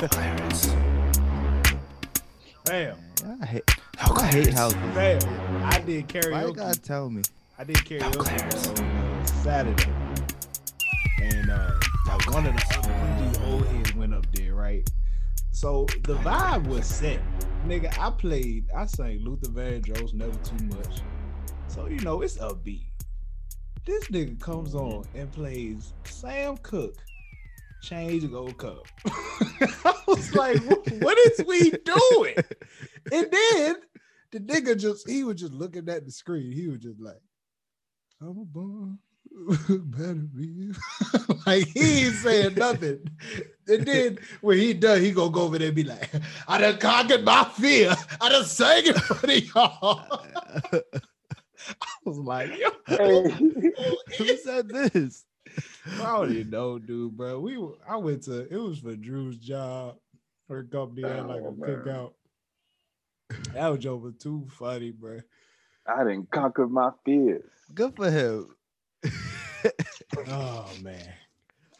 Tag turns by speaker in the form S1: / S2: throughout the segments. S1: The pirates.
S2: Bam.
S3: I hate, I hate houses.
S2: Bam. I did
S3: Why you
S2: karaoke.
S3: gotta tell me?
S2: I did karaoke on uh, Saturday. And uh, like one of the other one of these old heads went up there, right? So the vibe was set. Nigga, I played, I sang Luther Vandross, Never Too Much. So, you know, it's upbeat. This nigga comes on and plays Sam Cooke, Change the Gold Cup. I was like, what, what is we doing? And then the nigga just he was just looking at the screen. He was just like, I'm a bum. Better be like he ain't saying nothing. And then when he done, he gonna go over there and be like, I done conquered my fear. I done sang it for y'all. I was like, yo,
S3: Who said this?
S2: I don't even know, dude, bro. We were, I went to it was for Drew's job. Her company had like a
S4: Oh, man.
S2: cookout. That was over too funny, bro.
S4: I didn't conquer my fears.
S3: Good for him.
S2: Oh man.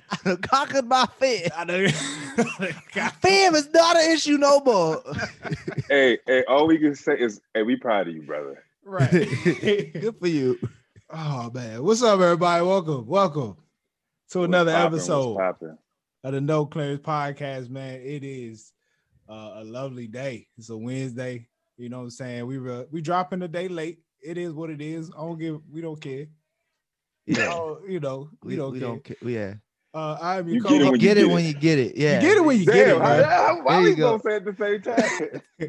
S3: I done conquered my fear.
S2: I know.
S3: Fam is not an issue no more.
S4: Hey, hey, all we can say is, hey, we proud of you, brother.
S2: right.
S3: Good for you.
S2: oh man. What's up, everybody? Welcome. Welcome to another
S4: What's poppin', what's
S2: episode
S4: poppin'?
S2: of the No Clearance Podcast, man. It is uh, a lovely day. It's a Wednesday. You know what I'm saying? We were we dropping a day late. It is what it is. I don't give we don't care.
S3: Yeah.
S2: Oh, you know, we,
S3: We,
S2: don't
S3: we
S2: care.
S3: don't care. Yeah.
S2: Uh I'm your
S4: You
S2: co-
S4: get it
S2: you
S4: when
S3: Get
S4: you
S3: it when you get it. Yeah.
S2: get it when you get it.
S4: Damn, how,
S2: bro.
S4: how, why
S3: There
S4: we
S3: you go.
S4: both say at the same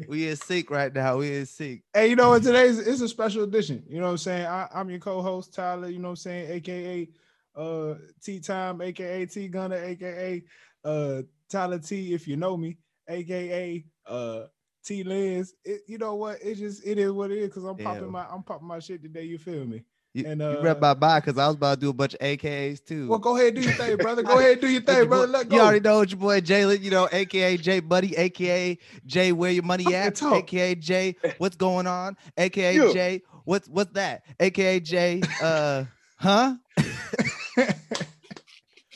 S4: time?
S3: We in sync right now. We in sync.
S2: Hey, you know what? Today's it's a special edition. You know what I'm saying? I, I'm your co-host Tyler. You know what I'm saying? AKA uh T Time, AKA T Gunner, AKA uh Tyler T. If you know me, AKA uh T Liz. It, you know what? It just it is what it is because I'm
S3: Yeah.
S2: popping my I'm popping my shit today. You feel me?
S3: You,
S2: And,
S3: you read
S2: uh,
S3: my mind because I was about to do a bunch of AKAs too.
S2: Well, go ahead do your thing, brother. Go ahead do your
S3: But your
S2: thing, brother.
S3: boy-
S2: Let go.
S3: You already know what your boy Jalen, you know, aka J Buddy, aka J Where Your Money
S2: Fucking
S3: At,
S2: talk.
S3: aka J What's Going On, aka
S4: Yeah.
S3: J What's What's That, aka J Uh Huh?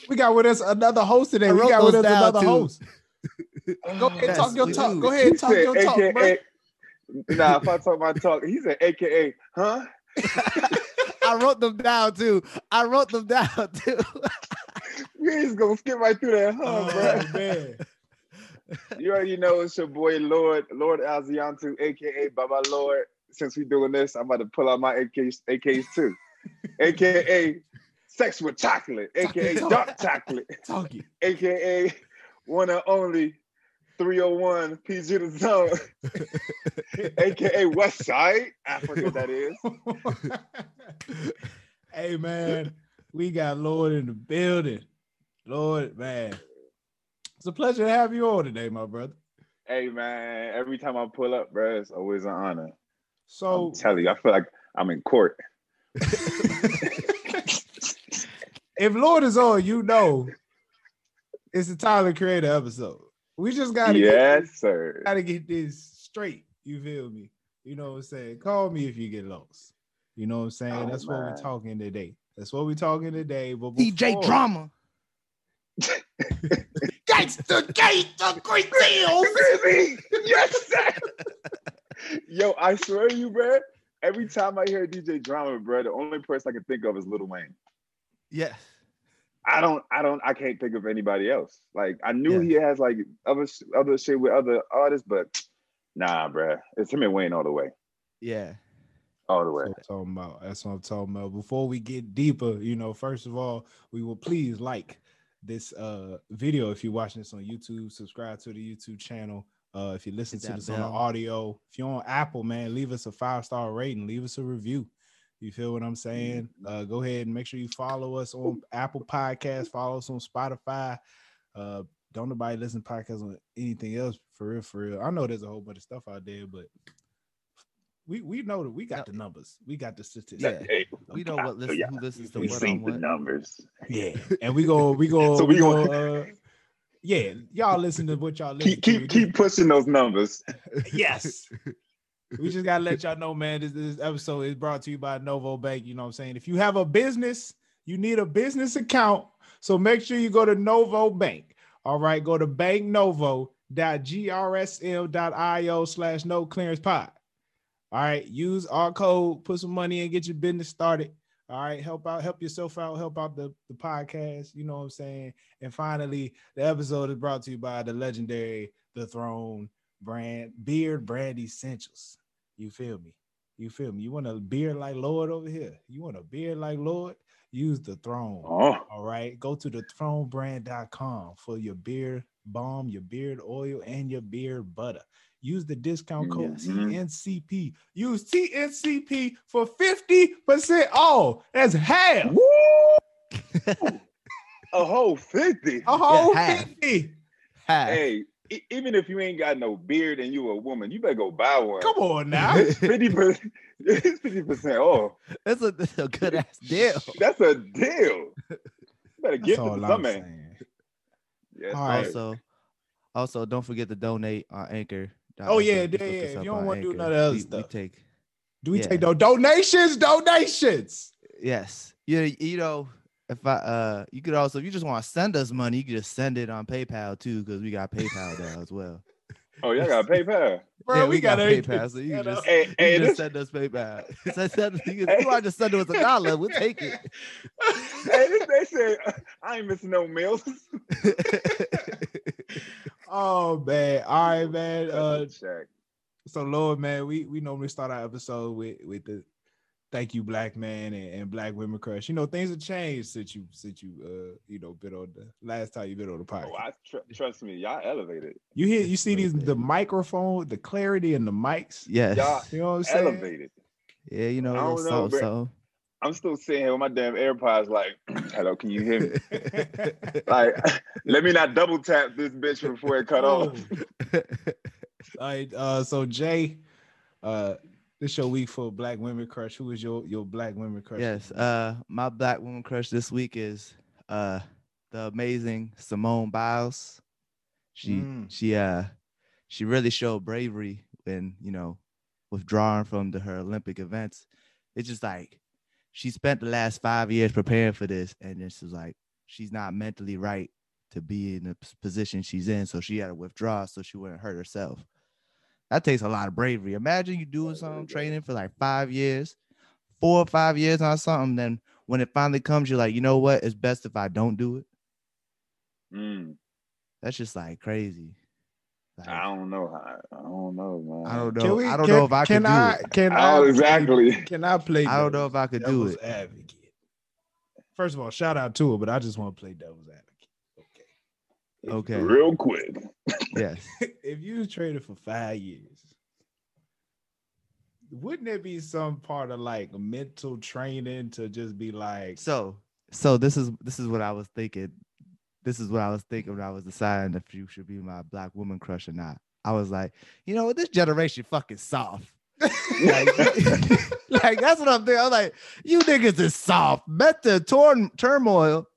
S2: we got with us another host today.
S3: I
S2: We
S3: wrote
S2: got with us
S3: those down,
S2: another
S3: too.
S2: host. Go ahead,
S3: That's
S2: talk your
S3: sweet.
S2: talk. Go
S4: He
S2: ahead, talk
S4: said,
S2: your talk,
S4: AKA
S2: bro.
S4: Nah, if I talk my talk, he said, AKA, huh?
S3: I wrote them down too. I wrote them down too.
S4: We just gonna skip right through that, huh, bruh?
S2: Oh, man.
S4: You already know it's your boy Lord Lord Alziantu, aka Baba Lord. Since we doing this, I'm about to pull out my AKs, AKs too, aka Sex with Chocolate, aka Dark Chocolate,
S2: Talk it.
S4: aka One and Only 301 PG the Zone, aka West Side Africa. That is.
S2: hey man, we got Lord in the building. Lord, man. It's a pleasure to have you on today, my brother.
S4: Hey man, every time I pull up, bruh, it's always an honor. I'm
S2: So
S4: telling you, I feel like I'm in court.
S2: if Lord is on, you know it's the Tyler Creator episode. We just gotta
S4: Yes,
S2: get,
S4: sir.
S2: gotta get this straight. You feel me? You know what I'm saying? Call me if you get lost. You know what I'm saying?
S4: Oh,
S2: That's what
S4: man.
S2: we're talking today. That's what we're talking today. But
S3: DJ
S2: before-
S3: Drama.
S2: Gangsta, gangsta, great deals.
S4: Really? Yes, sir. Yo, I swear to you, bruh. Every time I hear DJ Drama, bruh, the only person I can think of is Lil Wayne.
S3: Yes.
S4: I don't, I don't, I can't think of anybody else. Like, I knew
S3: Yeah.
S4: he has like other, sh- other shit with other artists, but nah, bruh. It's him and Wayne all the way,
S3: Yeah.
S4: all the way.
S2: That's what I'm talking about. That's what I'm talking about. Before we get deeper, you know, first of all, we will please like this uh video if you're watching this on YouTube, subscribe to the YouTube channel. Uh, if you listen
S3: Hit
S2: to
S3: that
S2: this on the
S3: bell.
S2: audio, if you're on Apple, man, leave us a five star rating, leave us a review. You feel what I'm saying?
S3: Mm-hmm.
S2: Uh, go ahead and make sure you follow us on Apple Podcasts, follow us on Spotify. Uh, don't nobody listen to podcasts on anything else for real, for real. I know there's a whole bunch of stuff out there, but we we know that we got the numbers, we got the statistics.
S3: Yeah.
S4: Hey,
S3: We know what listen,
S4: yeah.
S3: who listens to
S4: we
S3: what on
S4: seen the
S3: what.
S4: numbers.
S2: Yeah, and we go, we go,
S4: So
S2: we
S4: we
S2: go.
S4: gonna-
S2: Uh, yeah, y'all listen to what y'all listen
S4: Keep, keep,
S2: to.
S4: keep pushing those numbers.
S2: Yes. we just gotta let y'all know, man. This, this episode is brought to you by Novo Bank. You know what I'm saying? If you have a business, you need a business account. So make sure you go to Novo Bank. All right, go to banknovo.grsm.io slash no clearance pod. All right, use our code, put some money in, get your business started. All right, help out, help yourself out, help out the, the podcast. You know what I'm saying? And finally, the episode is brought to you by the legendary The Throne brand, beard brand essentials. You feel me? You feel me? You want a beard like Lord over here? You want a beard like Lord? Use the throne.
S4: Oh,
S2: All right. Go to the thronebrand.com for your beard balm, your beard oil, and your beard butter. Use the discount code
S4: Mhm.
S2: TNCP. Use TNCP for 50% off. That's half.
S4: woo! a whole fifty.
S2: A whole
S3: half.
S2: 50.
S3: Half.
S4: Hey, e- even if you ain't got no beard and you a woman, you better go buy one.
S2: Come on now.
S4: fifty percent. It's fifty percent off.
S3: That's a, that's a good ass deal.
S4: That's a deal. You better
S2: That's
S4: get it
S2: all
S4: to
S2: I'm
S4: something.
S2: saying.
S4: Yes,
S2: All right.
S4: sir.
S3: Also, also don't forget to donate on Anchor.
S2: Oh, yeah,
S3: Just
S2: yeah,
S3: look
S2: yeah.
S3: us
S2: If
S3: up
S2: you don't
S3: on
S2: wanna do
S3: Anchor.
S2: none of the other
S3: We- we
S2: stuff.
S3: take
S2: Do we
S3: Yeah.
S2: take no donations? Donations.
S3: Yes. You you know, if I uh you could also if you just want to send us money, you could just send it on PayPal too, because we got PayPal now as well.
S4: Oh, y'all got PayPal.
S2: Bro,
S3: yeah,
S2: we, got, everything.
S3: PayPal, so you can
S2: set
S3: just,
S2: up.
S3: you
S4: Hey, hey,
S3: can just
S4: this,
S3: send us PayPal. Send- send- you can- you want to just send us a dollar, we'll take it.
S4: hey, this, they said uh, I ain't missing no meals.
S3: Uh,
S2: oh man. All right, man. Uh
S4: Check.
S2: so Lord man, we we normally start our episode with with the thank you black man and, and black women crush. You know, things have changed since you since you uh you know been on the last time you been on the podcast.
S4: Oh, I tr- trust me, y'all elevated.
S2: you hear you see these
S3: Right.
S2: the microphone, the clarity and the mics.
S3: Yes.
S4: Y'all-
S2: You know what I'm saying?
S4: Elevated.
S3: Yeah, you know,
S4: I
S3: a little
S4: don't know,
S3: so
S4: bro.
S3: so.
S4: I'm still sitting here with my damn AirPods. Like, hello, can you hear me? Like, let me not double tap this bitch before it cut
S3: Oh.
S4: off.
S2: All right, uh so Jay, uh this your week for black women crush. Who is your your black women crush?
S3: Yes. Uh, my black woman crush this week is uh the amazing Simone Biles. She
S2: Mm.
S3: she uh she really showed bravery when you know withdrawing from the, her Olympic events. It's just like she spent the last five years preparing for this, and this is like she's not mentally right to be in the p- position she's in, so she had to withdraw so she wouldn't hurt herself. That takes a lot of bravery. Imagine you doing
S4: really
S3: something,
S4: does.
S3: training for like five years, four or five years on something. Then when it finally comes, you're like, you know what? It's best if I don't do it.
S4: Mm,
S3: That's just like crazy. Like,
S4: I don't know. how- I, don't know, man.
S3: I don't
S2: Can
S3: know.
S2: we-
S3: I don't
S2: can-
S3: know if I can, do
S2: I,
S3: it.
S2: Can I
S4: Oh,
S2: play-
S4: exactly.
S2: Can I play?
S3: I don't know if
S2: devil's-
S3: I could do
S2: devil's
S3: it.
S2: Advocate. First of all, shout out to her, but I just want to play devil's advocate.
S3: Okay.
S4: Real quick.
S3: Yes.
S2: Okay, if you traded for five years, wouldn't there be some part of like mental training to just be like,
S3: So so this is this is what I was thinking. This is what I was thinking when I was deciding if you should be my black woman crush or not. I was like, you know what, this generation fucking soft. Like, like, that's what I'm thinking. I'm like, you niggas is soft. Bet the torn turmoil.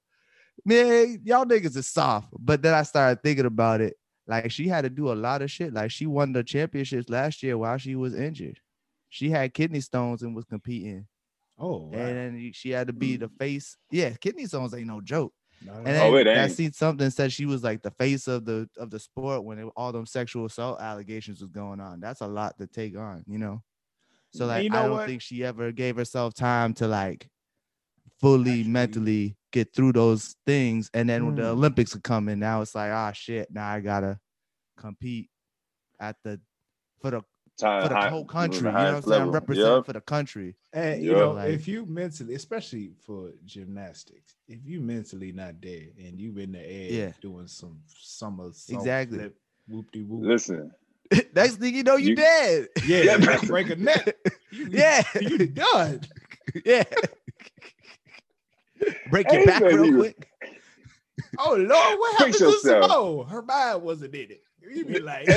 S3: Man, y'all niggas is soft. But then I started thinking about it. Like she had to do a lot of shit. Like she won the championships last year while she was injured. She had kidney stones and was competing.
S2: oh, wow.
S3: And then she had to be the face. Yeah, kidney stones ain't no joke.
S2: No, no,
S3: And
S4: Oh,
S3: then
S4: it
S3: I
S4: ain't.
S3: seen something said she was like the face of the of the sport when it, all them sexual assault allegations was going on. That's a lot to take on, you know. So
S2: And
S3: like
S2: you
S3: I
S2: know
S3: don't
S2: what?
S3: think she ever gave herself time to like fully
S2: Actually-
S3: mentally get through those things. And then when the
S2: Mm.
S3: Olympics are coming, now it's like, ah shit, now I gotta compete at the for the
S4: Time
S3: for the
S4: high-
S3: whole country.
S4: the
S3: You know what I'm
S4: highest
S3: saying? I'm
S4: level.
S3: representing
S4: Yup.
S3: for the country.
S2: And you
S4: Yeah.
S2: know,
S3: Like-
S2: if you mentally, especially for gymnastics, if you mentally not there and you in the air
S3: Yeah.
S2: doing some summer
S3: Exactly.
S2: whoop de whoop,
S4: Listen.
S3: Next thing you know, you,
S4: You-
S3: dead.
S2: yeah,
S4: Yeah,
S2: you
S4: man.
S2: can break a neck, You-
S3: Yeah.
S2: you done.
S3: Yeah. Break your
S4: Hey,
S3: back
S4: man,
S3: real
S4: you-
S3: quick.
S2: Oh Lord, what happened
S4: Fix
S2: to
S4: yourself.
S2: Simone? Her mind wasn't in it. You be like,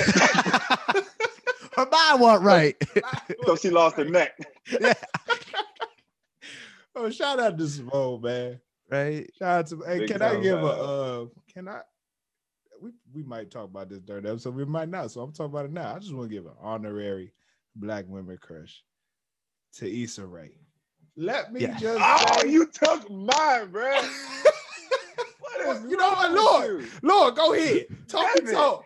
S3: Her mind wasn't right.
S4: So she lost her neck.
S2: oh, shout out to Simone, man.
S3: Right?
S2: Shout out to. Hey,
S4: Big
S2: can I
S4: time
S2: give a?
S4: shout
S2: Uh, can I? We we might talk about this during the episode. We might not. So I'm talking about it now. I just want to give an honorary black women crush to Issa Rae. Let me
S3: Yeah.
S2: just.
S4: Oh,
S2: say-
S4: you took mine, bruh. what is
S2: You know what,
S4: wrong
S2: Lord?
S4: with
S2: Lord, go ahead. Talk
S4: Damn
S2: your
S4: it.
S2: talk.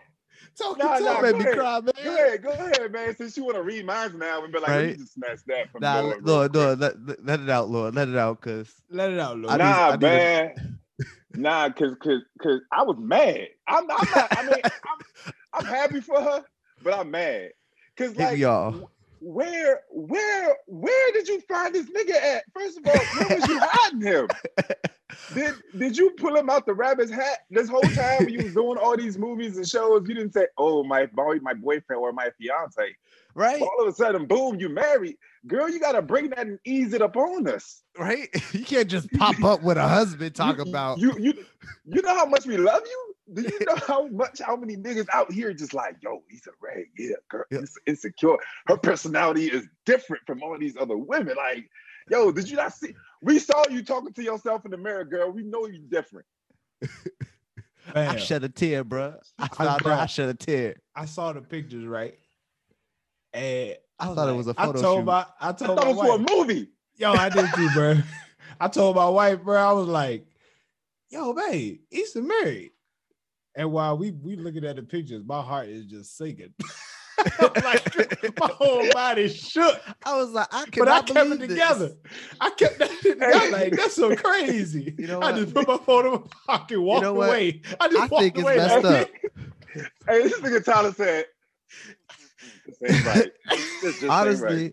S2: Talk
S4: Nah,
S2: your
S4: nah,
S2: talk.
S4: go
S2: Make me
S4: ahead.
S2: cry, man.
S4: you? Go ahead, go ahead, man. Since you want to read mine now and be like, let me
S3: Right?
S4: just snatch that from
S3: Nah,
S4: Lord. real
S3: Lord,
S4: quick.
S3: Lord, let, let- let it out, Lord. Let it out, cuz.
S2: Let it out,
S3: I
S2: Lord.
S3: need-
S4: nah,
S3: I need a-
S4: man. nah, cause, cause, cause I was mad. I'm, I'm not. I mean, I'm, I'm happy for her, but I'm mad. Cause
S3: Hit
S4: like,
S3: me all.
S4: where, where, where did you find this nigga at? First of all, where was you hiding him? Did Did you pull him out the rabbit's hat this whole time when you was doing all these movies and shows? You didn't say, "Oh, my boy, my boyfriend or my fiance."
S3: Right?
S4: All of a sudden, boom, you married. Girl, you gotta bring that and ease it upon us.
S3: Right? You can't just pop up with a husband talk
S4: You-
S3: about
S4: you you you know how much we love you do you know how much how many niggas out here just like yo he's a rag yeah girl
S3: Yeah.
S4: he's insecure her personality is different from all these other women like yo did you not see we saw you talking to yourself in the mirror girl we know you're different
S3: I
S2: Man,
S3: shed a tear, bruh. I found out I
S2: cried.
S3: shed a tear.
S2: I saw the pictures, right? And
S3: I thought it was a photo
S2: I told
S3: shoot.
S2: my I
S4: I
S2: told
S4: thought
S2: my
S4: it was for
S2: wife,
S4: a movie
S2: yo, I did too, bro. I told my wife, bro, I was like, yo, babe, Issa married. And while we we looking at the pictures, my heart is just sinking. like my whole body shook,
S3: I was like, I
S2: but I
S3: cannot
S2: kept it
S3: believe this.
S2: together. I kept that shit together. Like that's so crazy.
S3: You know
S2: I
S3: what?
S2: just put my phone in my pocket, walked
S3: know what?
S2: away. I just
S3: I
S2: walked
S3: think it's
S2: away.
S3: messed
S2: like-
S3: up.
S4: hey this nigga tyler said this ain't right This just ain't right.
S3: Honestly,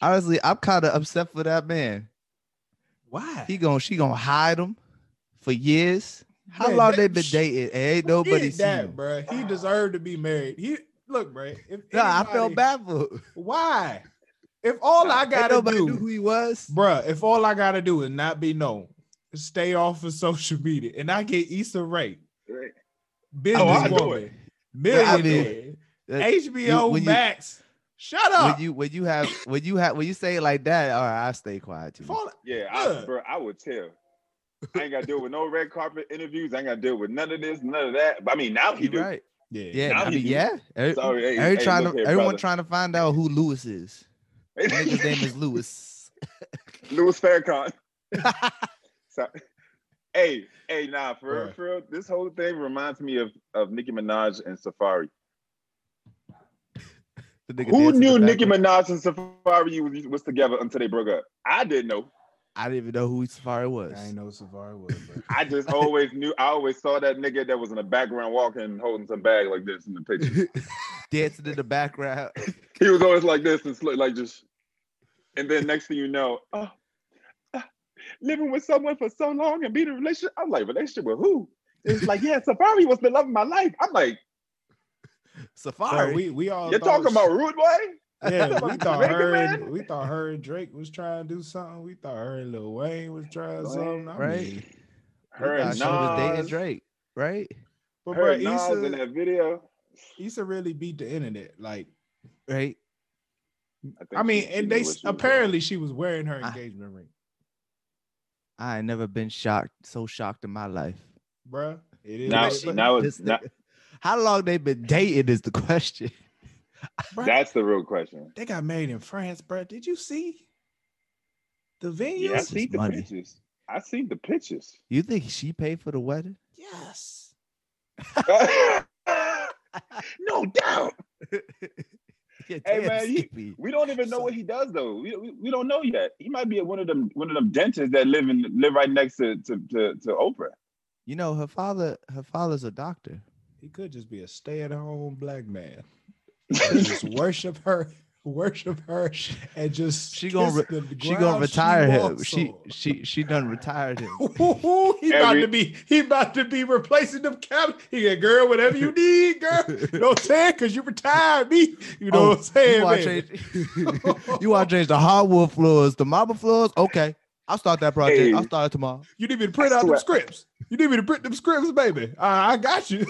S3: honestly, I'm kind of upset for that man.
S2: Why?
S3: He gon' she gonna hide him for years. How
S2: Man,
S3: long
S2: that-
S3: they been dating? And ain't nobody
S2: did
S3: seen
S2: that,
S3: him.
S2: bro. He deserved to be married. He look, bro. If
S3: Nah, I
S2: anybody-
S3: felt bad for him.
S2: Why? If all I
S3: Ain't
S2: gotta
S3: nobody knew
S2: do,
S3: who he was.
S2: bruh, if all I gotta do is not be known, stay off of social media, and I get Issa Rae,
S4: Right.
S3: Oh,
S4: Oh, I do
S2: businesswoman, millionaire,
S3: That-
S2: HBO
S3: when you-
S2: Max. Shut up.
S3: when you when you have when you have when you say it like that, all right, I stay quiet too.
S2: Fall-
S4: Yeah, I,
S2: Look.
S4: bro, I would tell. I ain't got to deal with no red carpet interviews. I ain't got to deal with none of this, none of that. But I mean, now he
S3: You
S4: do.
S3: right?
S2: yeah,
S3: Yeah,
S4: Now
S3: I
S4: he
S3: mean,
S4: do.
S3: yeah. Every,
S4: Sorry, hey,
S3: every
S4: hey,
S3: trying
S4: look
S3: to,
S4: here,
S3: everyone
S4: brother.
S3: trying to find out who Lewis is. That Nigga's name is Lewis.
S4: Louis Farrakhan. so, hey, hey, nah, for real,
S2: Bruh.
S4: for real, this whole thing reminds me of of Nicki Minaj and Safari.
S3: The nigga
S4: Who
S3: dancing in
S4: knew
S3: the
S4: Nicki
S3: background.
S4: Minaj and Safari was, was together until they broke up? I didn't know.
S3: I didn't even know who Safari was.
S2: I ain't know Safari was, bro.
S4: I just always knew. I always saw that nigga that was in the background walking, holding some bag like this in the picture.
S3: dancing in the background.
S4: he was always like this and sli- like just and then next thing you know oh, ah, living with someone for so long and being in a relationship i'm like relationship with who it's like yeah safari was the love of my life i'm like
S3: Safari.
S2: we we all
S4: you're
S2: thought-
S4: talking about rude boy
S2: Yeah, we
S4: Like
S2: thought
S4: Jamaican
S2: her and
S4: man?
S2: we thought her and Drake was trying to do something. We thought her and Lil Wayne was trying something. I
S3: Right.
S2: mean,
S4: her
S3: I
S4: and
S3: should have been dating
S4: Nas,
S3: Drake, right?
S2: but
S4: her
S2: bro,
S4: and Nas in
S2: Issa,
S4: that video
S2: Issa really beat the internet. Like,
S3: Right.
S4: think
S2: I mean,
S4: she- she
S2: and
S4: knew
S2: they
S4: what
S2: s-
S4: she was doing.
S2: apparently she was wearing her
S3: I-
S2: engagement ring,
S3: I ain't never been shocked, so shocked in my life.
S2: bruh. It is.
S4: Now-
S2: what it
S3: But-
S2: is.
S4: now it's
S3: this
S4: not-
S3: nigga- how long they been dating is the question.
S2: Bruh,
S4: that's the real question
S2: they got married in France, bruh. Did you see the venues?
S4: yeah i
S3: Yes.
S4: see the
S3: Money.
S4: pictures i see the pictures
S3: You think she paid for the wedding?
S2: Yes.
S4: no doubt
S3: Yeah,
S4: Hey,
S3: damn,
S4: man, you-
S3: Skippy.
S4: We don't even know
S3: So-
S4: what he does though. We, we, we don't know yet. He might be at one of them one of them dentists that live in live right next to to to, to Oprah.
S3: You know, her father, her father's a doctor.
S2: He could just be a stay-at-home black man. And just worship her, worship her, and just
S3: She gonna
S2: kiss the
S3: She gonna
S2: ground
S3: retire him.
S2: walks
S3: She
S2: on.
S3: she she done retired him.
S2: Ooh, he about
S4: Every-
S2: to be he about to be replacing them cabinet. He get girl, whatever you need, girl. You know what I'm saying? Cause you retired me. You know
S3: Oh,
S2: what I'm saying?
S3: you wanna
S2: man?
S3: change, you wanna change the hardwood floors, the marble floors? Okay. I'll start that project. I'll
S4: Hey.
S3: start it tomorrow.
S2: You need me to print out them
S4: Sweat.
S2: scripts. You need me to print them scripts, baby. Uh, I got you.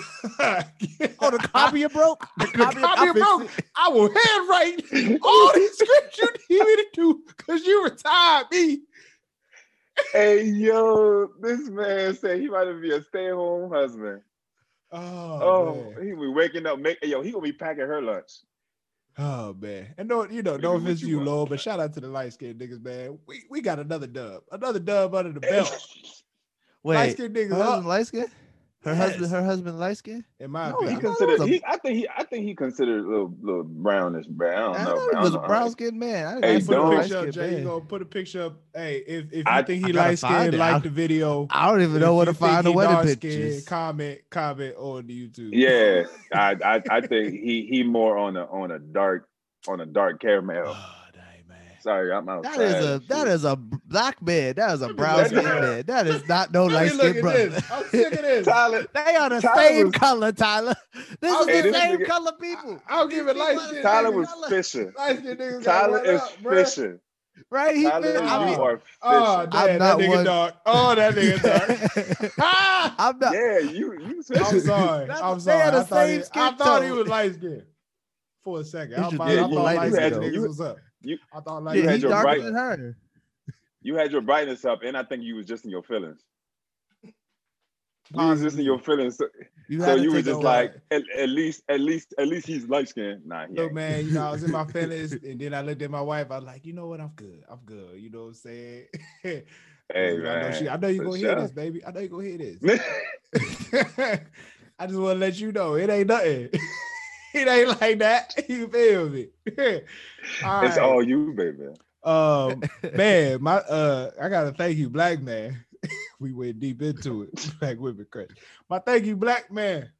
S3: Oh, the copier broke.
S2: The
S3: copier- I
S2: copier
S3: fixed
S2: broke. I will handwrite
S4: Oh!
S2: all these scripts you need me to do because you retired me.
S4: Hey yo, this man said he might be a stay home husband.
S2: Oh,
S4: Oh,
S2: man.
S4: he be waking up, make, yo, he gonna be packing her lunch.
S2: Oh man, and no, you know,
S4: Nigga,
S2: no
S4: what
S2: offense to
S4: you
S2: you,
S4: want?
S2: Lord, but shout out to the light skinned niggas, man. We we got another dub, another dub under the belt.
S3: Wait,
S2: light-skinned
S3: her
S2: niggas
S3: husband
S2: up.
S3: light skin? Her
S2: Yes.
S3: husband, her husband light skin?
S2: In my
S3: No,
S4: He
S2: opinion,
S3: con-
S4: considered.
S3: was a-
S4: He, I think he. I think he considered a little, little brownish brown.
S3: I
S4: I don't know.
S3: thought he
S4: I
S3: was a
S4: don't know.
S3: brown skinned man. I didn't
S4: Hey,
S3: know he
S2: Hey,
S3: was
S2: put a
S3: a
S4: don't-
S2: picture up,
S3: light-skinned
S2: Jay. You
S3: man.
S2: gonna put a picture up? Hey, if if you
S4: I-
S2: think
S3: I
S2: he
S3: gotta
S2: light
S3: find
S2: skinned,
S3: it.
S2: like
S3: I'll-
S2: the video.
S3: I don't even know
S2: If
S3: where
S2: you
S3: to find
S2: think
S3: the
S2: he
S3: wedding
S2: dark-skinned,
S3: pictures.
S2: Comment, comment on YouTube.
S4: Yeah, I, I, I think he, he more on a, on a dark, on a dark caramel.
S2: Oh, dang, man.
S4: Sorry, I'm outside.
S3: That is a that is a black man. That is a
S2: Let me
S3: brown
S2: look
S3: skin
S2: at
S3: man. That is not no
S2: Let
S3: Oh, light
S2: me look
S3: skin
S2: at
S3: brother.
S2: this. I'm sick of this.
S4: Tyler.
S3: They are the
S4: Tyler
S3: same
S4: was-
S3: color, Tyler. This is
S2: Hey,
S3: the
S4: this
S3: same
S4: nigga-
S3: color people,
S2: I- I'll give it
S3: These people
S2: light
S3: are the
S2: skin.
S4: Tyler
S3: same
S4: was
S3: color,
S4: fishing.
S2: Light skinned niggas. got
S4: Tyler
S2: lit
S4: is
S2: up, bruh.
S4: fishing.
S3: right? He
S4: Tyler,
S3: been, I
S2: is
S4: you
S3: mean,
S4: are
S2: Oh,
S4: fishing.
S2: damn,
S3: I'm
S2: that
S3: not
S2: nigga
S3: one-
S2: dark. Oh, that nigga dark. Ah!
S3: I'm not.
S4: Yeah, you, you
S2: I'm
S4: fishing.
S2: sorry.
S3: That's-
S2: I'm
S3: they
S2: sorry.
S3: had
S2: I
S3: the
S2: thought,
S3: same
S2: he, I
S3: skin
S2: thought he
S3: tone.
S2: was light skinned for a second. I
S3: It's
S2: thought,
S3: just-
S2: I
S4: yeah,
S2: thought
S4: you-
S2: light
S4: you
S2: skinned
S4: had-
S2: niggas
S4: you-
S2: was up.
S4: you-
S2: I thought light
S3: Yeah,
S4: had
S3: he
S4: your
S3: darker
S4: right-
S3: than her.
S4: You had your brightness up, and I think you was just in your feelings. You was just in your feelings. So,
S3: You
S4: so
S3: had to
S4: you was
S3: take
S4: just
S3: over.
S4: like, at, at least, at least, at least he's light skinned. Nah, he
S2: Look,
S4: ain't.
S2: man, you know, I was in my feelings, and then I looked at my wife. I was like, you know what? I'm good. I'm good. You know what I'm saying?
S4: Hey,
S2: I know, she, I know you
S4: for
S2: gonna hear
S4: sure.
S2: this, baby. I know you gonna hear this.
S4: man.
S2: I just want to let you know it ain't nothing. it ain't like that. You feel me? all
S4: it's
S2: right.
S4: all you, baby.
S2: Um, man, my uh, I gotta thank you, black man. we went deep into it, black women crush. My thank you, black man,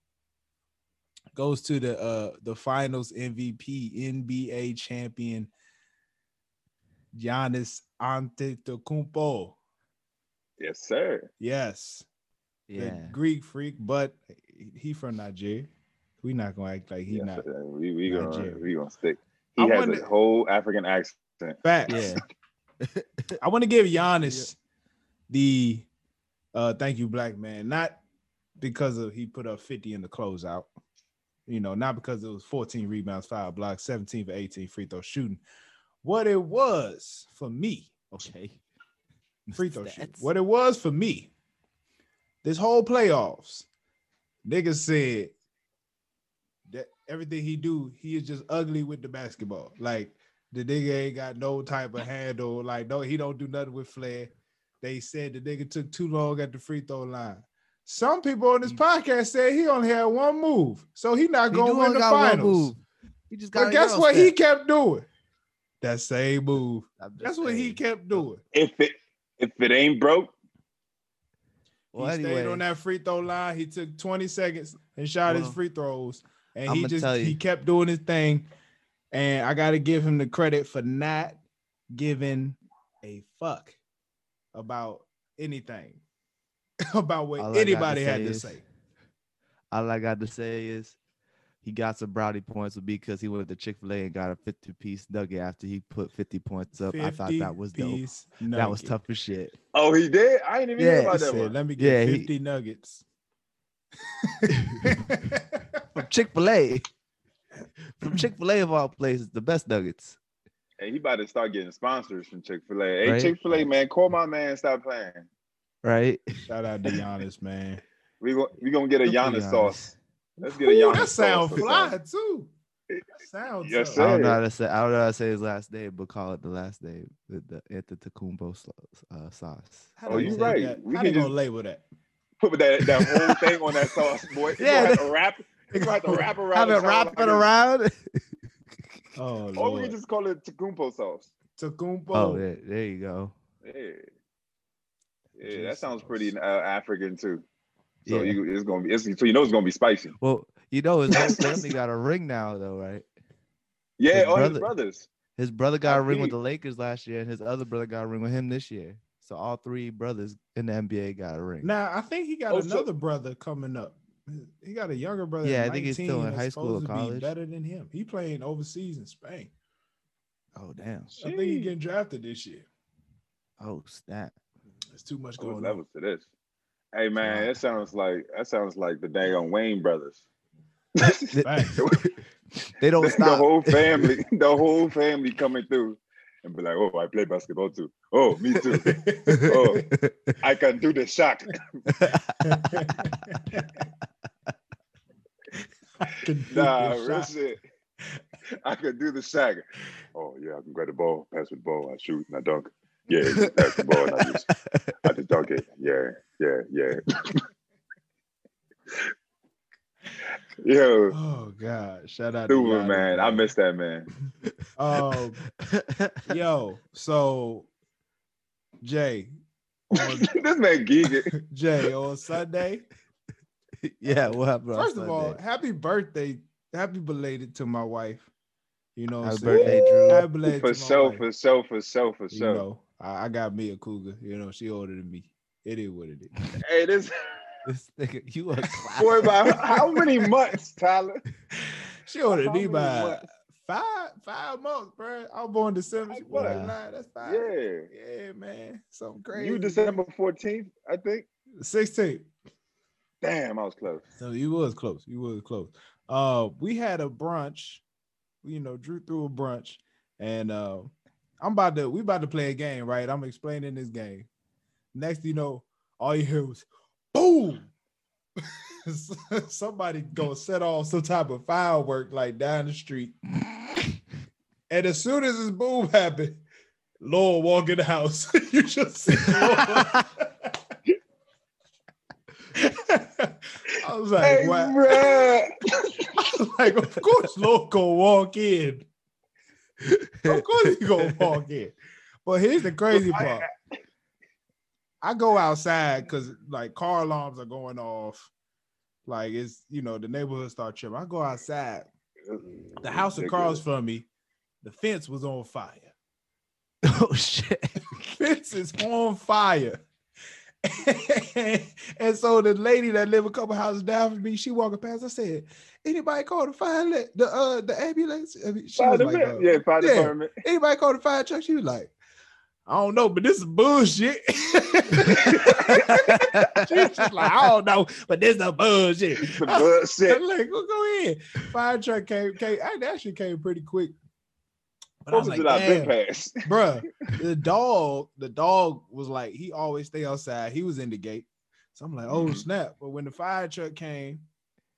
S2: goes to the uh the Finals MVP, NBA champion, Giannis Antetokounmpo.
S4: Yes, sir.
S2: Yes,
S3: yeah.
S2: the Greek freak, but he from Nigeria. We not gonna act like he
S4: Yes,
S2: not.
S4: sir. We we gonna
S2: Nigeria.
S4: we gonna stick. He
S2: I
S4: has
S2: wonder-
S4: a whole African accent.
S2: Facts.
S3: Yeah.
S2: I want to give Giannis the uh thank you, black man, not because of he put up 50 in the closeout, you know, not because it was 14 rebounds, five blocks, 17 for 18 free throw shooting. What it was for me,
S3: Okay.
S2: free throw shooting.
S3: Stats.
S2: What it was for me, this whole playoffs, niggas said that everything he do, he is just ugly with the basketball. Like the nigga ain't got no type of handle. Like no, he don't do nothing with flair. They said the nigga took too long at the free throw line. Some people on this podcast said he only had one move, so he not
S3: He
S2: gonna
S3: do
S2: win
S3: only
S2: the
S3: got one
S2: finals.
S3: move. He just got.
S2: But guess what he kept doing? That same move. That's what he kept doing.
S4: If it if it ain't broke,
S3: Well,
S2: he
S3: anyway,
S2: stayed on that free throw line. He took 20 seconds and shot his
S3: Well,
S2: free throws. And he
S3: I'ma
S2: just
S3: tell
S2: he
S3: you.
S2: kept doing his thing. And I gotta give him the credit for not giving a fuck about anything. about what
S3: All I got to
S2: anybody had
S3: say
S2: to
S3: is-
S2: say.
S3: all I got to say is he got some brownie points with me because he went to Chick Fil A and got a fifty piece nugget after he put fifty points up. I thought
S2: 50
S3: that was dope.
S2: piece
S3: That was
S2: nugget.
S3: tough as shit.
S4: oh he did. I ain't even
S3: Yeah,
S4: hear
S3: he
S2: He
S4: about that
S2: said,
S4: one.
S2: Let me
S3: Yeah,
S2: get
S3: he-
S2: 50 nuggets.
S3: From Chick Fil A, from Chick Fil A of all places, the best nuggets.
S4: Hey, he about to start getting sponsors from Chick Fil A. Hey,
S3: Right?
S4: Chick Fil A man, call my man. Stop playing.
S3: Right?
S2: Shout out to Giannis, man.
S4: We gon- we gonna get a
S3: Good for
S4: Giannis
S3: Giannis.
S4: sauce. Let's get a
S2: Ooh,
S4: Giannis
S2: that
S4: sauce.
S2: sound
S4: or
S2: fly
S4: something.
S2: too. Sound
S4: Yes,
S2: tough.
S3: I
S4: sir.
S3: don't know how to say. I don't know how to say his last name, but call it the last name. The, the Antetokounmpo slo- uh, sauce.
S2: How
S4: Oh,
S2: they
S4: you
S2: gonna-
S4: right.
S2: that-
S4: We
S2: How
S4: can
S2: they gonna
S4: just-
S2: label that?
S4: Put that, that whole thing on that sauce, boy.
S3: Yeah,
S4: Yeah, to wrap. They gonna have to wrap around.
S3: Have
S4: the
S3: it
S4: sauce
S3: wrapping
S4: like a-
S3: around.
S2: Oh,
S4: Or we can
S2: Lord.
S4: just call it Tacumpo sauce.
S2: Tecumpo.
S3: Oh, yeah, there you go.
S4: Yeah, yeah,
S2: Jesus.
S4: that sounds pretty uh, African too. So
S3: Yeah.
S4: you, it's gonna be, it's, so you know it's gonna be spicy.
S3: Well, you know his whole family got a ring now, though, right?
S4: Yeah,
S3: His
S4: all his
S3: brother-
S4: brothers.
S3: His brother got a ring with
S4: Indeed.
S3: the Lakers last year, and his other brother got a ring with him this year. So all three brothers in the NBA got a ring.
S2: Now I think he got
S4: Oh, so-
S2: another brother coming up. He got a younger brother.
S3: Yeah,
S2: at
S3: I think he's still
S2: 19
S3: in high
S2: that's
S3: school or
S2: supposed to be
S3: college.
S2: Better than him. He playing overseas in Spain.
S3: Oh damn!
S2: I think he getting drafted this year.
S3: Oh snap!
S2: There's too much
S4: Jeez, what
S2: going on.
S4: levels to this. Hey man,
S3: Wow.
S4: that sounds like that sounds like the dang on Wayne brothers.
S2: Facts.
S3: They don't
S4: the
S3: stop.
S4: whole family, the whole family coming through and be like, oh, I play basketball too. Oh, me too. Oh. I can do the shot.
S2: I can do
S4: Nah,
S2: this
S4: real
S2: shot.
S4: shit. I can do the shot. Oh yeah, I can grab the ball, pass with the ball, I shoot, and I dunk. yeah, he just passed the ball, and I just, I just dunk it. Yeah, yeah, yeah. Yo,
S2: Oh God! Shout out to
S4: Thurman,
S2: Giannis,
S4: man, I miss that man.
S2: Um, yo, so Jay, on,
S4: this man geeking.
S2: Jay on Sunday.
S3: yeah, what happened? on
S2: First of all,
S3: Sunday?
S2: happy birthday, happy belated to my wife. You know, what I'm
S3: happy
S2: saying?
S3: birthday, Drew.
S2: Happy belated
S4: For
S2: to my
S4: so,
S2: wife.
S4: for so, for so, for
S2: you
S4: so.
S2: know, I, I got me a cougar. You know, she older than me. It is what it is.
S4: Hey, this
S3: This nigga, you a
S4: boy,
S3: classic.
S4: about how many months, Tyler?
S2: She older
S4: How
S2: than me
S4: many
S2: by
S4: months?
S2: five five months, bro. I was born December. She born
S3: Wow.
S2: in nine. That's five. Yeah.
S4: Yeah.
S2: man. Something crazy.
S4: You December 14th, I think.
S2: 16.
S4: Damn, I was close.
S2: So you was close. You was close. Uh, we had a brunch. You know, Drew threw a brunch, and uh, I'm about to. We about to play a game, right? I'm explaining this game. Next, you know, all you hear was boom. Somebody gonna set off some type of firework like down the street, and as soon as this boom happened, Lord walk in the house. you just see Lord. I was like,
S4: Hey,
S2: wow.
S4: bruh.
S2: like, of course, Lord gonna walk in. Of course, he gonna walk in. But here's the crazy part. I go outside because like car alarms are going off. Like it's you know the neighborhood start tripping. I go outside. The
S4: Oh,
S2: house across from me, the fence was on fire.
S3: oh shit!
S2: Fence is on fire. and so the lady that lived a couple houses down from me, she walking past. I said, "Anybody call the fire? le- The uh the ambulance?" I mean, she
S4: Fire
S2: was like,
S4: department.
S2: uh,
S4: yeah, fire
S2: yeah.
S4: department.
S2: anybody call the fire truck? She was like, I don't know, but this is bullshit. She's just like, I don't know, but this is bullshit.
S4: Some
S2: I was
S4: bullshit.
S2: like, well, go ahead. Fire truck came, came, it actually came pretty quick. But I
S4: Fourth
S2: was
S4: of
S2: like,
S4: July been
S2: damn,
S4: passed.
S2: bruh, the dog, the dog was like, he always stay outside. He was in the gate. So I'm like, oh
S4: Mhm.
S2: snap. But when the fire truck came,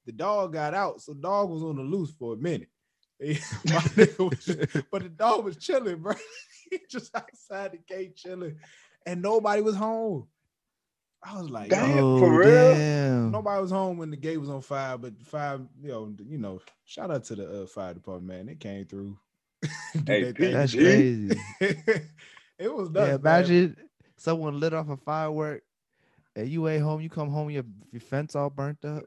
S2: the dog got out. So the dog was on the loose for a minute. My nigga was just- but the dog was chilling, bro. he just outside the gate chilling. And nobody was home. I was like,
S4: Damn.
S2: yo,
S4: for real?
S3: Oh, damn.
S2: nobody was home when the gate was on fire, but the fire, you know, you know, shout out to the uh, fire department, man. They came through. Did
S4: Hey,
S2: they
S4: Pete,
S2: thing.
S3: That's
S4: Gee.
S3: crazy.
S2: it was nuts.
S3: yeah,
S2: man.
S3: imagine someone lit off a firework, and you ain't home. You come home, your, your fence all burnt up.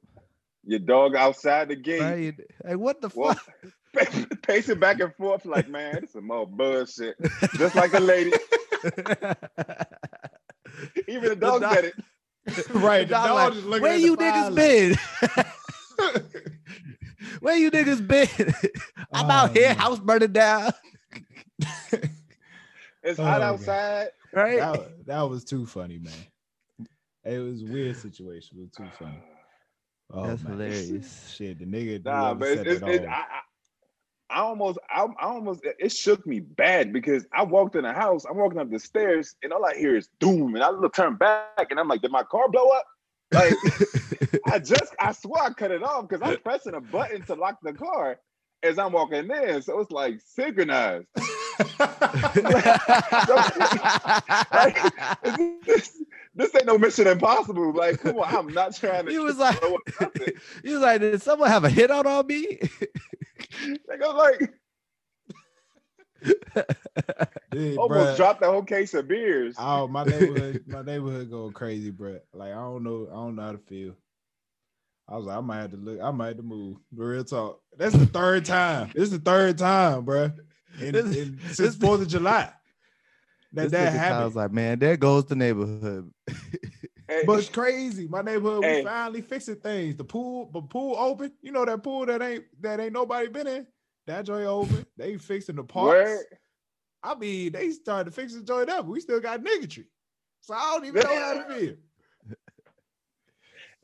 S4: Your dog outside the gate.
S3: Right? Hey, what the
S4: Well,
S3: fuck?
S4: pacing back and forth like, man, this is more bullshit. Just like the lady. Even the dog
S3: dog-
S4: said it.
S2: Right, the
S3: I'm
S2: dog
S3: like,
S2: just looking
S3: Where
S2: at the
S3: you
S2: fire
S3: niggas been? Where you niggas been? I'm
S2: Oh,
S3: out here,
S2: man.
S3: house burning down.
S4: It's
S2: Oh,
S4: hot
S2: man.
S4: outside.
S3: Right?
S2: that, wa- that was too funny, man. It was a weird situation, but too funny. Oh,
S3: That's
S2: man.
S3: hilarious.
S2: Shit, the nigga.
S4: Nah,
S2: whoever
S4: but
S2: set
S4: it's, it's,
S2: that
S4: it, I,
S2: off.
S4: I, I almost, I, I almost, it shook me bad because I walked in the house, I'm walking up the stairs, and all I hear is doom, and I look turn back, and I'm like, did my car blow up? Like, I just, I swear I cut it off because I'm pressing a button to lock the car as I'm walking in, so it's like synchronized. this, this ain't no Mission Impossible. Like, come on, I'm not trying to.
S3: you was like,
S4: blow up nothing.
S3: you was like, did someone have a hit out on me?
S4: Like, I was like,
S2: Dude,
S4: almost
S2: bruh.
S4: dropped the whole case of beers.
S2: Oh, my neighborhood, my neighborhood go crazy, bro. Like I don't know, I don't know how to feel. I was like, I might have to look, I might have to move. Real talk. That's the third time. This is the third time, bro. In,
S3: This-
S2: in,
S3: this-
S2: since Fourth of July, that
S3: This
S2: that
S3: nigga Tyler's
S2: happened.
S3: like, man, there goes the neighborhood.
S4: Hey,
S2: But it's crazy. My neighborhood,
S4: Hey.
S2: we finally fixing things. The pool, but pool open. You know that pool that ain't that ain't nobody been in. That joint open. They fixing the parks.
S4: word.
S2: I mean, they started to fix the joint up. We still got niggatry. So I don't even know how to feel.
S3: No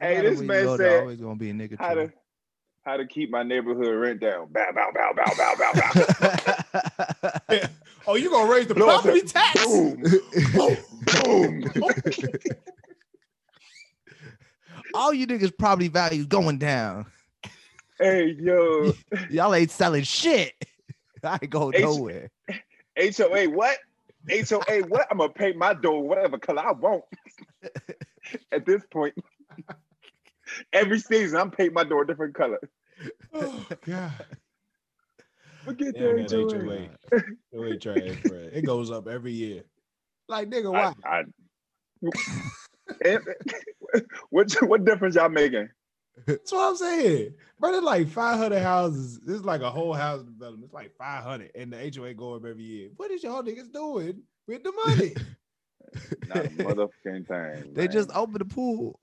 S4: Hey,
S3: matter
S4: this
S3: where you
S4: man
S3: go, there
S4: said
S3: always gonna be a nigga.
S4: how to
S3: trolling.
S4: how to keep my neighborhood rent down. Bow, bow, bow, bow, bow, bow, bow.
S2: Oh, you gonna raise the
S4: Blow up
S2: property
S4: the-
S2: tax?
S4: boom, boom.
S3: All you niggas property values going down.
S4: hey, yo,
S3: Y'all ain't selling shit. I ain't go
S4: H-
S3: nowhere.
S4: HOA, what? HOA, what? I'm gonna paint my door whatever color I want. At this point, every season I'm painting my door a different color.
S2: Oh God.
S4: Forget
S2: Damn,
S4: their
S2: that
S4: HOA.
S2: HOA. HOA trash, bro. It goes up every year. Like nigga, why?
S4: I, I, And- what what difference y'all making?
S2: That's what I'm saying. Bro, it's like 500 houses. It's like a whole house development. It's like 500, and the HOA go up every year. What is y'all niggas doing with the money?
S4: Not a motherfucking thing.
S3: They
S4: man.
S3: just opened the pool.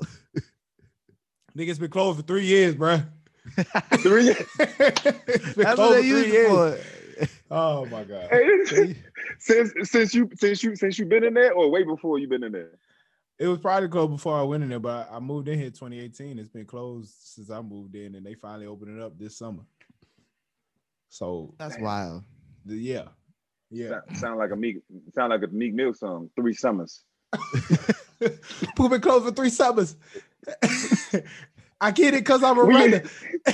S2: niggas been closed for three years, bro.
S4: three.
S3: That's what they use it for.
S2: Oh my god.
S4: Hey, since since you since you since you been in there or way before you been in there.
S2: It was probably closed before I went in there, but I moved in here 2018. It's been closed since I moved in, and they finally opened it up this summer. So
S3: That's wild.
S2: the- yeah, yeah.
S4: Sound, sound like a meek sound like a Meek Mill song. Three summers.
S2: Poop been closed for three summers. I get it because I'm a
S4: We-
S2: runner.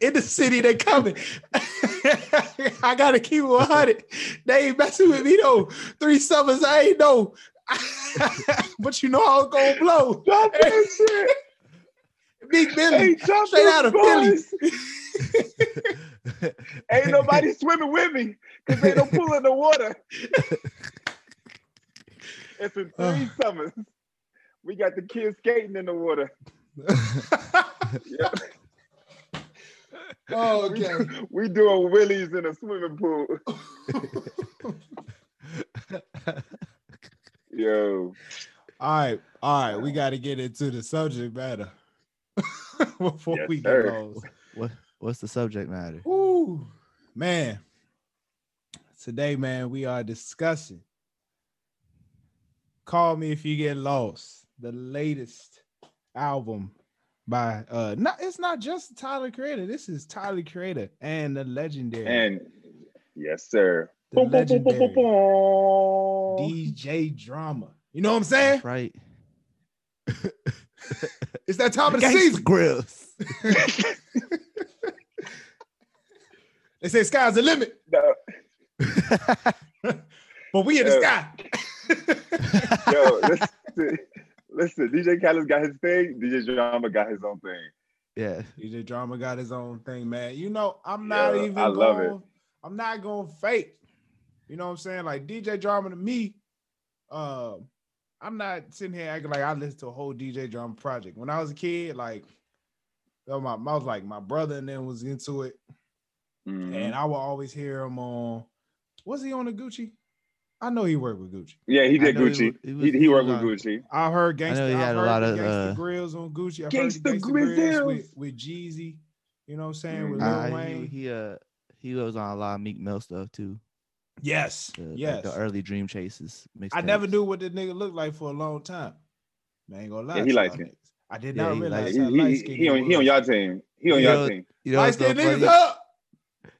S2: In the city, they coming. I gotta keep it 100. They ain't messing with me though. Three summers, I ain't know. but you know I was gonna blow.
S4: Drop that shit.
S2: Big
S4: Hey,
S2: Billy.
S4: drop
S2: Straight
S4: them
S2: out of
S4: bars.
S3: Philly.
S4: Ain't nobody swimming with me because they don't pool in the water. it's in
S2: Ah.
S4: three summers. We got the kids skating in the water. Yeah.
S2: oh,
S4: We, we doing willies in a swimming pool. Yo,
S2: All right, all right. We gotta get into the subject matter before
S4: Yes,
S2: we get
S4: sir.
S2: lost.
S3: what, what's the subject matter?
S2: Ooh, man. Today, man, we are discussing Call Me If You Get Lost, the latest album by uh not it's not just Tyler Creator. This is Tyler Creator and the legendary,
S4: and yes, sir.
S2: the
S4: Boom, boom, boom, boom,
S2: legendary
S4: boom, boom.
S2: DJ Drama. You know what I'm saying?
S3: That's right.
S2: It's that time of the
S3: Gangsta
S2: season.
S3: grills.
S2: They say sky's the limit,
S4: No,
S2: but we in the
S4: Yeah.
S2: sky.
S4: yo, listen, listen. DJ Khaled's got his thing. DJ Drama got his own thing.
S3: yeah.
S2: DJ Drama got his own thing, man. You know, I'm not
S4: Yeah,
S2: even.
S4: I love it.
S2: going, I'm not going to fake. You know what I'm saying? Like DJ Drama to me, uh, I'm not sitting here acting like I listened to a whole DJ Drama project. When I was a kid, like that was my, I was like my brother and then was into it,
S4: Mhm.
S2: and I would always hear him on. Was he on the Gucci? I know he worked with Gucci.
S4: Yeah, he
S3: I
S4: did
S3: know he
S4: Gucci.
S3: was-
S4: He,
S3: he
S4: he,
S3: was- he
S4: worked with
S3: was on-
S4: Gucci.
S2: I heard
S3: I know
S2: gangster. I
S3: he had a
S2: heard
S3: lot
S2: the
S3: of,
S2: Gangsta
S3: uh,
S2: grills on Gucci. I heard the
S4: Gangsta
S2: gangster grills with,
S4: Grills.
S2: with Jeezy. You know what I'm saying? With
S4: Mhm.
S2: Lil
S3: Uh, he-
S2: Wayne.
S3: he, uh he was on a lot of Meek Mill stuff too.
S2: Yes.
S3: The, like,
S2: yes.
S3: the early Dream Chases.
S2: I never
S3: mixtapes.
S2: knew what the nigga looked like for a long time. Man, ain't gonna lie.
S4: Yeah, he
S2: to y'all
S4: light-skinned.
S2: niggas. I did
S3: Yeah,
S2: not
S3: he
S2: realize
S3: light-
S2: how
S4: he, he,
S2: light
S4: he,
S2: skinned
S4: on, he on y'all team. He on
S3: You
S4: y'all
S3: know-
S4: team.
S3: You know,
S2: Light
S3: what's so
S2: skinned niggas
S3: funny?
S2: up.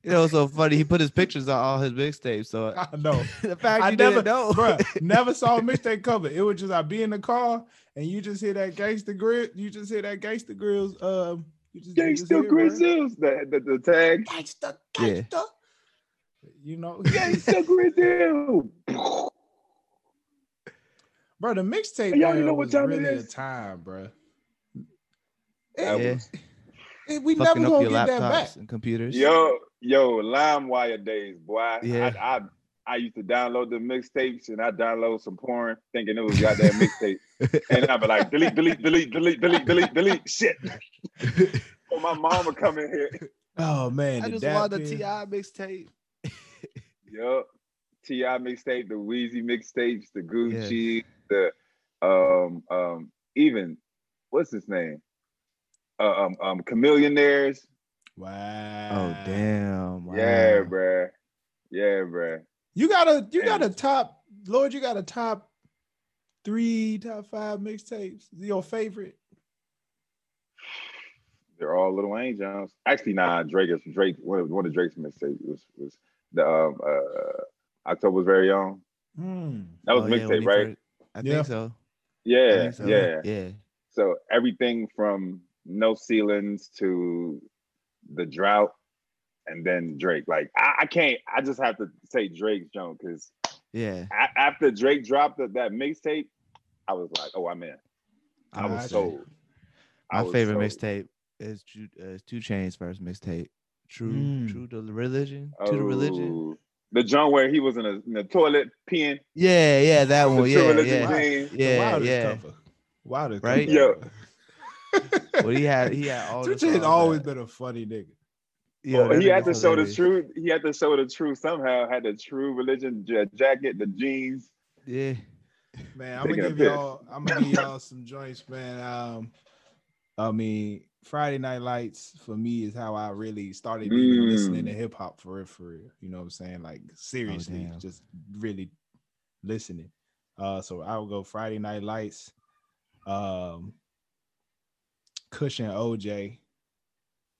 S3: you know what's so funny? He put his pictures on all his mixtapes. So uh,
S2: I
S4: Oh.
S2: know,
S3: the fact
S2: I
S3: you
S2: never-
S3: didn't know.
S2: Bruh, Never saw a mixtape cover. It was just I be in the car and you just hear that gangster grill. You just hear that gangster grills. Um, you just you just hear
S4: Gangsta
S2: it, bruh.
S4: Grizzles. The, the, the tag.
S2: Gangsta,
S3: Yeah.
S2: gangsta. You know,
S4: Gangsta Grizzles.
S2: bro. The mixtape.
S4: Y'all
S2: man,
S4: know what
S2: was
S4: time it
S2: really
S4: is?
S2: A time, bro.
S4: That
S3: yeah,
S4: was-
S2: we never
S3: fucking up
S2: gonna
S3: your
S2: get that back.
S3: laptops and computers.
S4: yo, yo, LimeWire days, boy.
S3: Yeah.
S4: I, I, I used to download the mixtapes and I download some porn thinking it was goddamn mixtape. And I'd be like, delete, delete, delete, delete, delete, delete, delete. Shit. oh, my mom would come in here.
S2: Oh man,
S3: I
S2: the
S3: just
S2: dap
S3: want the
S2: pen.
S3: Ti mixtape.
S4: Yup. Ti mixtape, the Wheezy mixtapes, the Gucci,
S3: Yes.
S4: the um um even what's his name? Uh, um um Chameleonaires.
S2: Wow.
S3: Oh damn!
S4: Ah. Yeah,
S3: wow.
S4: bruh. Yeah, bruh.
S2: You got a you got a
S4: And-
S2: top Lord. You got a top three, top five mixtapes. Your favorite?
S4: They're all Little Wayne Jones. Actually, nah, Drake is Drake. One of, one of Drake's mixtapes was was the um uh October's very own.
S2: Hmm.
S4: That was
S3: Oh, yeah, when
S4: mixtape,
S3: he
S4: right?
S3: first- I
S2: Yeah.
S3: think so. I
S4: Yeah,
S3: think so.
S4: yeah.
S3: yeah.
S4: So everything from no ceilings to the drought, and then Drake. Like I, I can't. I just have to say Drake's Jones because
S3: Yeah.
S4: A- after Drake dropped that, that mixtape, I was like, oh, I'm in. I
S2: Gotcha.
S4: was sold. I
S3: My
S4: was
S3: favorite
S4: sold.
S3: mixtape is Ju- uh, is Two Chains first mixtape. True,
S2: Mm.
S3: true to the religion, to the religion.
S4: Oh, The joint where he was in, a, in the toilet peeing.
S3: Yeah, yeah, that
S4: the
S3: one.
S4: True
S3: Oh, Yeah,
S4: Religion
S3: yeah,
S4: thing.
S2: The
S3: yeah,
S2: wildest
S3: yeah.
S2: cover. Wildest
S3: Right?
S2: cover.
S3: Well, he had he had all.
S2: Two
S3: the
S2: Chainz
S3: songs
S2: always
S3: that-
S2: been a funny nigga.
S3: Yo,
S4: Well,
S3: that
S4: Oh, he had to
S3: nigga's
S4: show the
S3: hilarious.
S4: truth. He had to show the truth somehow. Had the true religion ja- jacket, the jeans.
S3: Yeah.
S2: Man, I'm
S4: Taking
S2: gonna
S4: a
S2: give
S4: piss.
S2: y'all. I'm gonna give y'all some joints, man. Um, I mean, Friday Night Lights for me is how I really started even
S4: Mm.
S2: listening to hip hop for real, for real. You know what I'm saying? Like seriously,
S3: damn.
S2: just really listening. Uh, so I would go Friday Night Lights, um, Cushion OJ,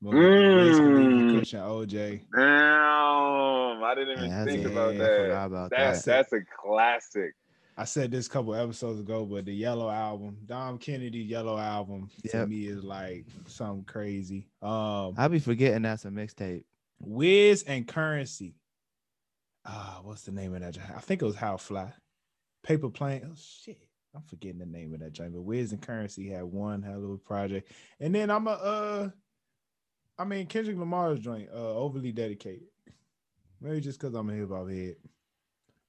S2: Well, Wiz Khalifa,
S4: Mm.
S2: Cushion OJ.
S4: Damn, I didn't even
S3: Man,
S4: think
S3: that's a-
S4: about
S2: yeah,
S3: I
S4: that.
S3: forgot about
S4: That's
S3: that.
S4: that's a classic.
S2: I said this a couple episodes ago, but the Yellow album, Dom Kennedy Yellow album, to
S3: Yep.
S2: me is like something crazy. Um,
S3: I be forgetting that's a mixtape.
S2: Wiz and Currency. Ah, what's the name of that? joint? I think it was How Fly. Paper Plane. Oh shit, I'm forgetting the name of that joint. But Wiz and Currency had one hell of a project, and then I'm a uh, I mean Kendrick Lamar's joint, uh, overly dedicated. Maybe just because I'm a hip hop head.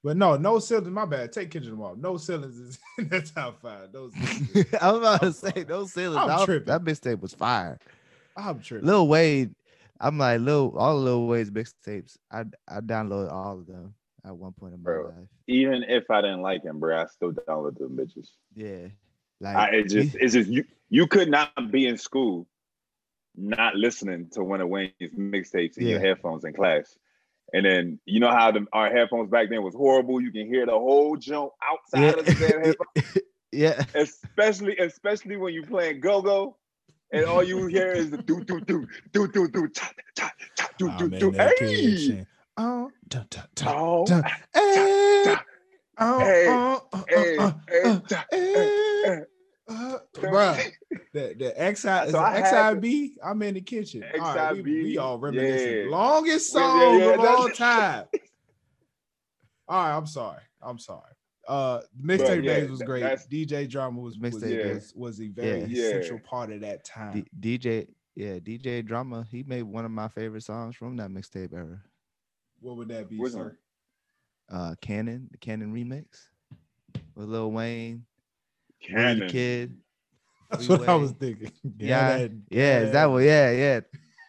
S2: But no, no ceilings. My bad. Take Kendrick Lamar. No ceilings is in the top five. Those.
S3: I was about
S2: I'm
S3: to
S2: sorry.
S3: say those ceilings.
S2: I'm
S3: That,
S2: tripping.
S3: that mixtape was fire.
S2: I'm tripping.
S3: Lil Wade, I'm like Lil all Lil Wade's mixtapes. I I downloaded all of them at one point in my
S4: Bro.
S3: life.
S4: Even if I didn't like him, bro, I still downloaded them bitches.
S3: Yeah. Like
S4: I, it just
S3: he-
S4: it's just you you could not be in school not listening to one of Wayne's mixtapes in your
S3: Yeah.
S4: headphones in class. And then you know how the, our headphones back then was horrible. You can hear the whole jump outside of the damn headphones.
S3: yeah.
S4: especially especially when you playing go go, and all you hear is the do do do do do do cha cha cha do
S2: I'm
S4: do
S2: in
S4: do.
S2: that kitchen.
S4: Hey, Uh,
S2: Oh, dun, dun, dun.
S4: oh,
S2: Dun, Hey,
S4: Hey,
S2: Eh, oh, oh,
S3: uh,
S2: oh,
S4: hey,
S2: oh,
S4: hey,
S2: oh,
S4: cha.
S2: eh, uh, Bruh, the the XI is
S4: So I had
S2: it XIB. I'm in the kitchen. All right, we, we
S4: XIB,
S2: all reminiscing.
S4: yeah.
S2: Longest
S4: Yeah, yeah,
S2: song
S4: yeah,
S2: of all
S4: that's-
S2: time. All right, I'm sorry. I'm sorry. Uh,
S4: Bruh,
S2: mixtape
S4: yeah,
S2: days was
S4: that-
S2: great.
S4: that's-
S2: DJ drama was was,
S3: Mixtape
S4: Yeah.
S2: was was a very
S3: Yeah.
S4: Yeah.
S2: essential part of that time.
S3: D- DJ yeah, DJ Drama, he made one of my favorite songs from that mixtape era.
S2: what would that be,
S4: Which
S2: sir?
S4: one?
S3: Uh Canon, the Canon remix with Lil Wayne, Willie the
S4: Cannon.
S3: Kid.
S2: That's
S3: Free
S2: what I
S3: Way.
S2: was thinking.
S3: Yeah. Yeah,
S2: that-
S3: is that what yeah, yeah.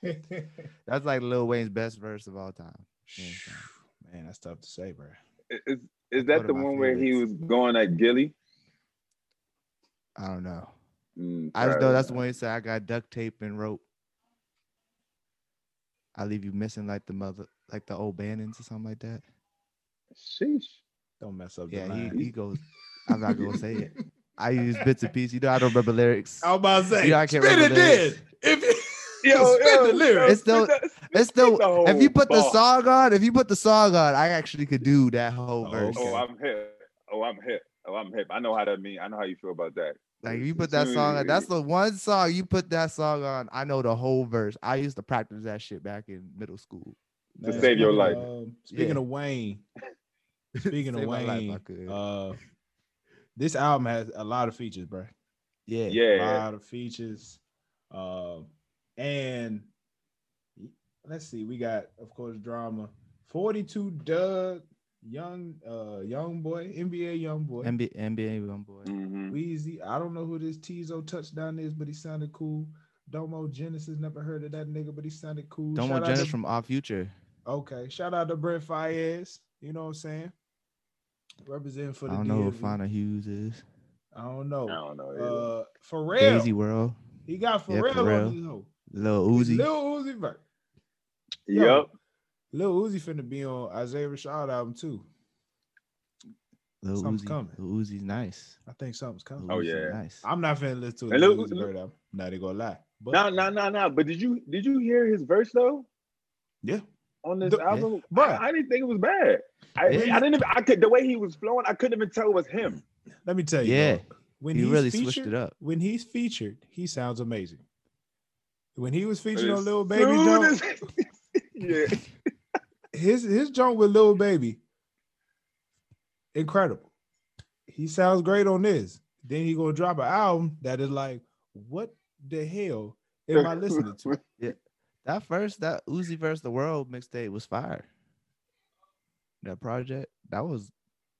S2: that-
S3: That's like Lil Wayne's best verse of all time. Yeah, so-
S2: Man, that's tough to say, bro.
S4: Is, is
S3: One
S4: that
S3: of
S4: the
S3: my
S4: one where he was
S3: favorites.
S4: going at Gilly?
S3: I don't know.
S4: Mm,
S3: I just
S4: probably
S3: know that's the
S4: not.
S3: one he said. I got duct tape and rope. I leave you missing like the mother, like the old Bannons or something like that.
S4: Sheesh.
S2: Don't mess up the
S3: Yeah, he,
S2: line.
S3: he goes. I'm not gonna say it. I use bits and pieces. You know, I don't remember lyrics.
S2: I was about to say,
S3: You know, I can't
S2: spit it
S3: remember
S2: then.
S3: lyrics.
S2: If spit the lyrics.
S3: It's the-
S4: spit the-
S3: It's
S4: spit
S3: the if you
S4: whole
S2: Oh,
S3: put the
S4: bar.
S3: song on, if you put the song on, I actually could do that whole
S2: Oh,
S3: verse.
S4: Oh, I'm hip. Oh, I'm hip. Oh, I'm hip. I know how that mean. I know how you feel about that.
S3: Like if you put that song on, that's the one song you put that song on. I know the whole verse. I used to practice that shit back in middle school.
S4: to
S2: Man,
S4: save your
S2: speaking
S4: life.
S2: of, um, speaking
S3: Yeah.
S2: of Wayne, speaking of
S3: Save my life, I
S2: Wayne,
S3: could.
S2: uh, this album has a lot of features, bro.
S3: yeah,
S2: A
S4: Yeah.
S2: lot of features, um, and let's see, we got of course drama. Forty-two Doug Young, uh, Young Boy, NBA Young Boy.
S3: NBA, NBA young boy.
S2: Mm-hmm.
S4: Mhm.
S2: Weezy. I don't know who this Tizo touchdown is, but he sounded cool. Domo Genesis, never heard of that nigga, but he sounded cool.
S3: Don't
S2: Shout
S3: want
S2: out
S3: Jenna's
S2: to-
S3: from Our Future.
S2: Okay, shout out to Brent Fayez. You know what I'm saying? Representing for
S3: I
S2: the
S3: don't know who
S2: DMV.
S3: Fauna Hughes is.
S2: I don't know.
S4: I don't know. either.
S2: Uh, Pharrell.
S3: Daisy World,
S2: He got
S3: Yeah,
S2: Pharrell,
S3: Pharrell.
S2: on his hoe.
S3: Lil Uzi.
S2: Lil Uzi Vert. yo.
S4: Yep.
S2: Lil Uzi finna be on Isaiah Rashad album too.
S3: Lil
S2: Something's
S3: Uzi.
S2: coming.
S3: Lil Uzi's nice.
S2: I think something's coming.
S3: Lil
S4: Oh,
S3: Uzi's
S4: yeah.
S3: nice.
S2: I'm not finna listen to a
S4: And
S2: Lil
S4: Lil-
S2: Uzi Vert album. Not even gonna lie. But
S4: No, no, no, no. But did you did you hear his verse though
S2: Yeah.
S4: on this
S2: The-
S4: album?
S2: yeah.
S4: I- I, didn't think it was bad. I,
S3: Yeah.
S4: I didn't. Even, I could the way he was flowing. I couldn't even tell it was him.
S2: Let me tell you.
S3: Yeah.
S2: dog, When
S3: He
S2: he's
S3: really
S2: featured,
S3: switched it up.
S2: When he's featured, he sounds amazing. When he was featured on
S4: As
S2: Lil Baby
S4: soon
S2: Jones,
S4: as- yeah.
S2: his his joint with Lil Baby incredible. He sounds great on this. Then he gonna drop an album that is like, what the hell am I listening to?
S3: That first, that Uzi versus the World mixtape was fire. That project, that was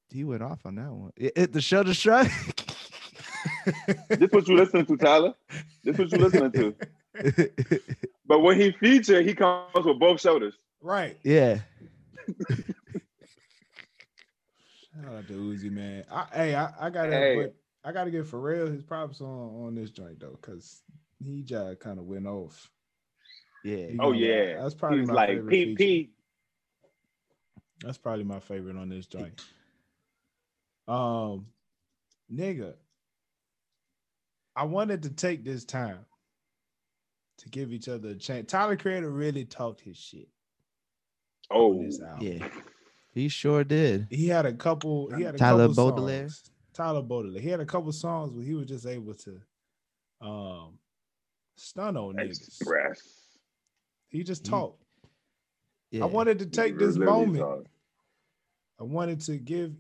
S3: he went off on that one. It, it- the show to shrug.
S4: This what you listening to, Tyler. This what you listening to. But when he feature, he comes with both shoulders.
S2: Right.
S3: yeah,
S2: Shout out to Uzi, man. I, hey, I, I gotta
S4: Hey.
S2: put- I gotta give Pharrell his props on on this joint though, cause he just kind of went off.
S3: yeah.
S2: You
S4: Oh,
S2: know,
S4: yeah.
S2: that's probably
S4: He's
S2: my
S4: like
S2: favorite
S4: PP.
S2: feature. That's probably my favorite on this joint. Um, nigga, I wanted to take this time to give each other a chance. Tyler Creator really talked his shit on
S4: Oh,
S2: this album.
S3: Yeah, he sure did.
S2: He had a couple. He had a
S3: Tyler
S2: couple
S3: Baudelaire.
S2: Songs. Tyler Baudelaire. He had a couple songs where he was just able to, um, stun on niggas.
S4: express.
S2: He just
S3: He-
S2: talked.
S3: Yeah.
S2: I wanted to take this
S4: Literally
S2: moment.
S4: talk.
S2: I wanted to give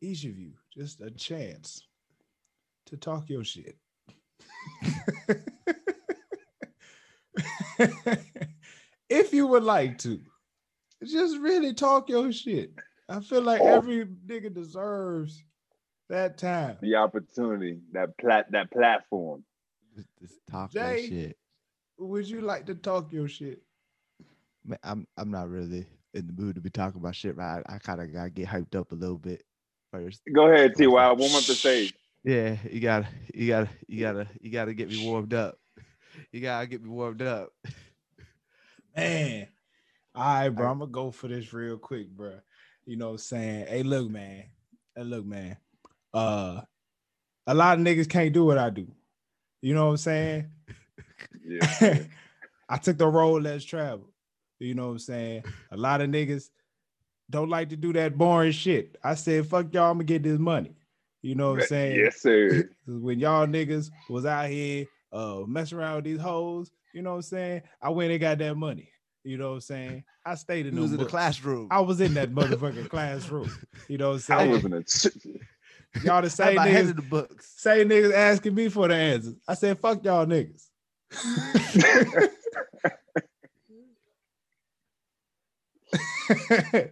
S2: each of you just a chance to talk your shit. if you would like to, just really talk your shit. I feel like
S4: Oh.
S2: every nigga deserves that time.
S4: The opportunity, that plat, that platform.
S3: Just- just talk that
S2: Jay.
S3: shit.
S2: Would you like to talk your shit?
S3: Ma- I'm I'm not really in the mood to be talking about shit, right? I, kind of gotta get hyped up a little bit first.
S4: Go ahead, T. Wild. Warm up the stage.
S3: Yeah, you gotta you gotta you gotta you gotta get me warmed up. You gotta get me warmed up.
S2: Man. All right, bro.
S3: I-
S2: I'm gonna go for this real quick, bro. You know what I'm saying? Hey, look, man. Hey, look, man. Uh a lot of niggas can't do what I do. You know what I'm saying?
S4: Yeah.
S2: I took the road less traveled. You know what I'm saying? A lot of niggas don't like to do that boring shit. I said, fuck y'all, I'm gonna get this money. You know what I'm saying?
S4: Yes, sir.
S2: when y'all niggas was out here uh messing around with these hoes, you know what I'm saying? I went and got that money. You know what I'm saying? I stayed in
S3: News in the
S2: books.
S3: classroom.
S2: I was in that motherfucking classroom. You know what
S4: I
S2: I'm
S4: was
S2: saying?
S4: in a ch-
S2: Y'all the
S3: Have
S2: same
S3: my head
S2: niggas,
S3: in the books.
S2: same niggas asking me for the answers. I said, fuck y'all niggas.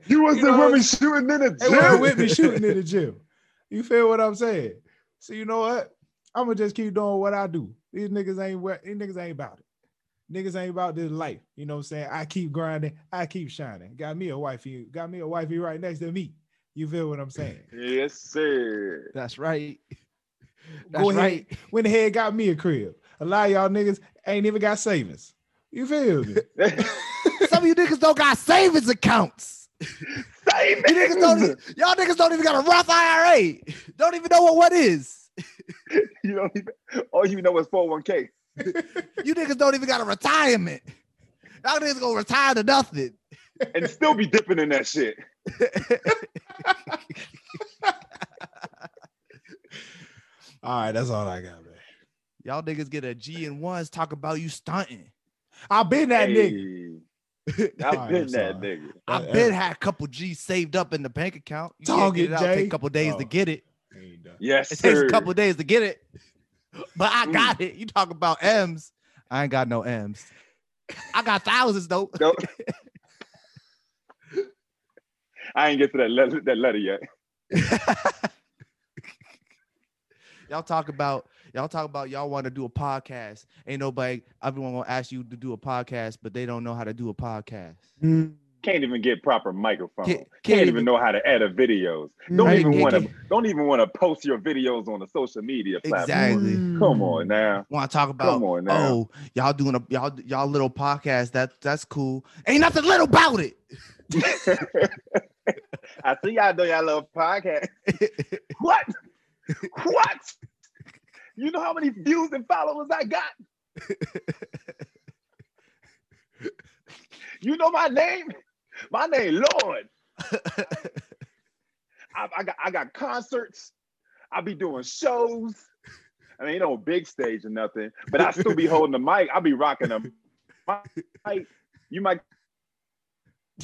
S4: You was
S2: You
S4: the
S2: know,
S4: woman shooting in the
S2: they were with me
S4: gym.
S2: shooting in the gym. You feel what I'm saying? So you know what? I'm gonna just keep doing what I do. These niggas ain't what these niggas ain't about it. Niggas ain't about this life. You know what I'm saying? I keep grinding, I keep shining. Got me a wifey, got me a wifey right next to me. You feel what I'm saying?
S4: Yes, sir.
S3: That's right. That's
S2: Go ahead.
S3: right.
S2: Went ahead, got me a crib. A lot of y'all niggas ain't even got savings. You feel me?
S3: Some of you niggas don't got savings accounts.
S4: Same
S3: You niggas don't,
S4: niggas.
S3: e- y'all niggas don't even got a Roth IRA. Don't even know what one is.
S4: You don't even. All you know is 401k.
S3: You niggas don't even got a retirement. Y'all niggas gonna retire to nothing.
S4: and still be dipping in that shit.
S2: All right, that's all I got, man.
S3: Y'all niggas get a G and ones talk about you stunting.
S2: I've been that nigga.
S4: nigga. I've
S2: Alright, I'm
S4: been that
S2: sorry.
S4: nigga.
S3: I've
S2: Uh,
S3: been had a couple G saved up in the bank account. You
S2: Dog
S3: can't get
S2: it,
S3: it out. Take
S2: Jay.
S3: a couple days
S2: Oh.
S3: to get it.
S2: Ain't done.
S4: Yes,
S3: It takes
S4: sir.
S3: a couple days to get it. But I
S4: Mm.
S3: got it. You talk about M's. I ain't got no M's. I got thousands though.
S4: Nope. I ain't get to that letter, that letter yet.
S3: Y'all talk about y'all talk about y'all want to do a podcast. Ain't nobody everyone gonna ask you to do a podcast, but they don't know how to do a podcast.
S4: Can't even get proper microphone.
S3: Can't-
S4: Can't,
S3: can't
S4: even,
S3: even-
S4: know how to edit videos. Don't
S3: Right,
S4: even
S3: can't
S4: want to.
S3: get-
S4: Don't even want to post your videos on the social media platform.
S3: Exactly.
S4: Come on now.
S3: Want to talk about
S4: Come on now.
S3: oh y'all doing a y'all y'all little podcast that that's cool. Ain't nothing little about it.
S4: I see y'all do y'all love podcast. What? what? You know how many views and followers I got? you know my name? My name, Lord. I, I got I got concerts. I be doing shows. I mean, ain't no big stage or nothing, but I still be holding the mic. I be rocking them. mic. You might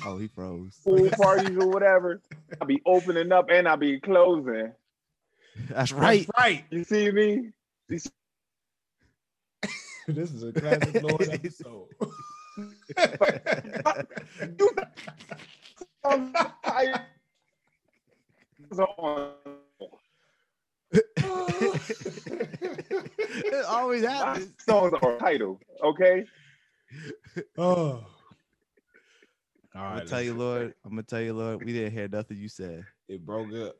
S3: Oh, he froze.
S4: pool parties or whatever. I'll be opening up and I'll be closing.
S3: That's right.
S2: right.
S4: You see me?
S2: This is a classic Lord episode.
S4: I'm tired. So,
S3: it always
S4: My
S3: happens.
S4: songs are title, okay?
S2: oh. All
S3: I'm
S2: right.
S3: gonna tell you,
S2: listen.
S3: Lord. I'm gonna tell you, Lord. We didn't hear nothing you said.
S2: It broke up.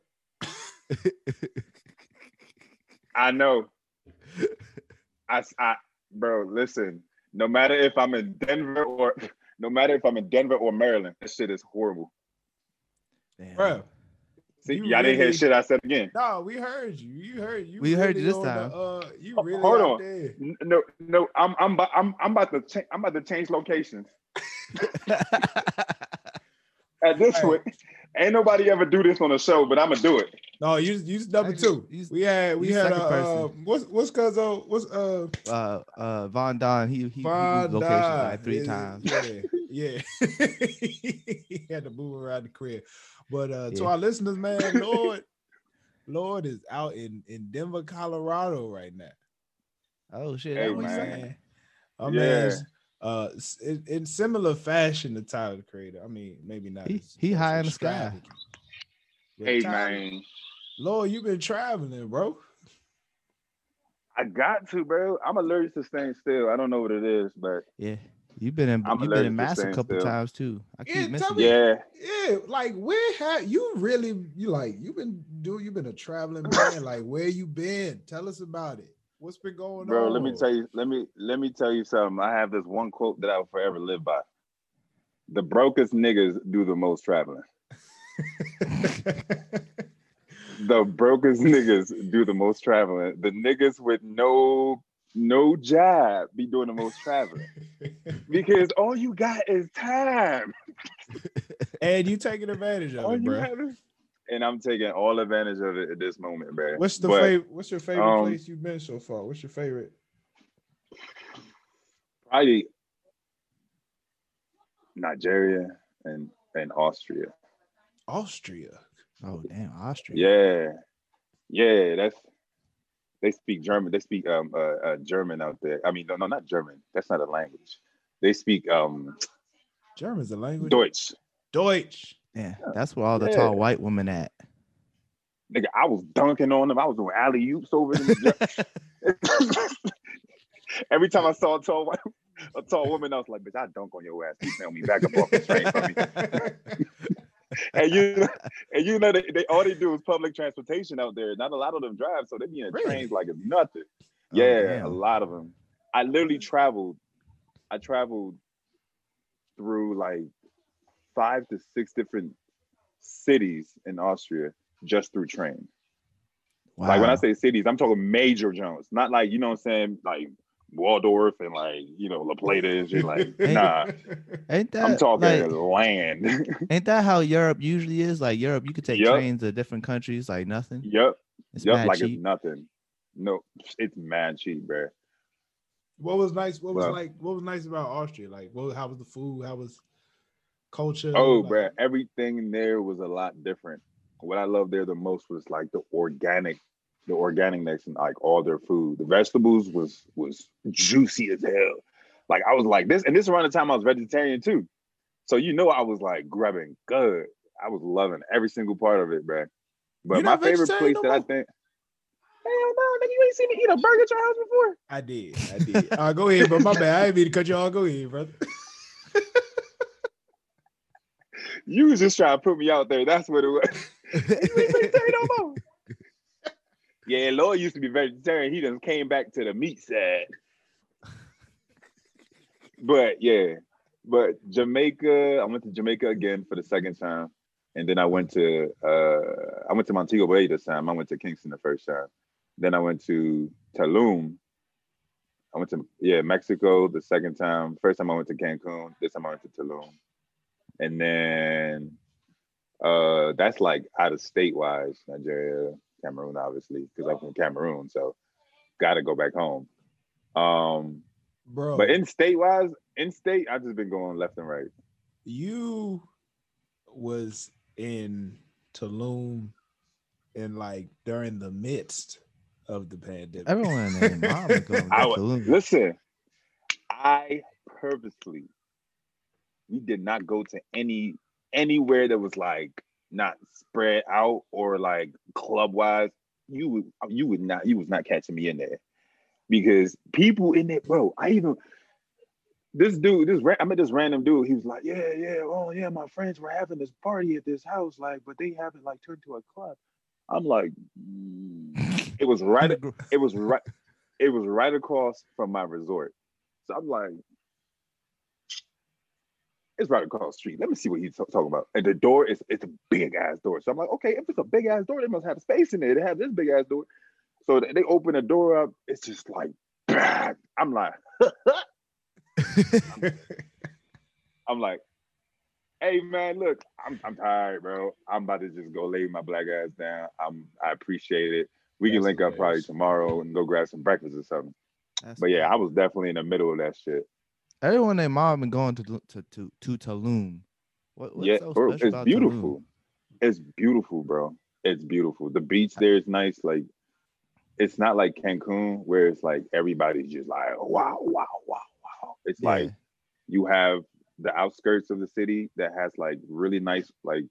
S4: I know. I, I, bro, listen. No matter if I'm in Denver or, no matter if I'm in Denver or Maryland, that shit is horrible.
S3: Damn.
S2: Bruh.
S4: See,
S2: You
S4: y'all didn't hear
S2: really-
S4: shit I said again.
S2: No, we heard you. You heard you.
S3: We heard you this
S2: on the,
S3: time.
S2: uh, you
S4: Oh,
S2: really
S4: hold
S2: out
S4: on.
S2: there.
S4: N- No, no, I'm, I'm, bu- I'm, I'm about to, cha- I'm about to change locations. At this
S2: Hey.
S4: point, ain't nobody ever do this on a show, but I'm gonna do it.
S2: No, you you number
S3: Actually,
S2: two.
S3: you-
S2: we had we
S3: you
S2: had
S3: second
S2: uh, uh,
S3: person.
S2: what's what's Cuzzo what's uh
S3: uh, uh, Von Don. He he, he moved
S2: Von
S3: locations
S2: Dye.
S3: like three
S2: Yeah,
S3: times.
S2: Yeah, yeah. he had to move around the crib. But uh, to
S3: Yeah.
S2: our listeners, man, Lord, Lord is out in in Denver, Colorado right now.
S3: Oh shit!
S4: Hey,
S3: that what you
S4: man.
S3: saying?
S2: I
S4: Yeah.
S2: mean, Oh, uh, s- in, in similar fashion to Tyler the Creator. I mean, maybe not.
S3: He-
S2: as-
S3: he
S2: as
S3: high in the sky.
S2: extravagant. But
S4: Hey
S2: Tyler,
S4: man,
S2: Lord, you've been traveling, bro.
S4: I got to, bro. I'm allergic to staying still. I don't know what it is, but
S3: Yeah, you've been in
S4: I'm
S3: you've been in
S4: allergic to
S3: mass a
S4: staying
S3: couple
S4: still.
S3: times too. I keep
S2: Yeah, tell
S3: missing.
S2: me-
S3: it.
S4: yeah,
S2: Yeah, like where have you really you like you've been doing you've been a traveling man. Like where you been? Tell us about it. What's been going
S4: bro.
S2: on?
S4: Let me tell you. Let me let me tell you something. I have this one quote that I will forever live by. The brokest niggas do the most traveling. The brokest niggas do the most traveling. The niggas with no no job be doing the most traveling because all you got is time.
S2: and you taking advantage of
S4: All
S2: it,
S4: Oh, you
S2: bro.
S4: have is, and I'm taking all advantage of it at this moment, bro.
S2: What's the
S4: But-
S2: favorite? What's your favorite
S4: um,
S2: place you've been so far? What's your favorite?
S4: probably Nigeria and and Austria.
S2: Austria.
S3: Oh damn, Austria.
S4: Yeah, yeah. That's they speak German. They speak um uh, uh German out there. I mean, no, no, not German. That's not a language. They speak um
S2: German's a language.
S4: Deutsch.
S2: Deutsch.
S3: Yeah, that's where all the
S4: Yeah.
S3: tall white women at.
S4: Nigga, I was dunking on them. I was doing alley oops over them. Every time I saw a tall white- a tall woman, I was like, "Bitch, I dunk on your ass. You tell me back up off the train from me." and you and you know they, they all they do is public transportation out there. Not a lot of them drive, so they be in
S2: Really?
S4: trains like it's nothing.
S3: Oh,
S4: yeah,
S3: damn.
S4: a lot of them. I literally traveled. I traveled through like five to six different cities in Austria just through train.
S3: Wow.
S4: Like when I say cities, I'm talking major Jones, not like you know what I'm saying, like Waldorf and like you know La Plata and shit. Like nah,
S3: ain't that
S4: I'm talking
S3: like,
S4: land.
S3: ain't that how Europe usually is? Like Europe, you could take
S4: Yup.
S3: trains to different countries like nothing.
S4: yep.
S3: It's
S4: Yup,
S3: mad
S4: like
S3: cheap.
S4: it's nothing. No, it's mad cheap, bro.
S2: What was nice? What was
S4: Well-
S2: like? What was nice about Austria? Like, what? How was the food? How was culture?
S4: Oh,
S2: Like,
S4: bruh, everything there was a lot different. What I loved there the most was like the organic, the organicness and like all their food. The vegetables was was juicy as hell. Like I was like this, and this around the time I was vegetarian too. So you know I was like grabbing good. I was loving every single part of it, bruh. But
S2: You're
S4: my
S2: not
S4: favorite
S2: vegetarian
S4: place
S2: no
S4: that I
S2: more?
S4: think. Hell no, nigga, you ain't seen me eat a burger at your house before.
S2: I did. I did. uh, go ahead, bro. My bad. I didn't mean to cut you off. Go ahead, brother.
S4: You was just trying to put me out there. That's what it was. You ain't vegetarian no more. Yeah, Lloyd used to be vegetarian. He done came back to the meat side. But yeah, but Jamaica. I went to Jamaica again for the second time, and then I went to uh, I went to Montego Bay this time. I went to Kingston the first time. Then I went to Tulum. I went to yeah Mexico the second time. First time I went to Cancun. This time I went to Tulum, and then uh, that's like out of state wise, Nigeria, Cameroon, obviously, because I'm from Cameroon, so gotta go back home. Um,
S2: Bro, Oh.
S4: but in state wise, in state, I've just been going left and right.
S2: you was in Tulum and like during the midst of the pandemic.
S3: Everyone and their mom is going to
S4: I would-
S3: Tulum.
S4: Listen, I purposely we did not go to any anywhere that was like not spread out or like club wise. You would you would not you was not catching me in there because people in there, bro. I even this dude, this ra- I met this random dude. He was like, yeah, yeah, oh yeah, my friends were having this party at this house, like, but they haven't like turned to a club. I'm like, mm. it was right it was right it was right across from my resort. So I'm like, it's right across the street. Let me see what he's ta- talking about. And the door is it's a big ass door. So I'm like, okay, if it's a big ass door, they must have space in there. They have this big ass door. So th- they open the door up. It's just like, bang. I'm like, I'm like, hey man, look, I'm, I'm tired, bro. I'm about to just go lay my black ass down. I'm I appreciate it. We can
S2: That's
S4: link up probably
S2: hilarious.
S4: tomorrow and go grab some breakfast or something.
S3: That's
S4: But yeah,
S3: cool.
S4: I was definitely in the middle of that shit.
S3: everyone and their mom been going to Tulu- to to, to Tulum. What, what's
S4: yeah,
S3: so
S4: bro,
S3: special
S4: it's
S3: about
S4: beautiful. It's beautiful, bro. It's beautiful. The beach there is nice. Like, it's not like Cancun where it's like everybody's just like, wow, wow, wow, wow. It's
S3: Tulum?
S4: like you have the outskirts of the city that has like really nice, like,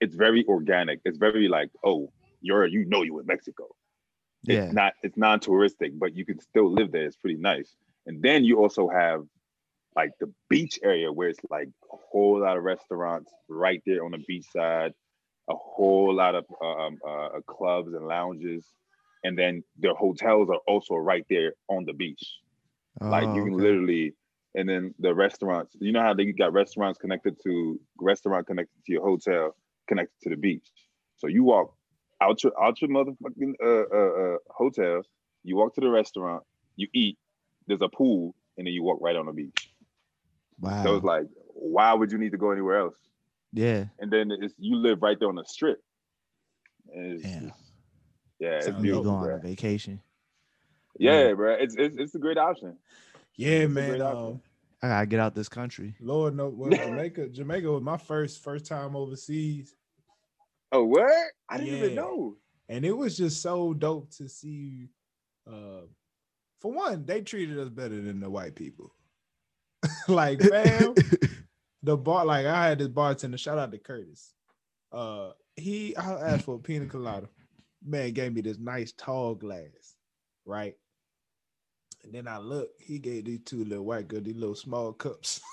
S4: it's very organic. It's very like, oh, you're you know you in Mexico.
S3: yeah,
S4: It's not it's non-touristic, but you can still live there. It's pretty nice. And then you also have like the beach area where it's like a whole lot of restaurants right there on the beach side, a whole lot of um, uh, clubs and lounges, and then their hotels are also right there on the beach.
S3: yeah.
S4: Like
S3: Oh,
S4: you can
S3: okay.
S4: literally, and then the restaurants. You know how they got restaurants connected to restaurant connected to your hotel, connected to the beach. So you walk out your out your motherfucking uh, uh, uh, hotel. You walk to the restaurant. You eat. There's a pool, and then you walk right on the beach.
S3: wow.
S4: So it's like, why would you need to go anywhere else?
S3: yeah,
S4: And then it's you live right there on the strip. And it's
S3: Yeah.
S4: just- yeah, it's
S2: Sounds
S3: I'm just
S4: beautiful.
S3: going on
S4: bruh.
S3: vacation.
S4: Yeah, bro, it's, it's it's a great option.
S2: yeah,
S4: It's a
S2: man.
S4: great
S2: Um,
S4: option.
S3: I gotta get out this country.
S2: Lord no well Jamaica Jamaica was my first first time overseas
S4: Oh, what? I didn't even
S2: Yeah.
S4: know.
S2: and it was just so dope to see uh for one they treated us better than the white people like fam the bar like I had this bartender shout out to Curtis uh he I asked for a pina colada man gave me this nice tall glass right and then I look he gave these two little white girl these little small cups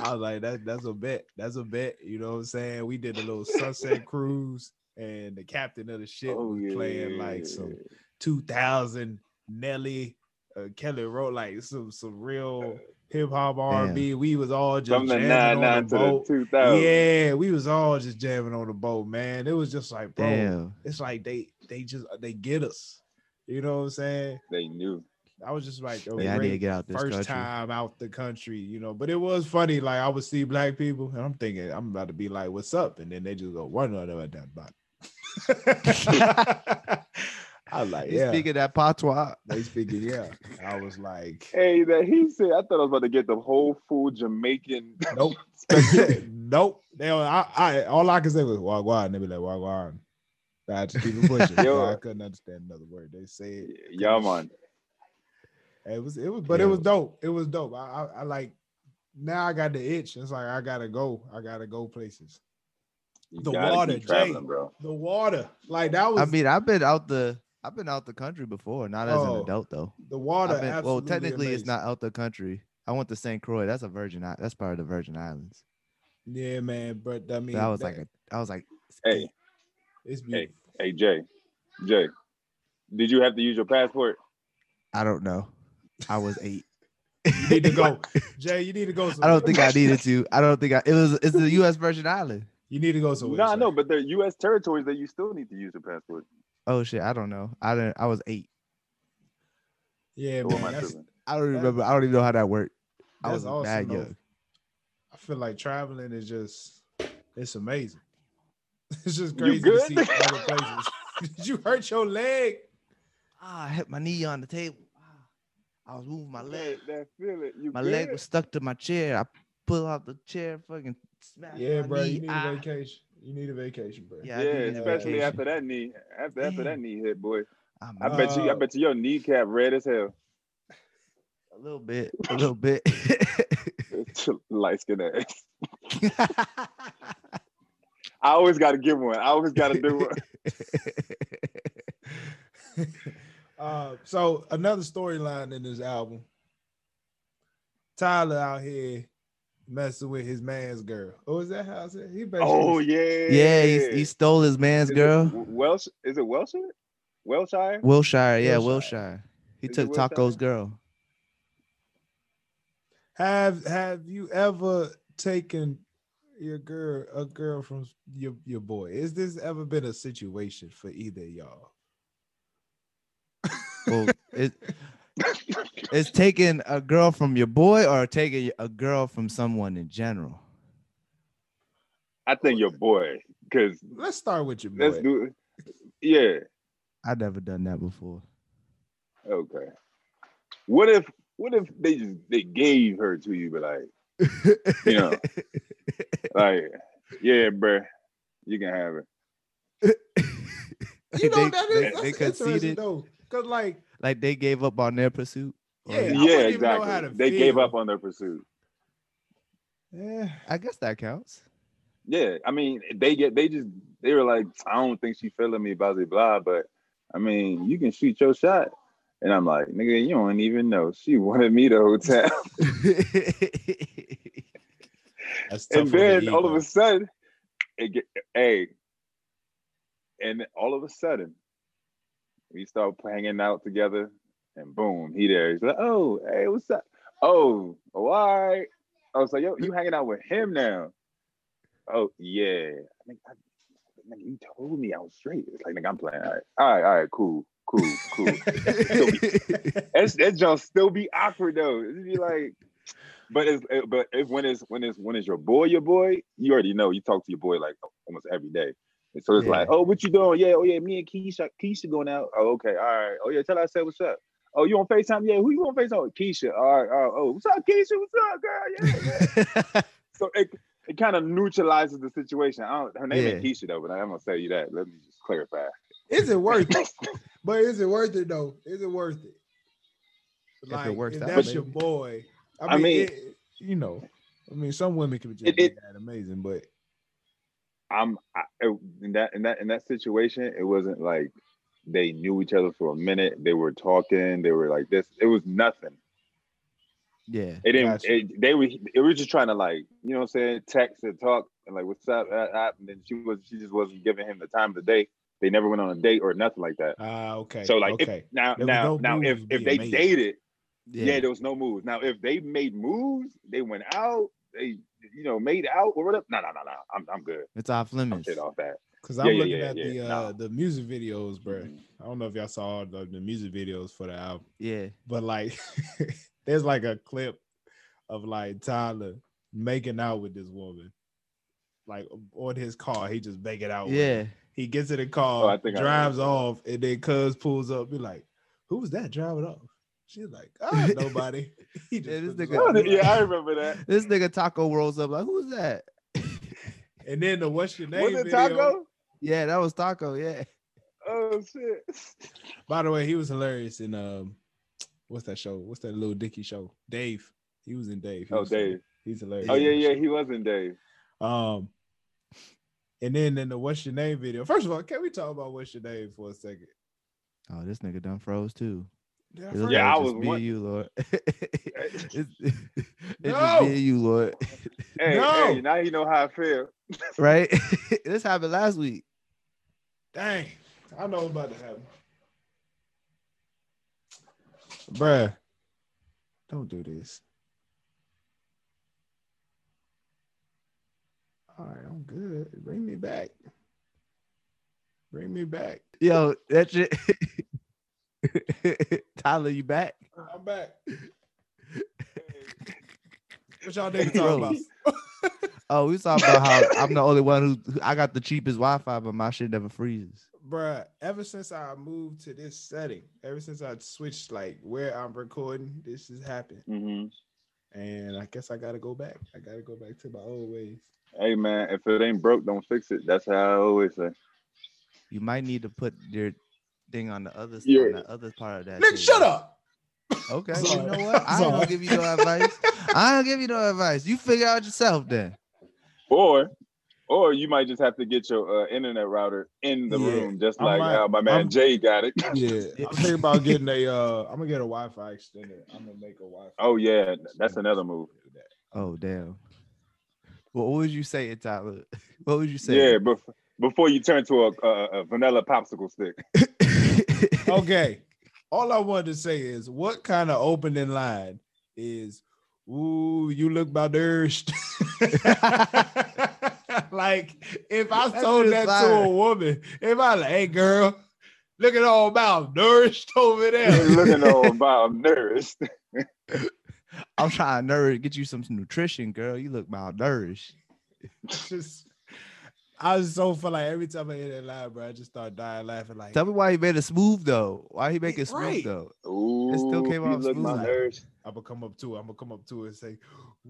S2: I was like, that, that's a bet. That's a bet. You know what I'm saying? We did a little sunset cruise, and the captain of the ship
S4: Oh,
S2: was
S4: yeah,
S2: playing
S4: yeah,
S2: like
S4: yeah,
S2: some
S4: yeah.
S2: 2000 Nelly, uh, Kelly wrote like some some real hip hop R&B. We was all just
S4: from the
S2: jamming
S4: nine
S2: on
S4: nine
S2: the
S4: to the
S2: boat.
S4: two thousand.
S2: Yeah, we was all just jamming on the boat, man. It was just like, bro,
S3: Damn.
S2: it's like they they just they get us. You know what I'm saying?
S4: they knew.
S2: I was just like, oh,
S3: Yeah, I need to
S2: great
S3: get out this
S2: first
S3: country.
S2: time out the country, you know. But it was funny. Like I would see black people, and I'm thinking I'm about to be like, "What's up?" And then they just go, "One other at that bot." I was like,
S3: You
S2: "Yeah."
S3: Speaking that patois.
S2: They speaking, yeah. I was like,
S4: Hey, that he said. I thought I was about to get the whole full Jamaican.
S2: "Nope, nope." They, were- I, I, all I could say was "wagwan." They be like "wagwan." I had to keep it pushing.
S4: Yo.
S2: I couldn't understand another word they said.
S4: yeah, man.
S2: It was it was but it
S3: Yeah.
S2: was dope. It was dope. I, I I like now I got the itch. It's like I gotta go. I gotta go places.
S4: You
S2: The
S4: gotta
S2: water,
S4: keep
S2: Jay.
S4: traveling, bro.
S2: The water. Like that was
S3: I mean, I've been out the I've been out the country before, not as an
S2: Oh,
S3: adult though.
S2: the water.
S3: I've been, well,
S2: absolutely
S3: technically, it's
S2: amazing.
S3: not out the country. I went to St. Croix. That's a Virgin. I- That's part of the Virgin Islands.
S2: Yeah, man. But I mean
S3: But I was
S2: that-
S3: like, a, I was like,
S4: Hey,
S2: it's beautiful.
S4: hey, Jay, Jay, did you have to use your passport?
S3: I don't know. I was eight.
S2: You need to go. Jay, you need to go
S3: I
S2: somewhere.
S3: don't think I needed to. I don't think I. It was. It's the U.S. Virgin Island.
S2: you need to go somewhere.
S4: no, I
S2: sir.
S4: know, but they're U.S. territories that you still need to use your passport.
S3: Oh shit! I don't know. I didn't. I was eight.
S2: Yeah,
S4: Or am
S2: man.
S4: I
S2: That's,
S4: tripping?
S3: I don't remember. I don't even know how that worked. I
S2: That's
S3: was
S2: awesome,
S3: bad
S2: though.
S3: young.
S2: I feel like traveling is just it's amazing. It's just
S4: You
S2: crazy to
S4: good?
S2: see other places. Did you hurt your leg?
S3: Ah, I hit my knee on the table. Ah. I was moving my leg.
S4: That, that feeling. You
S3: My
S4: good?
S3: leg was stuck to my chair. I pull out the chair, fucking smack.
S2: Yeah,
S3: my
S2: bro,
S3: knee.
S2: you need
S3: Ah,
S2: a vacation. You need a vacation, bro.
S3: Yeah.
S4: Yeah,
S3: I do need a
S4: especially
S3: vacation.
S4: after that knee. After after that
S3: Damn.
S4: knee hit, boy.
S3: I'm
S4: I bet you. I
S2: Uh,
S4: bet you your kneecap red as hell.
S3: a little bit, a little bit.
S4: Light skin ass. I always got to give one. I always got to do one.
S2: Uh, so another storyline in this album. Tyler out here messing with his man's girl. Oh, is that how I said? He basically
S4: Oh yeah.
S3: yeah, he, he stole his man's
S4: Is it
S3: girl,
S4: W- Welsh? Is it Welshire? Welshire?
S3: Wilshire. Yeah,
S2: Wilshire.
S3: Wilshire. He
S4: Is it
S3: took
S4: Wilshire?
S3: Taco's girl.
S2: have have you ever taken your girl a girl from your your boy? Is this ever been a situation for either of y'all?
S3: Well, it, it's taking a girl from your boy or taking a girl from someone in general.
S4: I think your boy. Cause
S2: Let's start with your boy.
S4: let's do. Yeah.
S3: I've never done that before.
S4: Okay. What if? What if they just they gave her to you, but like, you know, like, yeah, bruh, you can have her.
S2: you know
S3: they,
S2: what that
S3: they-
S2: is
S3: they
S2: that's interesting
S3: conceded,
S2: though, because like
S3: like they gave up on their pursuit. Or-
S2: Yeah, I wouldn't
S4: yeah,
S2: even know how
S4: exactly.
S2: to
S4: They gave
S2: feel.
S4: up on their pursuit.
S2: yeah,
S3: I guess that counts.
S4: Yeah, I mean, they get they just they were like, I don't think she feeling me, blah blah blah. But I mean, you can shoot your shot, and I'm like, nigga, you don't even know she wanted me the whole time.
S2: that's tough
S4: and
S2: on the
S4: then all of
S2: ego.
S4: a sudden, it get, hey, and all of a sudden, we start hanging out together, and boom, he there. He's like, oh, hey, what's up? Oh, oh, all right. I was like, yo, you hanging out with him now? Oh yeah. I think I, nigga, you told me I was straight. It's like, nigga, I'm playing. All right, all right, all right cool, cool, cool. That's that junk still be awkward though. It'd be like, but it's it- but if when it's when it's when it's your boy, your boy, you already know you talk to your boy like almost every day. And so it's
S3: Yeah.
S4: like, oh, what you doing? Yeah, oh yeah, me and Keisha, Keisha going out. Oh, okay, all right. Oh yeah, tell her I said what's up. Oh, you on FaceTime? Yeah, who you on FaceTime? Keisha. All right, all right. Oh, what's up, Keisha? What's up, girl? Yeah. yeah. so it it kind of neutralizes the situation. I don't, her name ain't
S3: Yeah.
S4: Keisha though, but I'm gonna tell you that. Let me just clarify.
S2: is it worth it? But is it worth it though? Is it worth it?
S3: If it
S2: Like, if,
S3: works out,
S2: that's
S3: maybe.
S2: your boy. I mean,
S4: I mean-
S2: it- you know, I mean, some women can just
S4: It-
S2: be
S4: it-
S2: that amazing, but
S4: I'm I, it- in that in that in that situation. It wasn't like they knew each other for a minute. They were talking. They were like this. It was nothing.
S3: yeah.
S4: It didn't.
S2: Gotcha.
S4: It, they were. They were just trying to like you know what I'm saying. Text and talk and like what's up. Uh, uh, and then she was. She just wasn't giving him the time of the day. They never went on a date or nothing like that.
S2: ah, okay.
S4: So like if,
S2: okay,
S4: now
S2: There was
S4: now
S2: no
S4: now if
S2: moves being
S4: if they
S2: made.
S4: dated, yeah.
S3: Yeah.
S4: there was no moves. Now if they made moves, they went out. They you know made out or whatever. No no no no. I'm I'm good.
S3: It's off
S4: I'm
S3: limits.
S4: shit off that.
S2: because I'm
S4: yeah, yeah,
S2: looking
S4: yeah,
S2: at
S4: yeah,
S2: the uh,
S4: nah. Mm-hmm.
S2: the music videos, bro. I don't know if y'all saw all the, the music videos for the album.
S3: Yeah.
S2: but like there's like a clip of like Tyler making out with this woman. Like on his car, he just making out. with her.
S3: Yeah.
S2: He gets in the
S4: Oh,
S2: car,
S4: I think I
S2: drives
S4: remember.
S2: off, and then Cuz pulls up. Be like, "Who was that driving off?" She's like, "Ah, nobody." He
S3: Yeah, this
S2: puts his arm
S3: nigga-
S4: yeah, I
S2: around.
S4: remember that.
S3: This nigga Taco rolls up like, who's that?
S2: And then the what's your name
S4: Was it
S2: video.
S4: Taco?
S3: yeah, that was Taco. Yeah.
S4: Oh shit.
S2: By the way, he was hilarious in um, what's that show? What's that little Dicky show? Dave. He was in Dave. He
S4: Oh
S2: was funny.
S4: Dave.
S2: He's hilarious.
S4: Oh
S2: in
S4: yeah,
S2: that
S4: yeah,
S2: show.
S4: he wasn't Dave.
S2: Um, and then in the what's your name video. First of all, can we talk about what's your name for a second?
S3: Oh, this nigga done froze too.
S2: Did I
S3: It look
S2: first-
S4: Yeah,
S3: like
S4: I
S3: it's
S4: was
S3: me and
S4: wondering-
S3: you, Lord. it's it's just
S2: No!
S3: me and you, Lord.
S4: Hey,
S2: No.
S4: hey, now you know how I feel.
S3: Right? this happened last week.
S2: dang, I know what's about to happen. Bruh, don't do this. All right, I'm good. Bring me back. Bring me back.
S3: Yo, that shit. Tyler, you back?
S2: I'm back. What y'all niggas talking about?
S3: Rose. Oh, we was talking about how I'm the only one who, who I got the cheapest Wi-Fi, but my shit never freezes.
S2: bruh, ever since I moved to this setting, ever since I switched like where I'm recording, this has happened.
S4: Mm-hmm.
S2: And I guess I gotta go back. I gotta go back to my old ways.
S4: Hey man, if it ain't broke, don't fix it. That's how I always say.
S3: You might need to put your thing on the other
S4: Yeah.
S3: on the other part of that.
S2: Nick,
S3: too.
S2: shut up.
S3: Okay,
S2: I'm
S3: you
S2: sorry.
S3: know what? I
S2: I'm sorry.
S3: don't give you no advice. I don't give you no advice. You figure out yourself then.
S4: Or or you might just have to get your uh, internet router in the
S2: Yeah,
S4: room, just
S2: I'm
S4: like
S2: like-
S4: how my man
S2: I'm-
S4: Jay got it.
S2: Yeah, I'm thinking about getting a. Uh, I'm gonna get a Wi-Fi extender. I'm gonna make a Wi-Fi.
S4: Oh yeah, that's another move.
S3: Oh damn. Well, what would you say, Tyler? What would you
S4: Yeah,
S3: say?
S4: but before you turn to a, a, a vanilla popsicle stick.
S2: Okay. All I wanted to say is, what kind of opening line is? Ooh, you look about urged. like if I
S3: That
S2: told
S3: shit is
S2: that to
S3: fire.
S2: a woman, if I like, hey girl, look at all about nourished over there.
S4: looking all about nervous.
S3: I'm trying to nourish, get you some nutrition, girl. You look malnourished.
S2: just, I was so feel like every time I hear that line, bro, I just start dying laughing. Like,
S3: Tell me why he made it smooth though. Why he make it smooth
S2: Right.
S3: though?
S4: Ooh,
S3: still came
S4: you
S3: out
S4: look my
S3: smooth.
S4: nerves.
S2: I'm gonna come up to her. I'm gonna come up to her and say,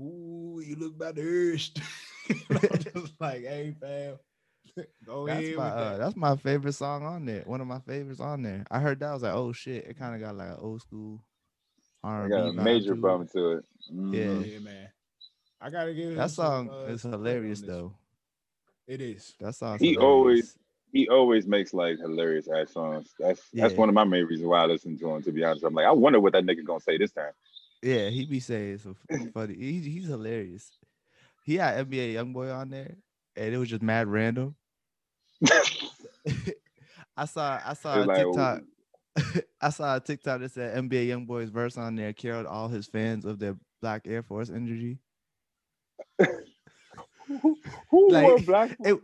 S2: "Ooh, you look about urged." I'm just like, "Hey, fam, go
S3: That's
S2: ahead
S3: my
S2: with
S3: uh,
S2: that."
S3: that's my favorite song on there. One of my favorites on there. I heard that I was like, oh shit, it kind of got like an old school
S4: I
S3: R&B
S4: got a
S3: vibe
S4: major
S3: to it.
S4: bump to it. Mhm.
S2: Yeah, man. I gotta give him
S3: That
S2: some,
S3: song
S2: uh,
S3: is
S2: some credit
S3: hilarious
S2: on this.
S3: though.
S2: It is.
S3: That song.
S4: He always- He always makes like hilarious ass songs. That's that's
S3: Yeah.
S4: one of my main reasons why I listen to him. To be honest, I'm like, I wonder what that nigga gonna say this time.
S3: Yeah, he be saying some f- funny. He, he's hilarious. He had NBA YoungBoy on there, and it was just mad random. Uh, I saw I saw a
S4: It's like,
S3: TikTok. I saw a TikTok that said NBA YoungBoy's verse on there carried all his fans of their Black Air Force energy.
S4: Who
S3: Like,
S4: wore black?
S3: it-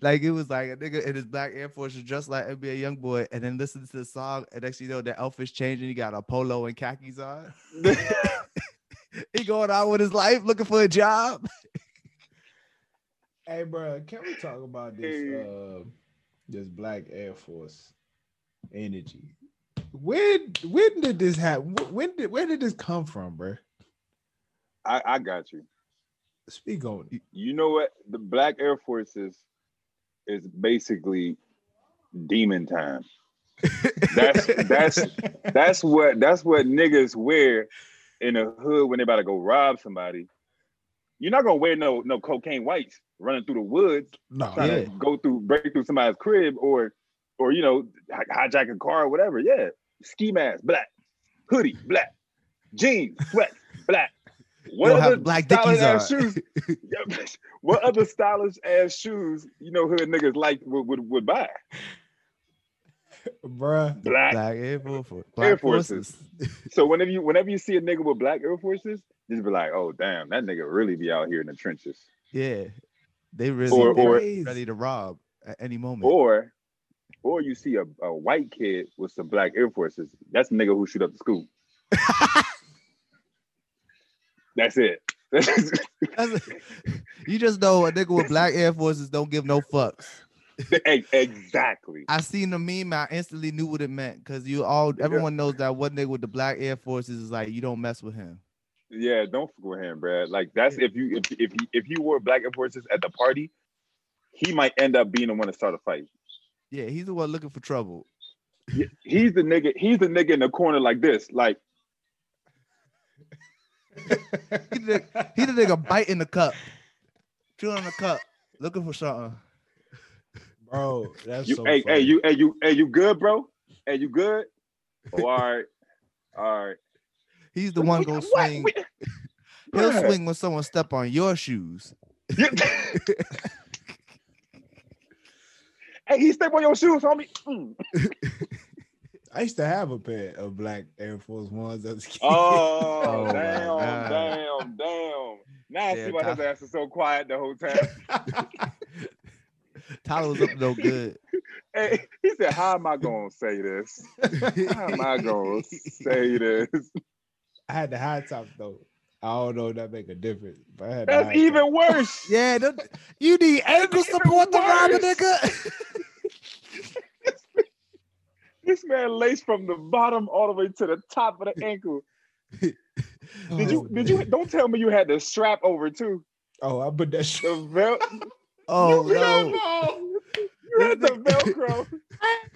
S3: Like it was like a nigga in his black Air Force is dressed like NBA YoungBoy, and then listen to the song, and next thing you know the outfit's changing. He got a polo and khakis on. he going out with his life, looking for a job.
S2: Hey, bro, can we talk about
S4: Hey.
S2: this? Uh, this Black Air Force energy. When when did this happen? Wh- When did where did this come from, bro?
S4: I, I got you.
S2: Speak on it.
S4: You know what? The Black Air Force is is basically demon time. That's that's that's what that's what niggas wear in the hood when they about to go rob somebody. You're not gonna wear no no cocaine whites running through the woods
S2: No,
S4: trying to go through break through somebody's crib or or you know hi- hijack a car or whatever. Yeah, ski mask black, hoodie black, jeans sweat black. What
S3: You don't have
S4: other
S3: black
S4: stylish
S3: dickies on.
S4: ass shoes? Yeah, what other stylish ass shoes you know hood niggas like would would, would buy?
S2: bro.
S4: Black
S3: Black Air Force. Black
S4: Forces.
S3: Forces.
S4: So whenever you whenever you see a nigga with black Air Forces, just be like, oh damn, that nigga really be out here in the trenches.
S3: Yeah, they really
S4: Or-
S3: they
S4: or- Oh.
S3: ready to rob at any moment.
S4: Or or you see a, a white kid with some black Air Forces, that's a nigga who shoot up the school. that's it.
S3: That's- you just know a nigga with black Air Forces don't give no fucks.
S4: E- exactly.
S3: I seen the meme, I instantly knew what it meant because you all everyone knows that one nigga with the black Air Forces is like you don't mess with him.
S4: Yeah, don't fuck with him, bruh. Like that's if you if if you, if you wore black Air Forces at the party, he might end up being the one to start a fight.
S3: Yeah, he's the one looking for trouble.
S4: He's the nigga. He's the nigga in the corner like this. Like
S3: He the, he the nigga biting the cup, chewing on the cup, looking for something.
S2: bro, that's
S4: You,
S2: so
S4: hey, hey,
S2: funny.
S4: you, hey, you, hey, you good, bro? Hey, you good? Oh, all right, all right.
S3: He's the one gonna swing.
S4: What?
S3: He'll
S4: Bruh.
S3: swing when someone step on your shoes.
S4: hey, he stepped on your shoes, homie. Mm.
S2: I used to have a pair of black Air Force Ones as a kid.
S4: Oh,
S3: my
S4: damn,
S3: God.
S4: damn, damn. Now I
S3: Yeah,
S4: see why his
S3: Ty-
S4: ass is so quiet the whole time.
S3: Tyler was up no good.
S4: hey, he said, "How am I gonna say this? How am I gonna say this?
S2: I had the high top though. I don't know if that make a difference. But I had the
S4: That's
S2: high top.
S4: even worse."
S3: Yeah, don't- you need ankle
S4: even
S3: support to rob a
S4: worse.
S3: nigga.
S4: This man laced from the bottom all the way to the top of the ankle. Did
S3: Oh,
S4: you? Did you? Don't tell me you had the strap over too.
S2: Oh, I put that shit.
S4: The vel-
S3: Oh
S4: You had
S3: no.
S4: the- you had the Velcro.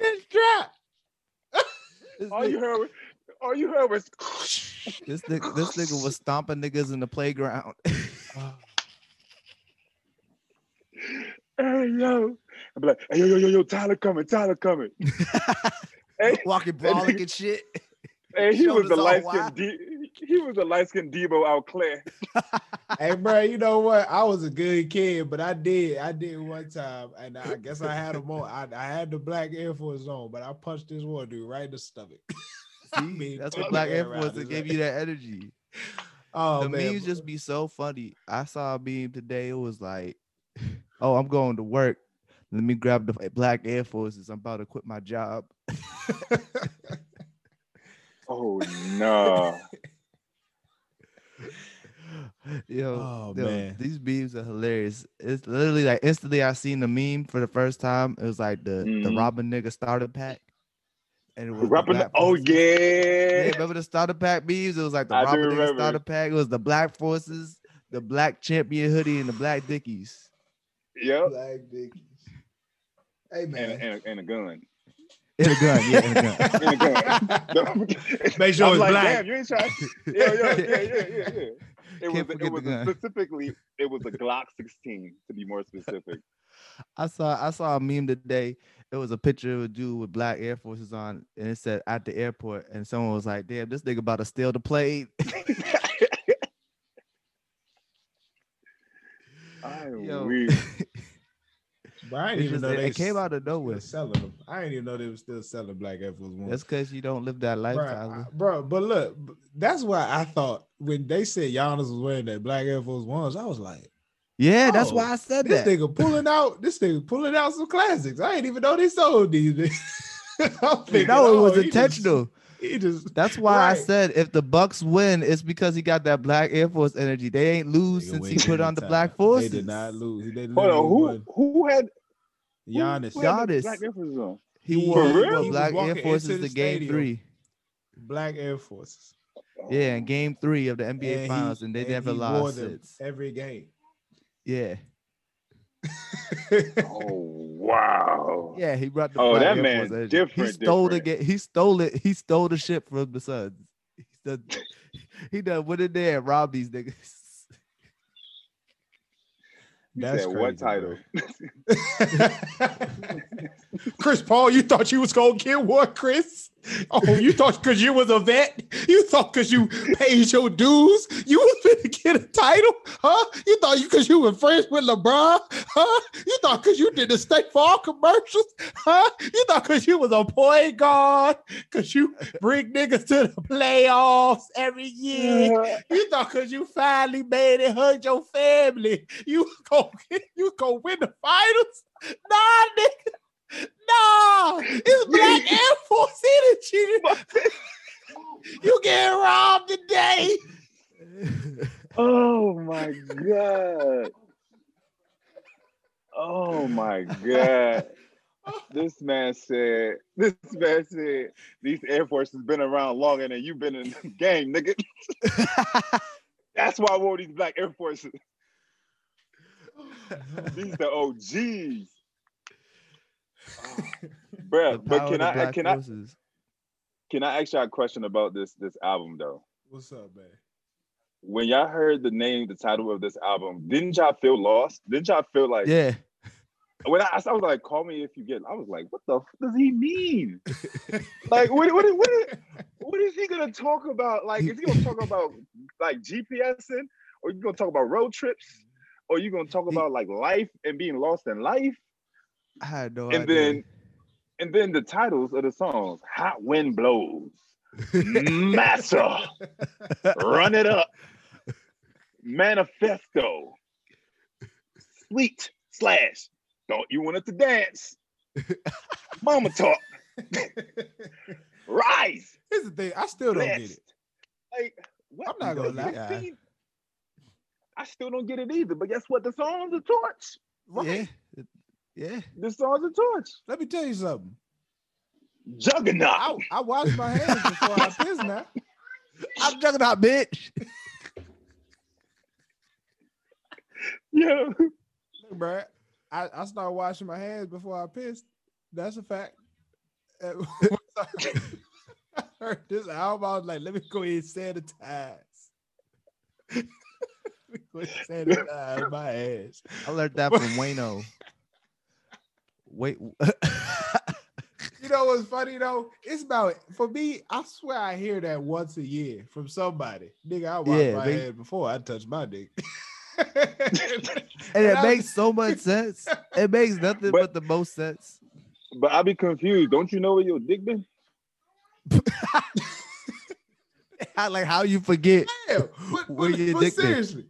S3: This
S4: All you
S3: nigga,
S4: heard was, all you heard was,
S3: this, nigga, this nigga was stomping niggas in the playground.
S2: Uh,
S4: hey yo. I'd be like, hey yo yo yo yo, Tyler coming, Tyler coming. hey,
S3: Walking brawling and shit.
S4: hey, he was
S3: shoulders
S4: the
S3: all
S4: light skinned D- he was the light skinned Debo out clear.
S2: hey, bro, you know what? I was a good kid, but I did, I did one time, and I guess I had him on. I, I had the black Air Force on, but I punched this one dude right in the stomach. I
S3: See,
S2: mean,
S3: that's
S2: fuck
S3: what black
S2: that
S3: influencers
S2: round is
S3: gave
S2: like-
S3: you that energy.
S2: Oh
S3: the
S2: man,
S3: memes just be so funny. I saw a meme today. It was like, "Oh, I'm going to work. Let me grab the black Air Forces. I'm about to quit my job."
S4: Oh no.
S3: yo,
S2: Oh,
S3: yo,
S2: man.
S3: these memes are hilarious. It's literally like instantly I seen the meme for the first time. It was like the the
S4: Mhm.
S3: Robin
S4: Robin
S3: nigga starter pack, and it was the
S4: Rapping the,
S3: black
S4: oh
S3: forces. Yeah,
S4: yeah.
S3: remember the starter pack memes? It was like the
S4: I do
S3: Robin nigga
S4: remember.
S3: starter pack. It was the black forces, the black champion hoodie, and the black dickies.
S4: Yep.
S2: black Dickies. Hey
S4: And,
S2: man,
S4: and, and a gun.
S3: In a gun, yeah, in a gun.
S4: And a gun. Don't-
S2: Make sure
S4: I
S2: it's
S4: was like,
S2: black.
S4: damn, you ain't trying. Yeah, yeah, yeah, yeah, yeah, yeah. It
S3: Can't
S4: was,
S3: forget the
S4: it was
S3: gun.
S4: a specifically, it was a Glock 16 to be more specific.
S3: I saw I saw a meme today. It was a picture of a dude with black Air Forces on, and it said at the airport, and someone was like, "Damn, this nigga about to steal the plane."
S4: I
S3: Yo.
S4: weak.
S2: Bro, I
S3: It,
S2: didn't even
S3: just-
S2: know
S3: it-
S2: they
S3: it
S2: s-
S3: came out of
S2: still
S3: nowhere.
S2: selling them. I didn't even know they were still selling black Air Force Ones.
S3: That's because you don't live that life,
S2: Bro,
S3: Tyler.
S2: but look, b- that's why I thought when they said Giannis was wearing that black Air Force Ones, I was like,
S3: Yeah, that's
S2: Oh,
S3: why I said
S2: this
S3: that.
S2: nigga pulling out, this nigga pulling out some classics. I didn't even know they sold these. I'm thinking,
S3: no, it was
S2: oh, he just-
S3: intentional.
S2: He just,
S3: That's why I
S2: Right.
S3: said if the Bucks win, it's because he got that black Air Force energy. They ain't lose
S2: Nigga
S3: since he
S2: wasted
S3: put
S2: his
S3: on the
S2: time.
S3: black forces.
S2: They did not lose. They
S4: Hold
S2: literally
S4: on,
S2: won.
S4: who who had who-
S2: Giannis.
S4: Who had the
S3: Giannis.
S4: Black Air Forces on?
S3: He
S2: He-
S3: wore, he
S4: For real?
S3: wore
S4: He was
S3: black Air
S2: walking into
S3: Forces
S2: the
S3: to game
S2: stadium.
S3: three.
S2: Black Air Forces.
S3: Yeah, in game three of the NBA
S2: he-
S3: Finals, and they never
S2: he wore
S3: lost
S2: them
S3: since.
S2: every game.
S3: Yeah.
S4: Oh wow.
S3: Yeah, he brought the.
S4: Oh,
S3: Black
S4: that
S3: Air
S4: man
S3: Force energy.
S4: different,
S3: He stole the
S4: different.
S3: game. He stole it. He stole the shit from the Suns. He done, he done went in there and robbed these niggas.
S4: He said, what title?
S2: Chris Paul, you thought you was gonna get what, Chris? Oh, you thought because you was a vet, you thought because you paid your dues, you was gonna get a title, huh? You thought you because you were friends with LeBron, huh? You thought because you did the State Farm commercials, huh? You thought because you was a point guard, because you bring niggas to the playoffs every year. You thought because you finally made it hurt your family, you go you go win the finals? Nah, nigga. Nah, it's Black Air Force energy. you get robbed today.
S4: Oh my god. Oh my god. This man said, this man said, these Air Force has been around longer than you've been in the game, nigga. That's why I wore these black Air Forces. These the OGs.
S3: The
S4: Bruh, but
S3: power of
S4: can
S3: the
S4: I uh,
S3: Black
S4: can I
S3: Forces.
S4: can I ask y'all a question about this this album though?
S2: What's up, man?
S4: When y'all heard the name, the title of this album, didn't y'all feel lost? Didn't y'all feel like
S3: Yeah.
S4: when I, I was like, "Call me if you get," I was like, "What the f- does he mean? like, what, what, what, is, what is he gonna talk about? Like, is he gonna talk about like GPSing, or you gonna talk about road trips, or you gonna talk about like life and being lost in life,
S3: I had no
S4: and
S3: idea.
S4: then, and then the titles of the songs, "Hot Wind Blows," "Massa," "Run It Up," "Manifesto," "Sweet" slash "Don't You Want It to Dance," "Mama Talk." Rise.
S2: Here's the thing, I still don't get
S4: Blessed.
S2: it.
S4: Like, what?
S2: I'm not gonna
S4: what
S2: lie.
S4: 16? I still don't get it either. But guess what? The song's a torch.
S2: Right?
S3: Yeah. Yeah.
S4: This song's a torch.
S2: Let me tell you something.
S4: Juggernaut.
S2: I, I wash my hands before I piss now.
S3: I'm juggernaut, bitch.
S4: Yeah.
S2: Look, bruh, I, I started washing my hands before I pissed. That's a fact. Uh, once I heard this album, I was like, let me go ahead and sanitize. Let me go ahead and sanitize my ass.
S3: I learned that from Wayno. Wait.
S2: You know what's funny though? It's about for me. I swear I hear that once a year from somebody. Nigga, I wash
S3: Yeah,
S2: my
S3: they-
S2: hands before I touch my dick.
S3: and it
S2: I-
S3: makes so much sense. It makes nothing but,
S4: But-
S3: the most sense.
S4: But I be confused. Don't you know where your dick been?
S3: I like how you forget.
S2: Damn, but,
S3: Where
S2: but-
S3: your
S2: but
S3: dick been?
S2: seriously,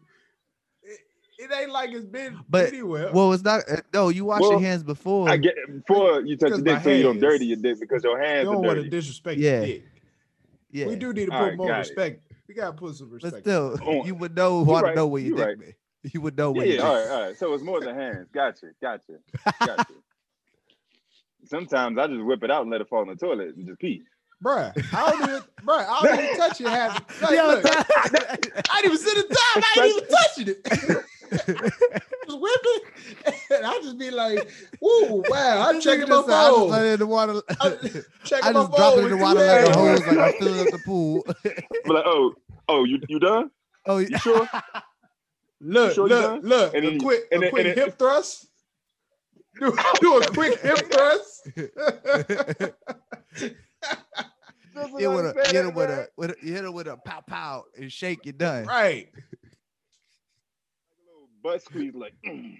S2: it, it ain't like it's been
S3: But-
S2: anywhere.
S3: Well, it's not. uh, No, you wash your
S4: Well,
S3: hands before.
S4: I get before you touch your
S2: Because
S4: dick,
S2: my
S4: so you don't
S2: hands.
S4: dirty your dick because your
S2: you
S4: hands
S2: don't
S4: are
S2: want to
S4: dirty.
S2: disrespect
S3: Yeah.
S2: your dick.
S3: yeah.
S2: We do need to put
S4: All right,
S2: more
S4: got it.
S2: respect. We gotta put some
S3: but
S2: respect.
S3: still,
S4: On.
S3: you would know. Want to
S4: right,
S3: know where you
S4: you
S3: dick
S4: right.
S3: been. You would know
S4: yeah,
S3: where.
S4: yeah, all
S3: your
S4: right,
S3: dick
S4: all right. So it's more than hands. Gotcha, gotcha, gotcha. Sometimes I just whip it out and let it fall in the toilet and just pee.
S2: Bruh, I don't even bruh, I don't even touch your half. Like,
S3: Yo,
S2: look, I didn't even sit in time. I ain't even touching it. I was whipping, and I just be like, "Ooh, wow!" I'm
S3: This
S2: checking
S3: nigga
S2: my
S3: just said, I just
S2: phone.
S3: let it in the water.
S2: I'm checking
S3: I
S2: my
S3: just
S2: phone
S3: dropped it in
S2: with two
S3: the water like a
S2: hands.
S3: hose, like I'm filling up the pool.
S4: I'm like, oh, oh, you you done?
S3: oh,
S4: You
S3: yeah.
S4: sure?
S2: Look,
S4: sure you
S2: look,
S4: done?
S2: look!
S4: And
S2: a
S4: then-
S2: quick,
S4: and
S2: a
S4: then-
S2: quick
S4: and then-
S2: hip thrust. Do, do a quick hip thrust.
S4: That's what
S3: You hit
S4: I'm
S3: with a, hit
S4: saying,
S3: it with
S4: man.
S3: a, with a, you hit it with a pow pow and shake. You're done.
S2: right.
S4: Little butt squeeze, like. mm,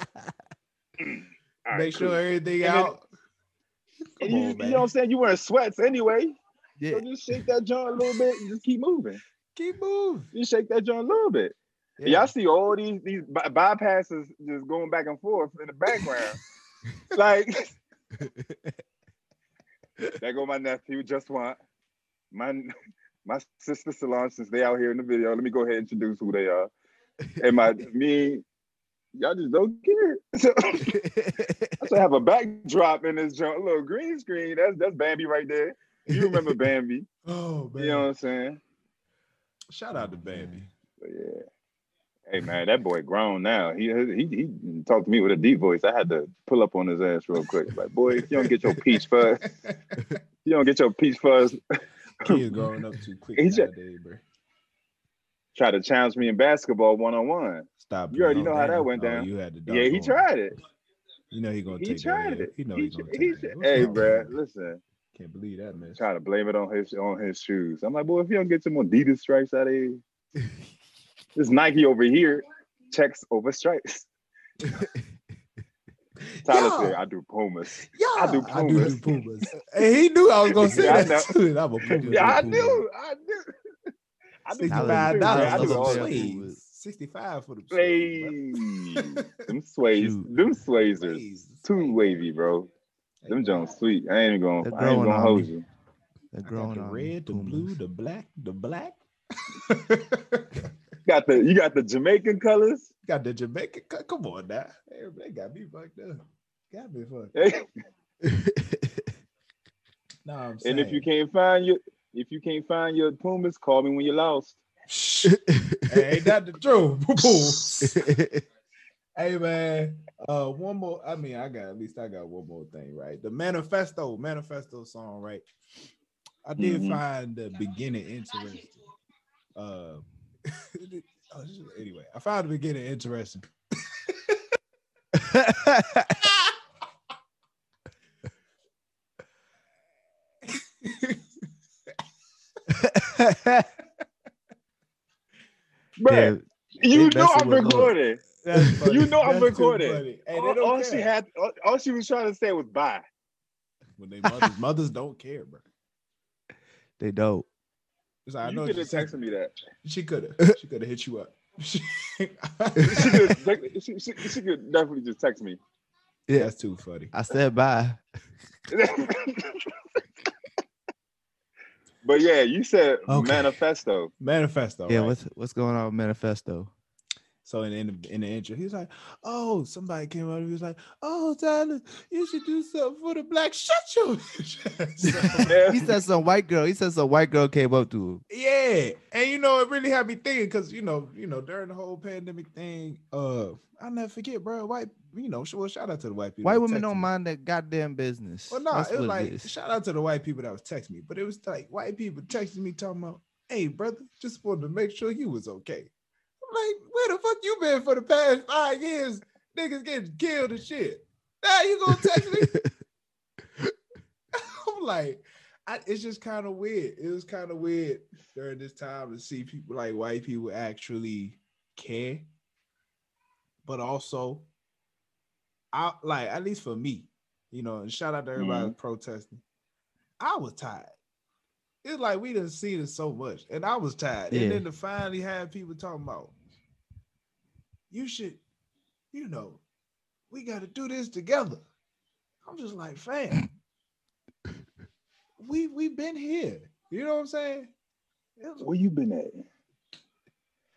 S4: all right,
S2: Make sure
S4: cool.
S2: everything
S4: And then-
S2: out.
S4: And
S3: Come
S4: you,
S3: on,
S4: you
S3: man.
S4: know what I'm saying? You wearing sweats anyway,
S3: Yeah.
S4: so just shake that joint a little bit and just keep moving.
S2: Keep moving.
S4: Just shake that joint a little bit. Y'all see all these these by- bypasses just going back and forth in the background. like there go my nephew, just want my my sister Solange, since they out here in the video. Let me go ahead and introduce who they are. And my me, y'all just don't care. So I should have a backdrop in this joint, a little green screen. That's that's Bambi right there. You remember Bambi.
S2: Oh man!
S4: You know what I'm saying?
S2: Shout out to Bambi.
S4: But yeah. Hey man, that boy grown now. He, he he talked to me with a deep voice. I had to pull up on his ass real quick. Like, boy, if you don't get your peach fuzz, you don't get your peach fuzz.
S2: Kids growing up too quick
S4: He's a-
S2: nowadays, bro.
S4: Try to challenge me in basketball one on one.
S2: Stop.
S4: You already
S2: it.
S4: know how that
S2: Damn.
S4: went
S2: Oh,
S4: down.
S2: You had to.
S4: Yeah, he tried it.
S2: You know he gonna
S4: He
S2: take
S4: tried
S2: that. L.
S4: it.
S2: You know
S4: He
S2: he
S4: tr-
S2: gonna
S4: he
S2: take
S4: tr-
S2: that. L.
S4: Hey,
S2: What's
S4: bruh,
S2: wrong?
S4: listen.
S2: Can't believe that, man.
S4: Trying to blame it on his on his shoes. I'm like, boy, if you don't get some more Adidas stripes out of here, this Nike over here checks over stripes. Tyler said,
S2: Yeah.
S4: I do Pumas.
S2: Yeah,
S4: I do
S2: I do,
S4: Pumas.
S2: do Pumas. and he knew I was gonna say
S4: Yeah, I
S2: that too. I'm a Puma.
S4: Yeah, I
S2: do Pumas.
S4: do. I do. I do
S2: Sixty-five
S4: Pumas too, bruh. I
S2: dollars
S4: do
S2: for
S4: all
S2: some
S4: that.
S3: sleeve.
S2: slaves. Sixty-five for the
S4: Hey,
S2: slaves.
S4: them sways,
S3: Shoot.
S4: them sways are too wavy, bro. Them Jones sweet. I ain't gonna,
S3: They're
S4: I ain't
S3: growing
S4: gonna
S3: on
S4: hold
S3: me.
S4: you.
S3: They're
S2: I got
S3: growing
S2: the
S3: on
S2: red, the
S3: Pumas.
S2: blue, the black, the black.
S4: You got the, you got the Jamaican colors.
S2: got the Jamaican. co- Come on now, everybody got me fucked up. Got me fucked.
S4: and
S2: No, I'm saying.
S4: if you can't find your, if you can't find your Pumas, call me when you're lost.
S2: hey, ain't that the truth? Boom. hey man, uh, one more. I mean, I got at least I got one more thing right. The manifesto, manifesto song, right? I did
S4: Mhm.
S2: find the beginning interesting. Uh, oh, this is- anyway, I found the beginning interesting.
S4: Bruh, you
S3: they
S4: know
S3: messing
S4: I'm
S3: with Lil.
S4: recording.
S2: That's funny.
S4: You know I'm
S2: That's too
S4: recording.
S2: funny. Hey, they
S4: all,
S2: don't
S4: all
S2: care.
S4: she had, all, all she was trying to say was bye.
S2: when they mothers, mothers don't care, bro.
S3: they dope.
S2: It's like, I know
S4: you
S2: what
S4: could
S2: you're
S4: have
S2: saying.
S4: texted me that.
S2: She could have. She could have hit you up.
S4: She could, she, she, she could definitely just text me.
S2: That's too funny.
S3: I said bye.
S4: but yeah, you said
S2: Okay.
S4: manifesto.
S2: Manifesto.
S3: yeah,
S2: right?
S3: what's what's going on with manifesto?
S2: So in, in, the, in the intro, he's like, "Oh, somebody came up. He was like, oh, Tyler, you should do something for the black. Shut your." So,
S4: Yeah.
S3: he said some white girl. He said some white girl came up to him.
S2: yeah, and you know, it really had me thinking because you know, you know, during the whole pandemic thing, uh, I'll never forget, bro. White, you know, sh- well, shout out to the white people.
S3: White
S2: that
S3: women
S2: texted
S3: don't
S2: me.
S3: mind that goddamn business.
S2: Well, no,
S3: That's
S2: it was
S3: what
S2: like
S3: is.
S2: shout out to the white people that was texting me, but it was like white people texting me talking about, "Hey, brother, just wanted to make sure you was okay." I'm like, where the fuck you been for the past five years? Niggas getting killed and shit. Now you gonna text me? I'm like, I, it's just kind of weird. It was kind of weird during this time to see people like white people actually care, but also, I like at least for me, you know. And shout out to everybody protesting. I was tired. It's like we didn't see it so much, and I was tired.
S3: Yeah.
S2: And then to finally have people talking about, you should, you know, we got to do this together. I'm just like, fam, we we been here. You know what I'm saying? It was
S4: Where you been at?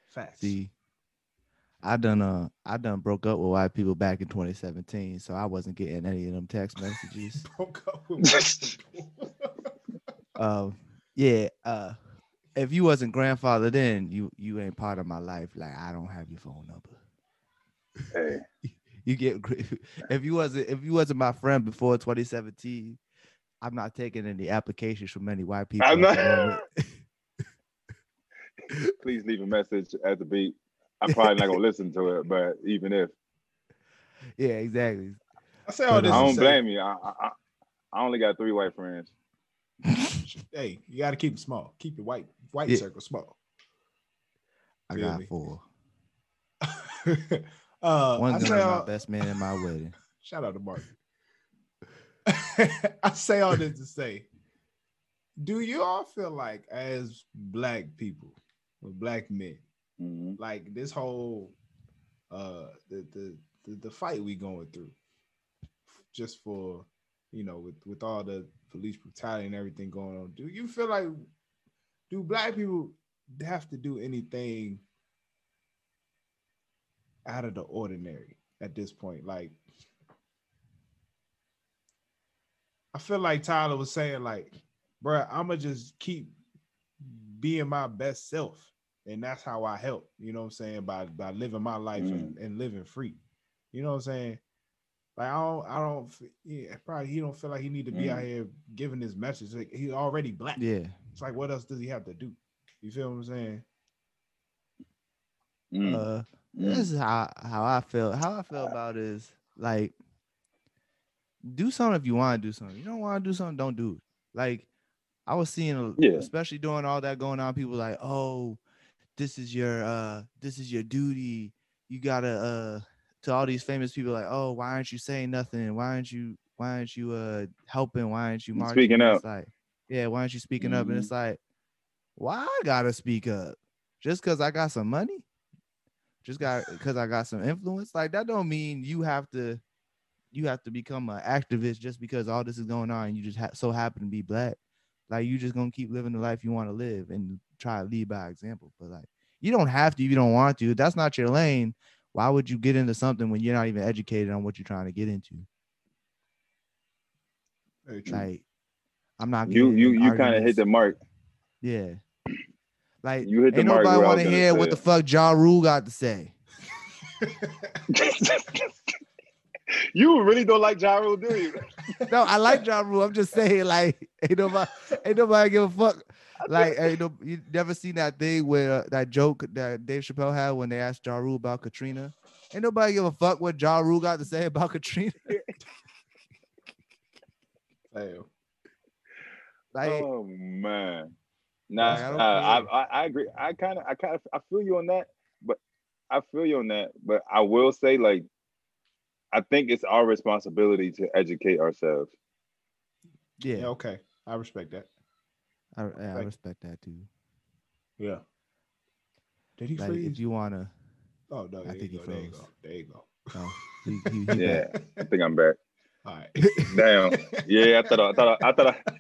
S2: facts.
S3: See, I done uh I done broke up with white people back in 2017, so I wasn't getting any of them text messages.
S2: Broke up with white people.
S3: um, yeah, uh, if you wasn't grandfather then, you you ain't part of my life. Like I don't have your phone number.
S4: Hey,
S3: You get gr- if you wasn't if you wasn't my friend before 2017, I'm not taking any applications from any white people.
S4: I'm
S3: at the
S4: not-
S3: moment.
S4: please leave a message at the beat. I'm probably not gonna listen to it, but even if
S3: yeah, exactly.
S2: I say all
S3: But,
S2: this.
S4: I
S3: um,
S2: to
S4: don't
S2: say,
S4: blame you, I, I I- I only got three white friends.
S2: Hey, you got to keep them small. Keep your white white
S3: Yeah.
S2: circle small.
S3: I
S2: Feel
S3: got
S2: me?
S3: four.
S2: uh, I
S3: One's
S2: say
S3: gonna be my
S2: all,
S3: best man in my wedding.
S2: shout out to Mark. I say all this to say, do you all feel like as black people or black men,
S4: Mhm.
S2: like this whole uh the the the, the fight we going through just for you know with with all the police brutality and everything going on do you feel like do black people have to do anything out of the ordinary at this point like i feel like tyler was saying like bruh i'ma just keep being my best self and that's how I help. You know what I'm saying? By by living my life and, and living free. You know what I'm saying? Like I don't, I don't. f- Yeah, probably he don't feel like he need to be out here giving this message. Like he's already black.
S3: Mm. Yeah.
S2: It's like what else does he have to do? You feel what I'm saying? Hmm.
S4: Mm.
S3: Uh,
S4: Mm.
S3: This is how how I feel. How I feel about is like do something if you want to do something. You don't want to do something, don't do it. Like I was seeing, a-
S4: Yeah.
S3: especially doing all that going on, people like, oh, this is your uh, this is your duty. You gotta uh, to all these famous people like, oh, why aren't you saying nothing? Why aren't you why aren't you uh helping? Why aren't you
S4: Speaking
S3: marching? And
S4: up.
S3: It's like, yeah, why aren't you speaking up? And
S4: Mhm.
S3: it's like, why I gotta speak up? Just cause I got some money? just got because I got some influence. Like that don't mean you have to you have to become an activist just because all this is going on and you just ha- so happen to be black. Like you just gonna keep living the life you want to live and try to lead by example. But like you don't have to if you don't want to. If that's not your lane. Why would you get into something when you're not even educated on what you're trying to get into?
S2: Very true.
S3: Like I'm not
S4: Mm. you
S3: getting
S4: you
S3: in
S4: you kind of
S3: arguments.
S4: hit the mark.
S3: yeah. Like
S4: You hit the
S3: ain't
S4: mark
S3: nobody
S4: where I was
S3: want to
S4: gonna
S3: hear
S4: say.
S3: what the fuck Ja Rule got to say.
S4: you really don't like Gyro, do you?
S3: No, I like Ja Rule. I'm just saying, like, ain't nobody, ain't nobody give a fuck. Like, ain't no, you never seen that thing where uh, that joke that Dave Chappelle had when they asked Ja Rule about Katrina. Ain't nobody give a fuck what Ja Rule got to say about Katrina.
S2: Damn.
S3: Like,
S4: oh man, nah,
S3: Like, I
S4: uh,
S3: don't
S4: I,
S3: care.
S4: I, I agree. I kind of I kind of I feel you on that, but I feel you on that. But I will say, like, I think it's our responsibility to educate ourselves.
S3: yeah,
S2: Yeah. Okay. I respect that.
S3: I, yeah, I
S2: like-
S3: respect that too.
S2: Yeah. Did he
S3: Like,
S2: freeze?
S3: if you wanna,
S2: oh no.
S3: I
S2: There
S3: think
S2: you
S3: he
S2: go. There you
S3: froze.
S2: go. There you go.
S3: no, he, he, he back.
S4: Yeah, I think I'm back.
S2: All right.
S4: Damn. Yeah, I thought I, I thought I, I thought I,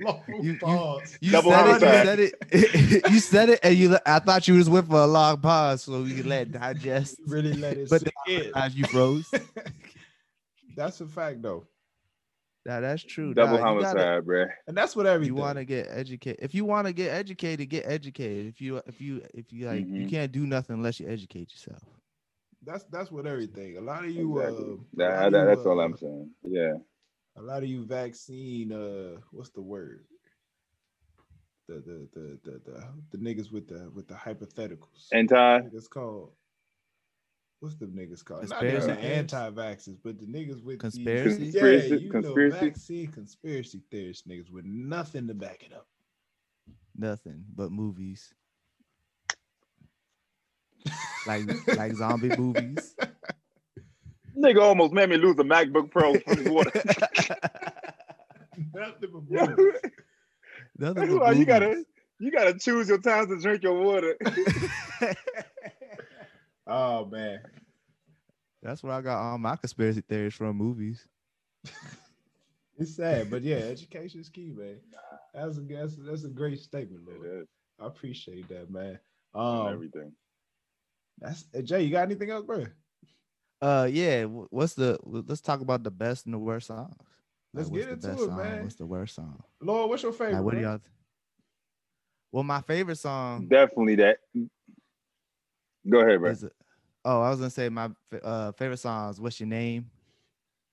S1: Long
S3: You-
S1: pause.
S3: You
S4: Double
S3: said,
S4: homicide.
S3: it, you said it. You said it, and you. le- I thought you was with for a long pause, so we could let it digest.
S2: really let it
S3: But
S2: sit in.
S3: As you froze.
S2: That's a fact though.
S3: Now that's true.
S4: Double
S3: Nah, you gotta-
S4: homicide, bruh.
S2: And that's what everything.
S3: you want to get educated if you want to get educated get educated if you if you if you like you
S4: Mhm.
S3: can't do nothing unless you educate yourself
S2: that's that's what everything. A lot of you
S4: Exactly.
S2: uh, a lot
S4: That-
S2: of
S4: that-
S2: you,
S4: that's all
S2: uh,
S4: I'm saying. Yeah.
S2: a lot of you vaccine uh what's the word the the the the the, the niggas with the with the hypotheticals
S4: And Ty,
S2: it's called what's the niggas called
S3: Conspiracy
S2: not the
S3: theorists?
S2: anti-vaxxers but the niggas with
S3: Conspiracy?
S2: the,
S4: Conspiracy-
S2: yeah, you
S4: conspiracy?
S2: know vaccine conspiracy theorists niggas with nothing to back it up
S3: nothing but movies like like zombie movies
S4: nigga almost made me lose a MacBook Pro from the water.
S2: nothing but
S4: Yeah.
S2: bullshit.
S3: nothing
S4: That's
S3: but
S4: why you gotta
S3: movies.
S4: you gotta choose your times to drink your water.
S2: oh man
S3: that's where i got all my conspiracy theories from movies
S2: it's sad but yeah education is key man that's a that's, that's a great statement lord I appreciate that, man.
S4: and
S2: Um,
S4: everything.
S2: that's uh, Jay. You got anything else, bro?
S3: uh yeah wh- what's the wh- let's talk about the best and the worst songs Like,
S2: Let's
S3: what's
S2: get
S3: the
S2: into
S3: best
S2: it,
S3: song?
S2: man.
S3: what's the worst song
S2: Lord, what's your favorite?
S3: like what do
S2: bro?
S3: y'all th- well my favorite song
S4: Definitely that. Go ahead, bro.
S3: Is it- oh, I was gonna say my fa- uh, favorite songs. What's your name?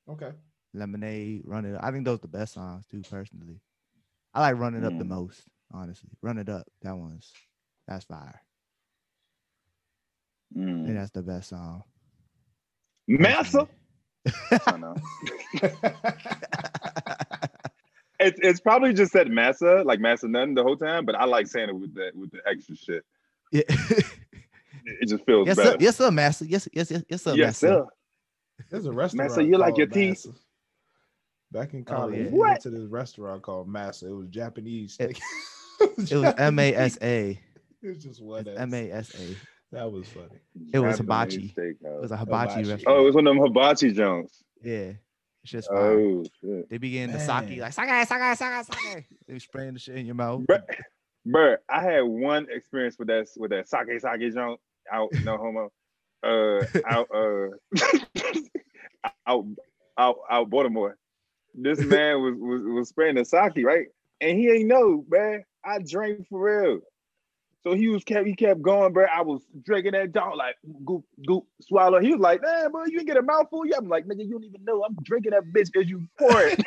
S2: Okay,
S3: Lemonade, Run It. Up. I think those the best songs too. Personally, I like Run It Up the
S4: Mm.
S3: most. Honestly, Run It Up. That one's that's fire. I think
S4: Mm.
S3: that's the best song.
S4: Massa. I know. It's it's probably just said massa, like massa none the whole time, but I like saying it with that with the extra shit.
S3: Yeah.
S4: It it just feels
S3: yes, sir.
S4: better.
S3: Yes, sir, Master. Yes, yes, yes, yes, sir,
S4: Yes,
S3: Master.
S4: sir.
S2: there's a restaurant.
S4: Massa, you like
S2: called
S4: your teeth?
S2: Massa. Back in college,
S3: Oh, yeah.
S2: we
S4: What?
S2: went to this restaurant called Massa. It was Japanese.
S3: It-
S2: steak.
S3: It was M A S A.
S2: It was just one
S3: M A S A. It
S2: That was funny.
S3: It was
S4: Japanese
S3: hibachi.
S4: steakhouse.
S3: was a hibachi,
S2: Hibachi.
S4: Oh,
S3: restaurant.
S4: it was one of them hibachi joints.
S3: yeah, it's just fire.
S4: Oh shit.
S3: They begin the
S2: Man.
S3: sake like sake, sake, sake, sake. They spraying the shit in your mouth.
S4: Bruh, bruh, I had one experience with that with that sake sake joint out no homo. Uh out uh out out out Baltimore. This man was, was was spraying the sake, right? And he ain't know, man. I drank for real. So he was kept he kept going, bruh. I was drinking that dog like goop goop swallow. He was like, nah, bro, you ain't get a mouthful yet. I'm like, nigga, you don't even know. I'm drinking that bitch as you pour it.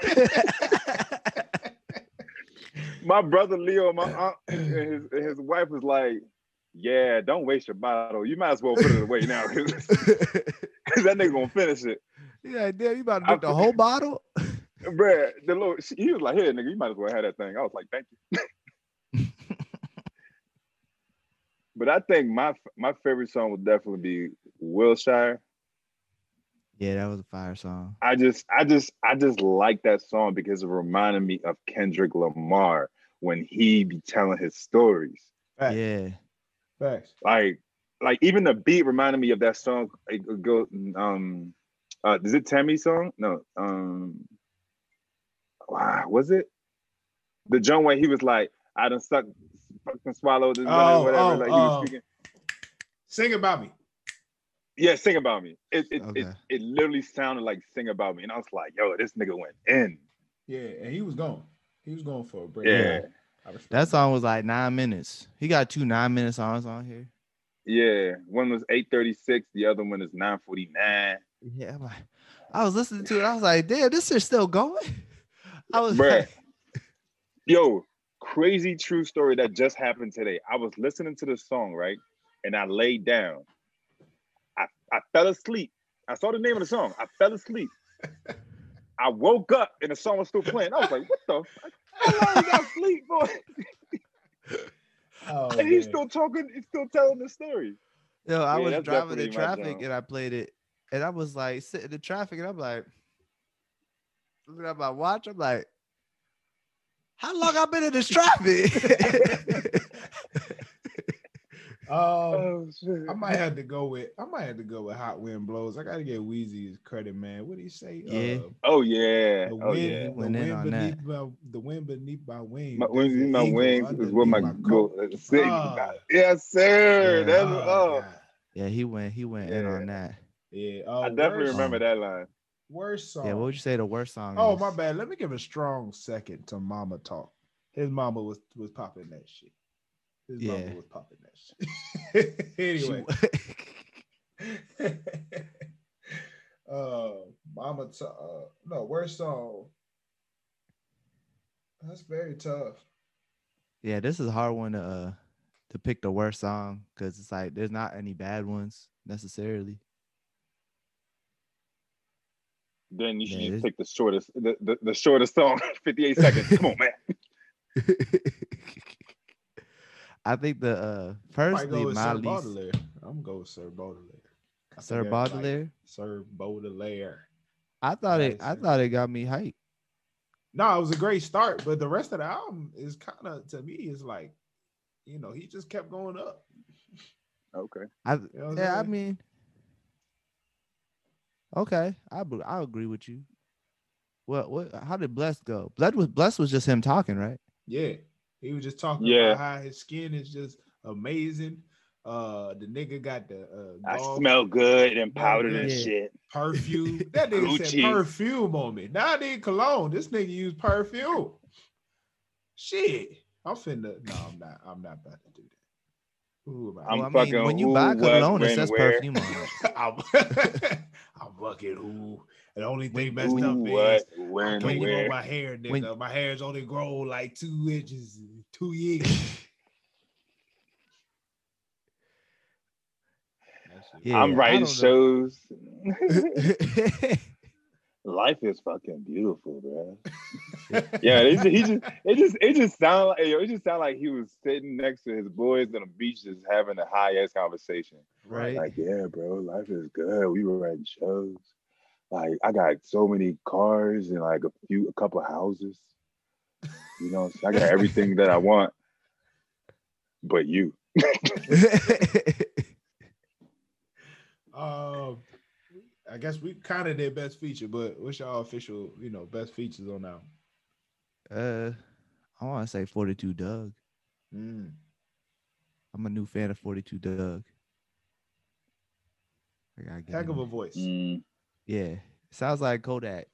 S4: my brother Leo, my aunt, and his, and his wife was like, "Yeah, don't waste your bottle. You might as well put it away now, because that nigga gonna finish it,
S3: Yeah, damn, you about to
S4: I-
S3: drink the whole bottle?
S4: Bruh, The little, she- he was like, "Here, nigga, you might as well have that thing." I was like, "Thank you." but I think my my favorite song would definitely be Wilshire.
S3: Yeah, that was a fire song.
S4: I just, I just, I just like that song because it reminded me of Kendrick Lamar when he be telling his stories.
S2: Facts.
S3: Yeah.
S2: Facts.
S4: like like even the beat reminded me of that song it g- go um uh is it Tammy song? No. Um wow, was it? The joint where he was like, I done suck fucking swallowed this
S2: Oh,
S4: whatever,
S2: oh,
S4: whatever. like he was
S2: oh.
S4: speaking.
S2: Sing about me.
S4: Yeah, sing about me. It it, it
S3: Okay.
S4: it literally sounded like sing about me. And I was like, yo, this nigga went in.
S2: Yeah, and he was gone. He was going for a break.
S4: Yeah.
S2: I respect
S3: That
S2: it.
S3: song was like nine minutes. He got two nine minute songs on here.
S4: Yeah. One was 836, the other one is 949.
S3: Yeah, I'm like, I was listening to it. I was like, damn, this is still going. I was
S4: Bruh.
S3: like,
S4: Yo, crazy true story that just happened today. I was listening to this song, right? And I laid down. I, I fell asleep. I saw the name of the song. I fell asleep. I woke up and the song was still playing. I was like, what the fuck? How long was I asleep for?
S2: Oh,
S4: And he's
S2: man.
S4: still talking, he's still telling the story.
S3: yo, I
S4: Yeah,
S3: was
S4: that's
S3: driving in
S4: definitely my
S3: traffic
S4: jam.
S3: and I played it. And I was like sitting in traffic and I'm like, looking at my watch, I'm like, how long I been in this traffic?
S2: Um,
S4: Oh shit.
S2: I might have to go with I might have to go with Hot Wind Blows. I gotta get Weezy's credit, man. What do you say?
S3: Yeah.
S2: Uh,
S4: Oh yeah.
S2: the
S4: Oh
S2: wind,
S4: yeah.
S2: the,
S3: Went in
S2: wind
S3: on
S2: beneath
S3: that.
S2: my, the wind beneath my wings.
S4: My wings,
S2: is an
S4: my
S2: eagle
S4: wings is what my
S2: underneath
S4: go.
S2: coat.
S4: say-
S2: Ah.
S4: Yes, sir.
S3: Yeah.
S4: That's
S2: Oh,
S4: oh.
S2: God.
S3: Yeah, he went. He went in on that.
S2: Yeah.
S4: I
S2: uh,
S4: definitely
S2: worst-
S4: remember that line.
S2: Worst song.
S3: Yeah, what would you say the worst song?
S2: Oh
S3: is?
S2: my bad. Let me give a strong second to Mama Talk. His mama was was popping that shit. His
S3: Yeah.
S2: mama was popping that shit.
S3: She-
S2: anyway, uh, Mama Talk. Uh, no, worst song. That's very tough.
S3: yeah, this is a hard one to uh, to pick the worst song because it's like there's not any bad ones necessarily.
S4: Then you should
S3: Yeah,
S4: just
S3: this-
S4: pick the shortest, the, the, the shortest song, 58 seconds. Come on, man.
S3: I think the uh,
S2: I might go
S3: personally
S2: with
S3: my
S2: Sir
S3: least
S2: Baudelaire. I'm going with Sir Baudelaire. I
S3: Sir
S2: think that's like
S3: Baudelaire.
S2: Sir Baudelaire.
S3: I thought it.
S2: Nice,
S3: I
S2: yeah.
S3: thought it got me hyped.
S2: No, it was a great start, but the rest of the album is kind of to me is like, you know, he just kept going up.
S4: Okay.
S3: I
S2: You know what I'm
S3: yeah. I
S2: saying?
S3: mean, okay. I bel- I agree with you. What what? How did Bless go? Bless was Bless was just him talking, right?
S2: Yeah, he was just talking
S4: Yeah.
S2: about how his skin is just amazing. Uh, the nigga got the uh,
S4: I
S2: golf
S4: smell good and
S2: Yeah,
S4: powdered
S2: good.
S4: and
S3: Yeah.
S4: shit.
S2: perfume. That nigga said
S4: Gucci.
S2: perfume on me. Now I need cologne. This nigga used perfume. Shit, I'm finna. No, I'm not. I'm not about to do that. Who am I?
S4: I'm
S3: Well,
S4: fucking
S3: when you
S4: who,
S3: buy
S4: what,
S3: cologne, it
S4: when,
S3: says
S4: where.
S3: perfume on it.
S2: I'm, I'm fucking who. And the only thing messed
S4: Ooh,
S2: up
S4: what,
S2: is I
S4: when,
S2: can't grow
S4: where.
S2: my hair, nigga.
S3: When-
S2: my hair's only grown like two inches in two years.
S3: Yeah,
S4: I'm
S3: I
S4: writing
S3: don't know.
S4: shows. Life is fucking beautiful, bro. Yeah, they just, he just it just it just sound like yo, it just sound like he was sitting next to his boys on the beach, just having a high ass conversation.
S3: right.
S4: Like, yeah, bro, life is good. We were writing shows. Like, I got so many cars and like a few, a couple houses. You know, I got everything that I want, but you.
S2: Um, I guess we kind of did best feature, but what's y'all official, you know, best features on now?
S3: uh, I want to say 42 Doug.
S2: Mm.
S3: I'm a new fan of 42 Doug. I gotta get
S2: Heck
S3: him.
S2: of a voice.
S4: Mm,
S3: Yeah, sounds like Kodak,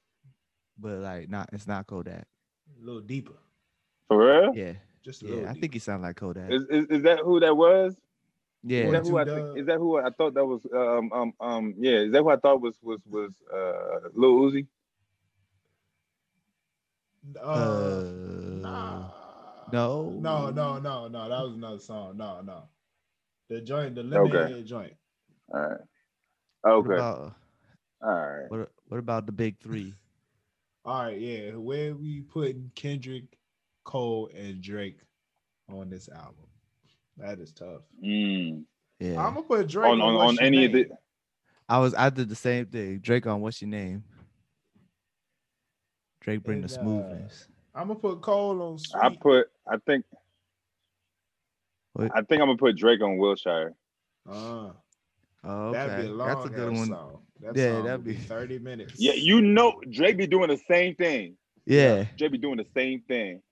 S3: but like not. It's not Kodak.
S2: A little deeper.
S4: for real?
S3: Yeah,
S2: Just a little
S3: yeah. I think he sounds like Kodak.
S4: Is, is is that who that was? Is
S3: Yeah,
S4: that who I think, is that who I thought that was? Um um um yeah. Is that who I thought was was was uh Lil Uzi?
S2: deeper. Uh,
S3: Uh,
S2: nah.
S3: no.
S2: No, no, no, no. That was another song. No, no. The joint, the lemonade joint.
S4: All right.
S3: What
S4: Okay.
S3: about,
S4: All right.
S3: what, what about the big three?
S2: All right, yeah. Where we putting Kendrick, Cole, and Drake on this album? That is tough.
S4: Mm.
S3: Yeah,
S2: I'm gonna put Drake
S4: On on, on any of the
S3: I was. I did the same thing. Drake on what's your name? Drake bring the
S2: And, uh,
S3: smoothness.
S2: I'm gonna put Cole on. Sweet.
S4: I put I think
S3: What?
S4: I think I'm gonna put Drake on Wilshire.
S2: Uh,
S3: Oh,
S2: That'd be
S3: okay,
S2: a long
S3: that's a good one.
S2: Song. That
S3: Yeah,
S2: song
S3: that'd
S2: would be
S3: be-
S2: thirty minutes.
S4: Yeah, you know Drake be doing the same thing.
S3: Yeah,
S4: Drake be doing the same thing.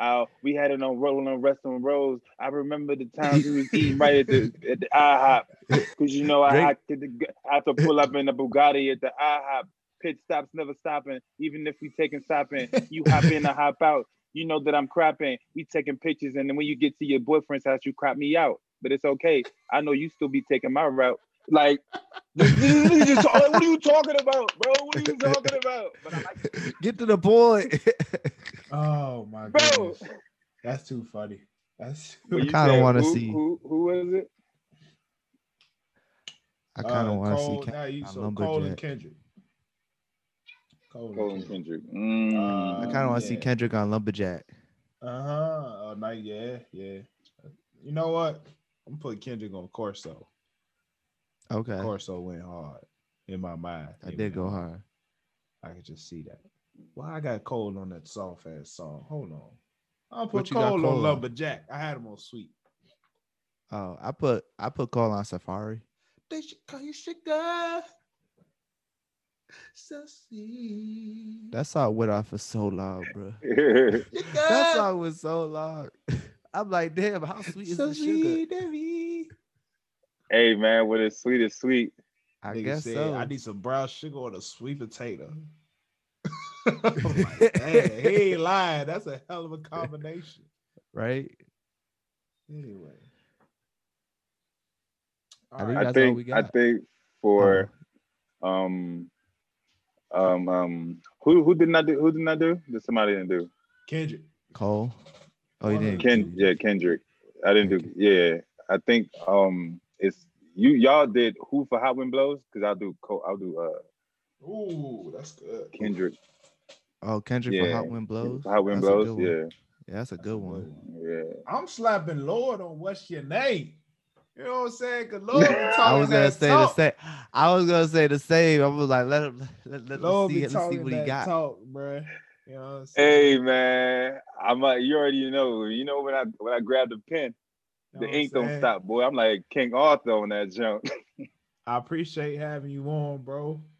S4: Uh, we had it on rolling on wrestling rolls. I remember the times we was eating right at the at the IHOP because you know I, I, could- I have to pull up in the Bugatti at the IHOP. Pit stops never stopping, even if we taking stopping. You hop in, I hop out. You know that I'm crapping. We taking pictures, and then when you get to your boyfriend's house, you crop me out. But it's okay. I know you still be taking my route. Like, this- this is just- what are you talking about, bro? What are you talking about? But I like,
S3: get to the point.
S2: Oh my
S4: bro.
S2: goodness, that's too funny. That's
S4: But
S3: I
S4: you
S3: kinda
S4: said
S3: wanna
S4: who-
S3: see.
S4: who who is it?
S3: I kind of
S2: uh,
S3: want to
S2: Cole-
S3: see. Cap-
S2: Now you
S3: Captain
S2: so Cole and
S3: Lumberjack.
S2: Kendrick. Cole
S4: Colin Kendrick. Mm.
S3: I
S2: Uh,
S3: kind of want to see
S2: yeah.
S3: Kendrick on Lumberjack.
S2: Uh huh. Oh, no, yeah, yeah. You know what? I'm putting Kendrick on Corso.
S3: Okay,
S2: Corso went hard in my mind.
S3: I
S2: It
S3: did
S2: went
S3: go
S2: hard.
S3: hard.
S2: I could just see that. Well, I got cold on that soft ass song. Hold on. I'll
S3: What
S2: put
S3: you got
S2: cold
S3: Cole
S2: on
S3: on?
S2: Lumberjack. I had him on sweet.
S3: Oh, I put I put call on Safari.
S1: They should call you sugar. So sweet.
S3: That song went off for so long, bro.
S4: Mm.
S1: Sugar.
S2: Uh,
S3: That song was so long. I'm like, damn, how sweet is
S1: so
S3: the sugar?
S1: sweet to me.
S4: hey man, what is sweet is sweet.
S3: I
S2: Nigga
S3: guess
S2: said,
S3: so.
S2: I need some brown sugar on a sweet potato.
S1: Mm-hmm.
S2: I'm like, "Dang, he ain't lying. That's a hell of a combination.
S3: right?
S2: Anyway. All
S3: I think
S2: right.
S4: I
S3: that's all
S4: think
S3: we
S4: I
S3: got.
S4: think for um um um who who did not do who did not do? Did somebody didn't do?
S2: Kendrick.
S3: Cole. Oh, you
S2: One of the-
S3: didn't.
S4: Ken yeah, Kendrick. I didn't do
S3: Kendrick.
S4: yeah. I think um it's you y'all did who for Hot Wind Blows? Because I'll do co I'll do uh
S2: Ooh, that's good.
S4: Kendrick
S3: Oh, Kendrick for
S4: Yeah.
S3: Hot Wind Blows.
S4: for Hot Wind
S3: That's a
S4: Blows.
S3: good one.
S4: Yeah.
S3: Yeah, that's a good one.
S4: Yeah.
S2: I'm slapping Lord on what's your name. You know what I'm saying? Cause Lord be talking
S3: I was gonna
S2: that
S3: say
S2: talk.
S3: the same. I was gonna say the same. I was like, let him let, let, us
S2: Lord
S3: see,
S2: be
S3: it. let's see
S2: talking
S3: what he
S2: that
S3: got.
S2: talk, bruh. You know what I'm saying?
S4: Hey man, I'm uh, you already know. You know when I when I grabbed the pen,
S2: You know
S4: the
S2: what I'm
S4: ink don't
S2: saying?
S4: stop, boy. I'm like King Arthur on that jump.
S2: I appreciate having you on, bro.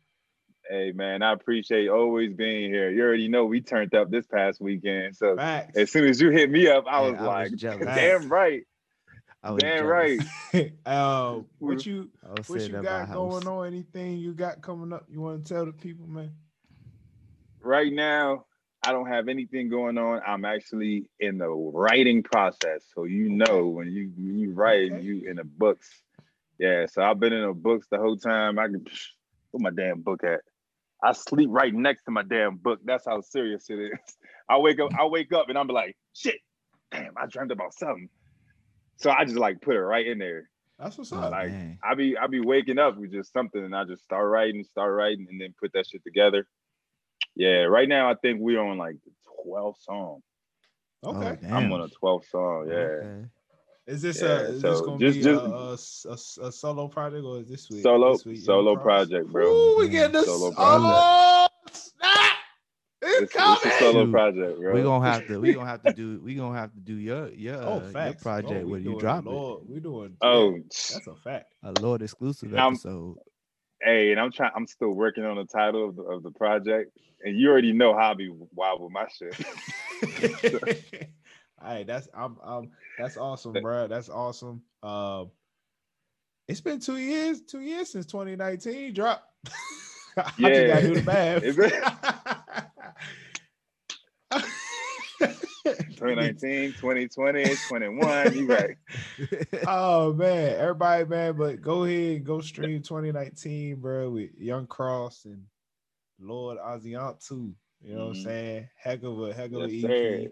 S4: Hey man, I appreciate always being here. You already know we turned up this past weekend. So
S2: Facts.
S4: as soon as you hit me up, I
S3: Yeah,
S4: was like,
S3: jealous.
S4: damn right,
S3: I was
S4: damn
S3: jealous.
S4: right.
S2: uh, what you
S3: I was
S2: what
S3: sitting
S2: you
S3: at my
S2: got
S3: house.
S2: going on? Anything you got coming up? You want to tell the people, man?
S4: Right now, I don't have anything going on. I'm actually in the writing process. So you know when you when you write,
S2: Okay.
S4: you in the books. Yeah, so I've been in the books the whole time. I can where my damn book at? I sleep right next to my damn book. That's how serious it is. I wake up, I wake up and I'm like, shit, damn, I dreamt about something. So I just like put it right in there.
S2: That's what's
S3: Oh,
S2: up.
S4: Like,
S3: man.
S4: I be I be waking up with just something and I just start writing, start writing, and then put that shit together. Yeah, right now I think we're on like the 12th song.
S3: Oh,
S2: okay.
S4: I'm
S3: damn.
S4: on a 12th song, yeah.
S3: Okay.
S2: Is this
S4: Yeah,
S2: a is this
S4: so
S2: gonna
S4: just-
S2: be
S4: just-
S2: a- a, s- a s- a solo project or is this week?
S4: Solo
S2: this week in
S4: solo
S2: the process?
S4: project, bro.
S1: Ooh, we
S2: Mm-hmm.
S3: Mhm.
S1: getting this.
S4: Solo
S1: Oh, snap! It's,
S4: It's, it's
S1: coming.
S4: a solo
S3: Dude,
S4: project, bro.
S3: We're gonna have to we gonna have to do we gonna have to do your your,
S2: Oh,
S3: uh, your
S2: facts. bro.
S3: project
S2: We
S3: when
S2: doing
S3: you
S2: the
S3: drop it.
S2: Lord. We doing
S4: Oh,
S2: that's a fact.
S3: A Lord exclusive
S4: Um,
S3: episode.
S4: hey, and I'm trying. I'm still working on the title of the, of the project, and you already know how I be wild with my shit.
S2: All right, that's I'm, I'm that's awesome, bro. That's awesome. Um, it's been two years, two years since 2019 drop. I
S4: Yeah.
S2: just gotta do the math.
S4: It's been- 2019, 2020, 21. You right?
S2: oh man, everybody, man, but go ahead and go stream 2019, bro, with Young Cross and Lord Aziantu. You know what I'm
S4: Mhm.
S2: saying? Heck of a heck of
S4: Yes,
S2: a E
S4: sir.
S2: EP.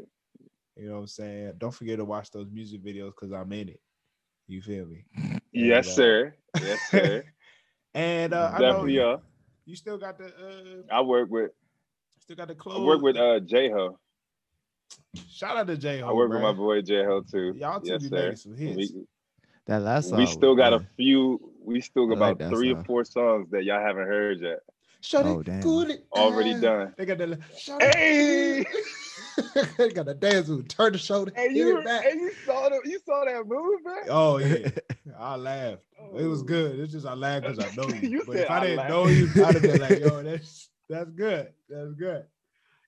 S2: You know what I'm saying? Don't forget to watch those music videos because I'm in it. You feel me?
S4: Yes,
S3: E
S2: And, uh,
S4: sir. Yes, sir.
S2: And uh, I know
S4: Definitely.
S2: you,
S4: Uh,
S2: you still got the uh,
S4: I work with
S2: still got the
S4: I
S2: clothes.
S4: work with uh J Ho.
S2: Shout out to J Ho.
S4: I work with my boy J Ho too.
S2: Y'all two
S4: yes,
S2: be
S4: sir.
S2: making some hits.
S4: We,
S3: that last song.
S4: we
S3: was
S4: still got a
S3: good.
S4: few. We still
S3: I like
S4: about
S3: that
S4: three or
S3: song.
S4: four songs that y'all haven't heard yet.
S2: Shut
S3: Oh,
S2: it,
S3: damn.
S2: cool it
S4: Already
S2: down.
S4: done.
S2: They got the shut
S4: Hey!
S2: it. cool. they got the dance move. Turn the shoulder.
S4: Hey,
S2: hit
S4: you,
S2: it back.
S4: hey, you saw the, you saw that movie, man.
S2: Oh yeah, I laughed. It was
S4: Oh.
S2: good. It's just I laughed because I know you.
S4: You
S2: but if
S4: said
S2: I
S4: I
S2: didn't
S4: laughed.
S2: know you, I'd have been like, "Yo, that's that's good. That's good.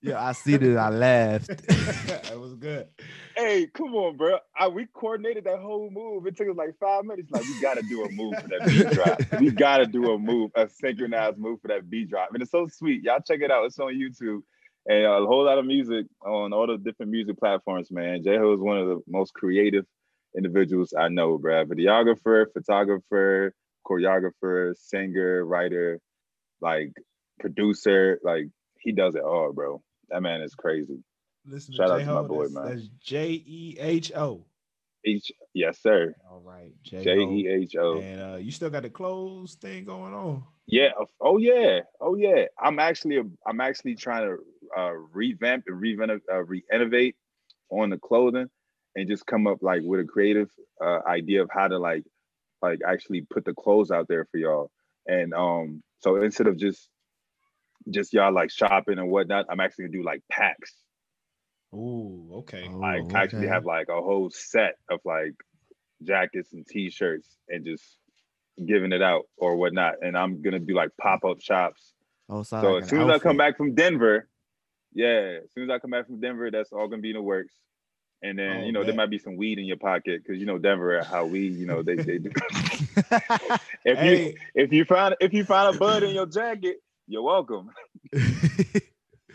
S3: yeah, I see it. I laughed.
S2: it was good."
S4: Hey, come on, bro. I, we coordinated that whole move. It took us like five minutes. Like, we gotta do a move for that beat drop. We gotta do a move, a synchronized move for that beat drop. And it's so sweet. Y'all check it out. It's on YouTube and uh, a whole lot of music on all the different music platforms, man. J Ho is one of the most creative individuals I know, bro. Videographer, photographer, choreographer, singer, writer, like producer. Like, he does it all, bro. That man is crazy.
S2: Listen
S4: Shout
S2: to
S4: out
S2: J
S4: to my
S2: Ho.
S4: boy,
S2: That's,
S4: man.
S2: that's J E H O.
S4: Each, yes, sir.
S2: All right, J
S4: J
S2: E
S4: E H O.
S2: And uh, you still got the clothes thing going on.
S4: Yeah. of- Oh yeah. Oh yeah. I'm actually I'm actually trying to uh, revamp and reinvent uh, reinnovate on the clothing and just come up like with a creative uh, idea of how to like like actually put the clothes out there for y'all. And um so instead of just just y'all like shopping and whatnot, I'm actually gonna do like packs.
S2: Ooh, okay.
S3: Oh,
S4: Like actually
S3: okay.
S4: have like a whole set of like jackets and t-shirts and just giving it out or whatnot. And I'm gonna do like pop-up shops.
S3: Oh, so,
S4: so
S3: like
S4: as
S3: an
S4: soon as I come
S3: outfit.
S4: back from Denver, yeah, as soon as I come back from Denver, that's all gonna be in the works. And then
S2: Oh,
S4: you know there
S2: man.
S4: might be some weed in your pocket because you know Denver how weed you know they they do. if you
S2: Hey,
S4: if you find if you find a bud in your jacket, you're welcome.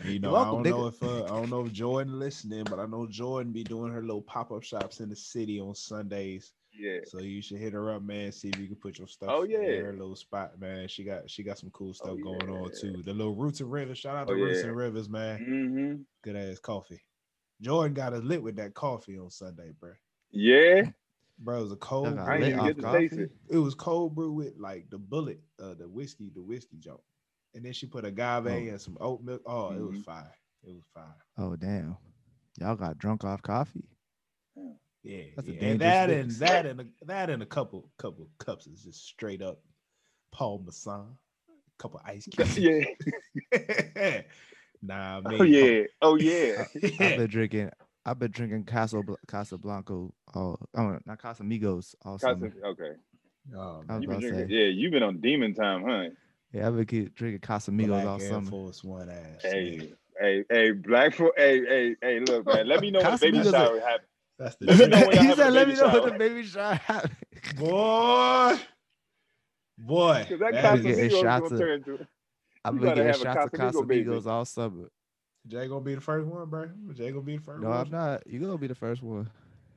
S2: you know,
S3: welcome,
S2: I don't know if uh, I don't know if Jordan listening, but I know Jordan be doing her little pop up shops in the city on Sundays.
S4: Yeah,
S2: So you should hit her up, man. See if you can put your stuff.
S4: Oh, yeah.
S2: in her little spot, man. She got she got some cool stuff
S4: Oh,
S2: going on
S4: yeah.
S2: too. The little Roots and Rivers. Shout out
S4: Oh,
S2: to Roots
S4: yeah.
S2: and Rivers, man.
S4: hmm
S2: Good ass coffee. Jordan got us lit with that coffee on Sunday, bro.
S4: yeah.
S2: Bro, it was a
S3: Y'all
S2: cold.
S3: got
S4: Oh, I ain't
S3: lit
S2: brew.
S4: even
S3: off
S4: get to taste
S3: coffee?
S4: it.
S2: It was cold brew with like the bullet, uh, the whiskey, the whiskey jump, and then she put agave
S3: Oh.
S2: and some oat milk. Oh, it was
S4: Mhm.
S2: fire. It was fire.
S3: Oh damn, y'all got drunk off coffee.
S2: Yeah,
S3: That's a
S2: yeah.
S3: dangerous
S2: And that and
S3: mix.
S2: that and a, that and a couple couple cups is just straight up Paul Masson, couple ice cubes.
S4: Yeah.
S2: nah, man.
S4: Oh yeah. Oh yeah.
S3: I've been drinking. I've been drinking Casa Casablanco. Oh, oh, not Casamigos. All summer.
S4: Constant- Okay.
S2: Oh, man.
S3: I was
S4: You've been
S3: about to
S4: drinking.
S3: say.
S4: Yeah, you've been on demon time, huh?
S3: Yeah, I've been keep drinking Casamigos
S2: Black
S3: all
S2: Air
S3: summer.
S2: Force One ass.
S4: Hey,
S2: nigga.
S4: hey, hey, black for hey, hey, hey, look, man. Let me know when the baby
S3: Casamigos
S4: shower happens.
S2: That's the
S4: Let me know when
S2: shit.
S4: y'all
S3: he
S4: having
S3: said, "Let me know
S4: a baby shower."
S3: when the baby shower happened."
S2: boy, boy.
S4: Because that
S2: that is-
S3: Casamigos- getting
S4: Casamigos
S3: shots
S4: gonna
S3: of-
S4: turn to
S3: I've
S4: You
S3: been
S4: gotta
S3: getting
S4: have a
S3: shots of
S4: Casamigo baby.
S3: Casamigos all summer.
S2: Jay gonna be the first one, bro. Jay gonna be the first
S3: No,
S2: one.
S3: I'm not. You gonna be the first one.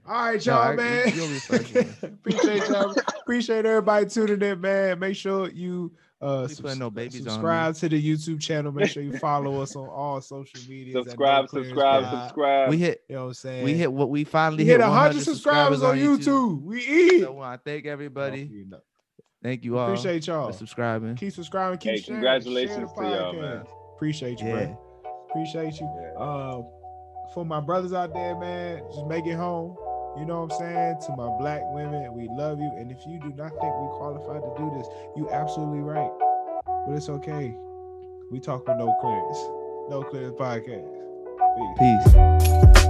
S2: All right,
S3: No,
S2: y'all,
S3: I-
S2: man.
S3: you- you'll be first one.
S2: appreciate y'all. Appreciate everybody tuning in, man. Make sure you uh
S3: We putting no babies on
S2: subscribe to the YouTube channel. Make sure you follow us on all social media.
S4: subscribe, subscribe, subscribe.
S3: We hit.
S2: You know what I'm saying?
S3: We hit what we finally
S2: we hit
S3: hit
S2: 100 subscribers on YouTube. We eat.
S3: So I want to thank everybody. Uh,
S2: You know.
S3: Thank you all
S2: Appreciate
S3: for
S2: y'all.
S3: subscribing.
S2: Keep subscribing. Keep
S4: Hey,
S2: sharing.
S4: congratulations
S2: Share the
S4: to y'all,
S2: podcast.
S4: man.
S2: Appreciate you,
S3: Yeah.
S2: bro. Appreciate you.
S4: Yeah.
S2: Um, for my brothers out there, man, just make it home. You know what I'm saying? To my black women, we love you. And if you do not think we qualified to do this, you absolutely right. But it's okay. We talk with no clearance. No clearance podcast. Peace.
S3: Peace.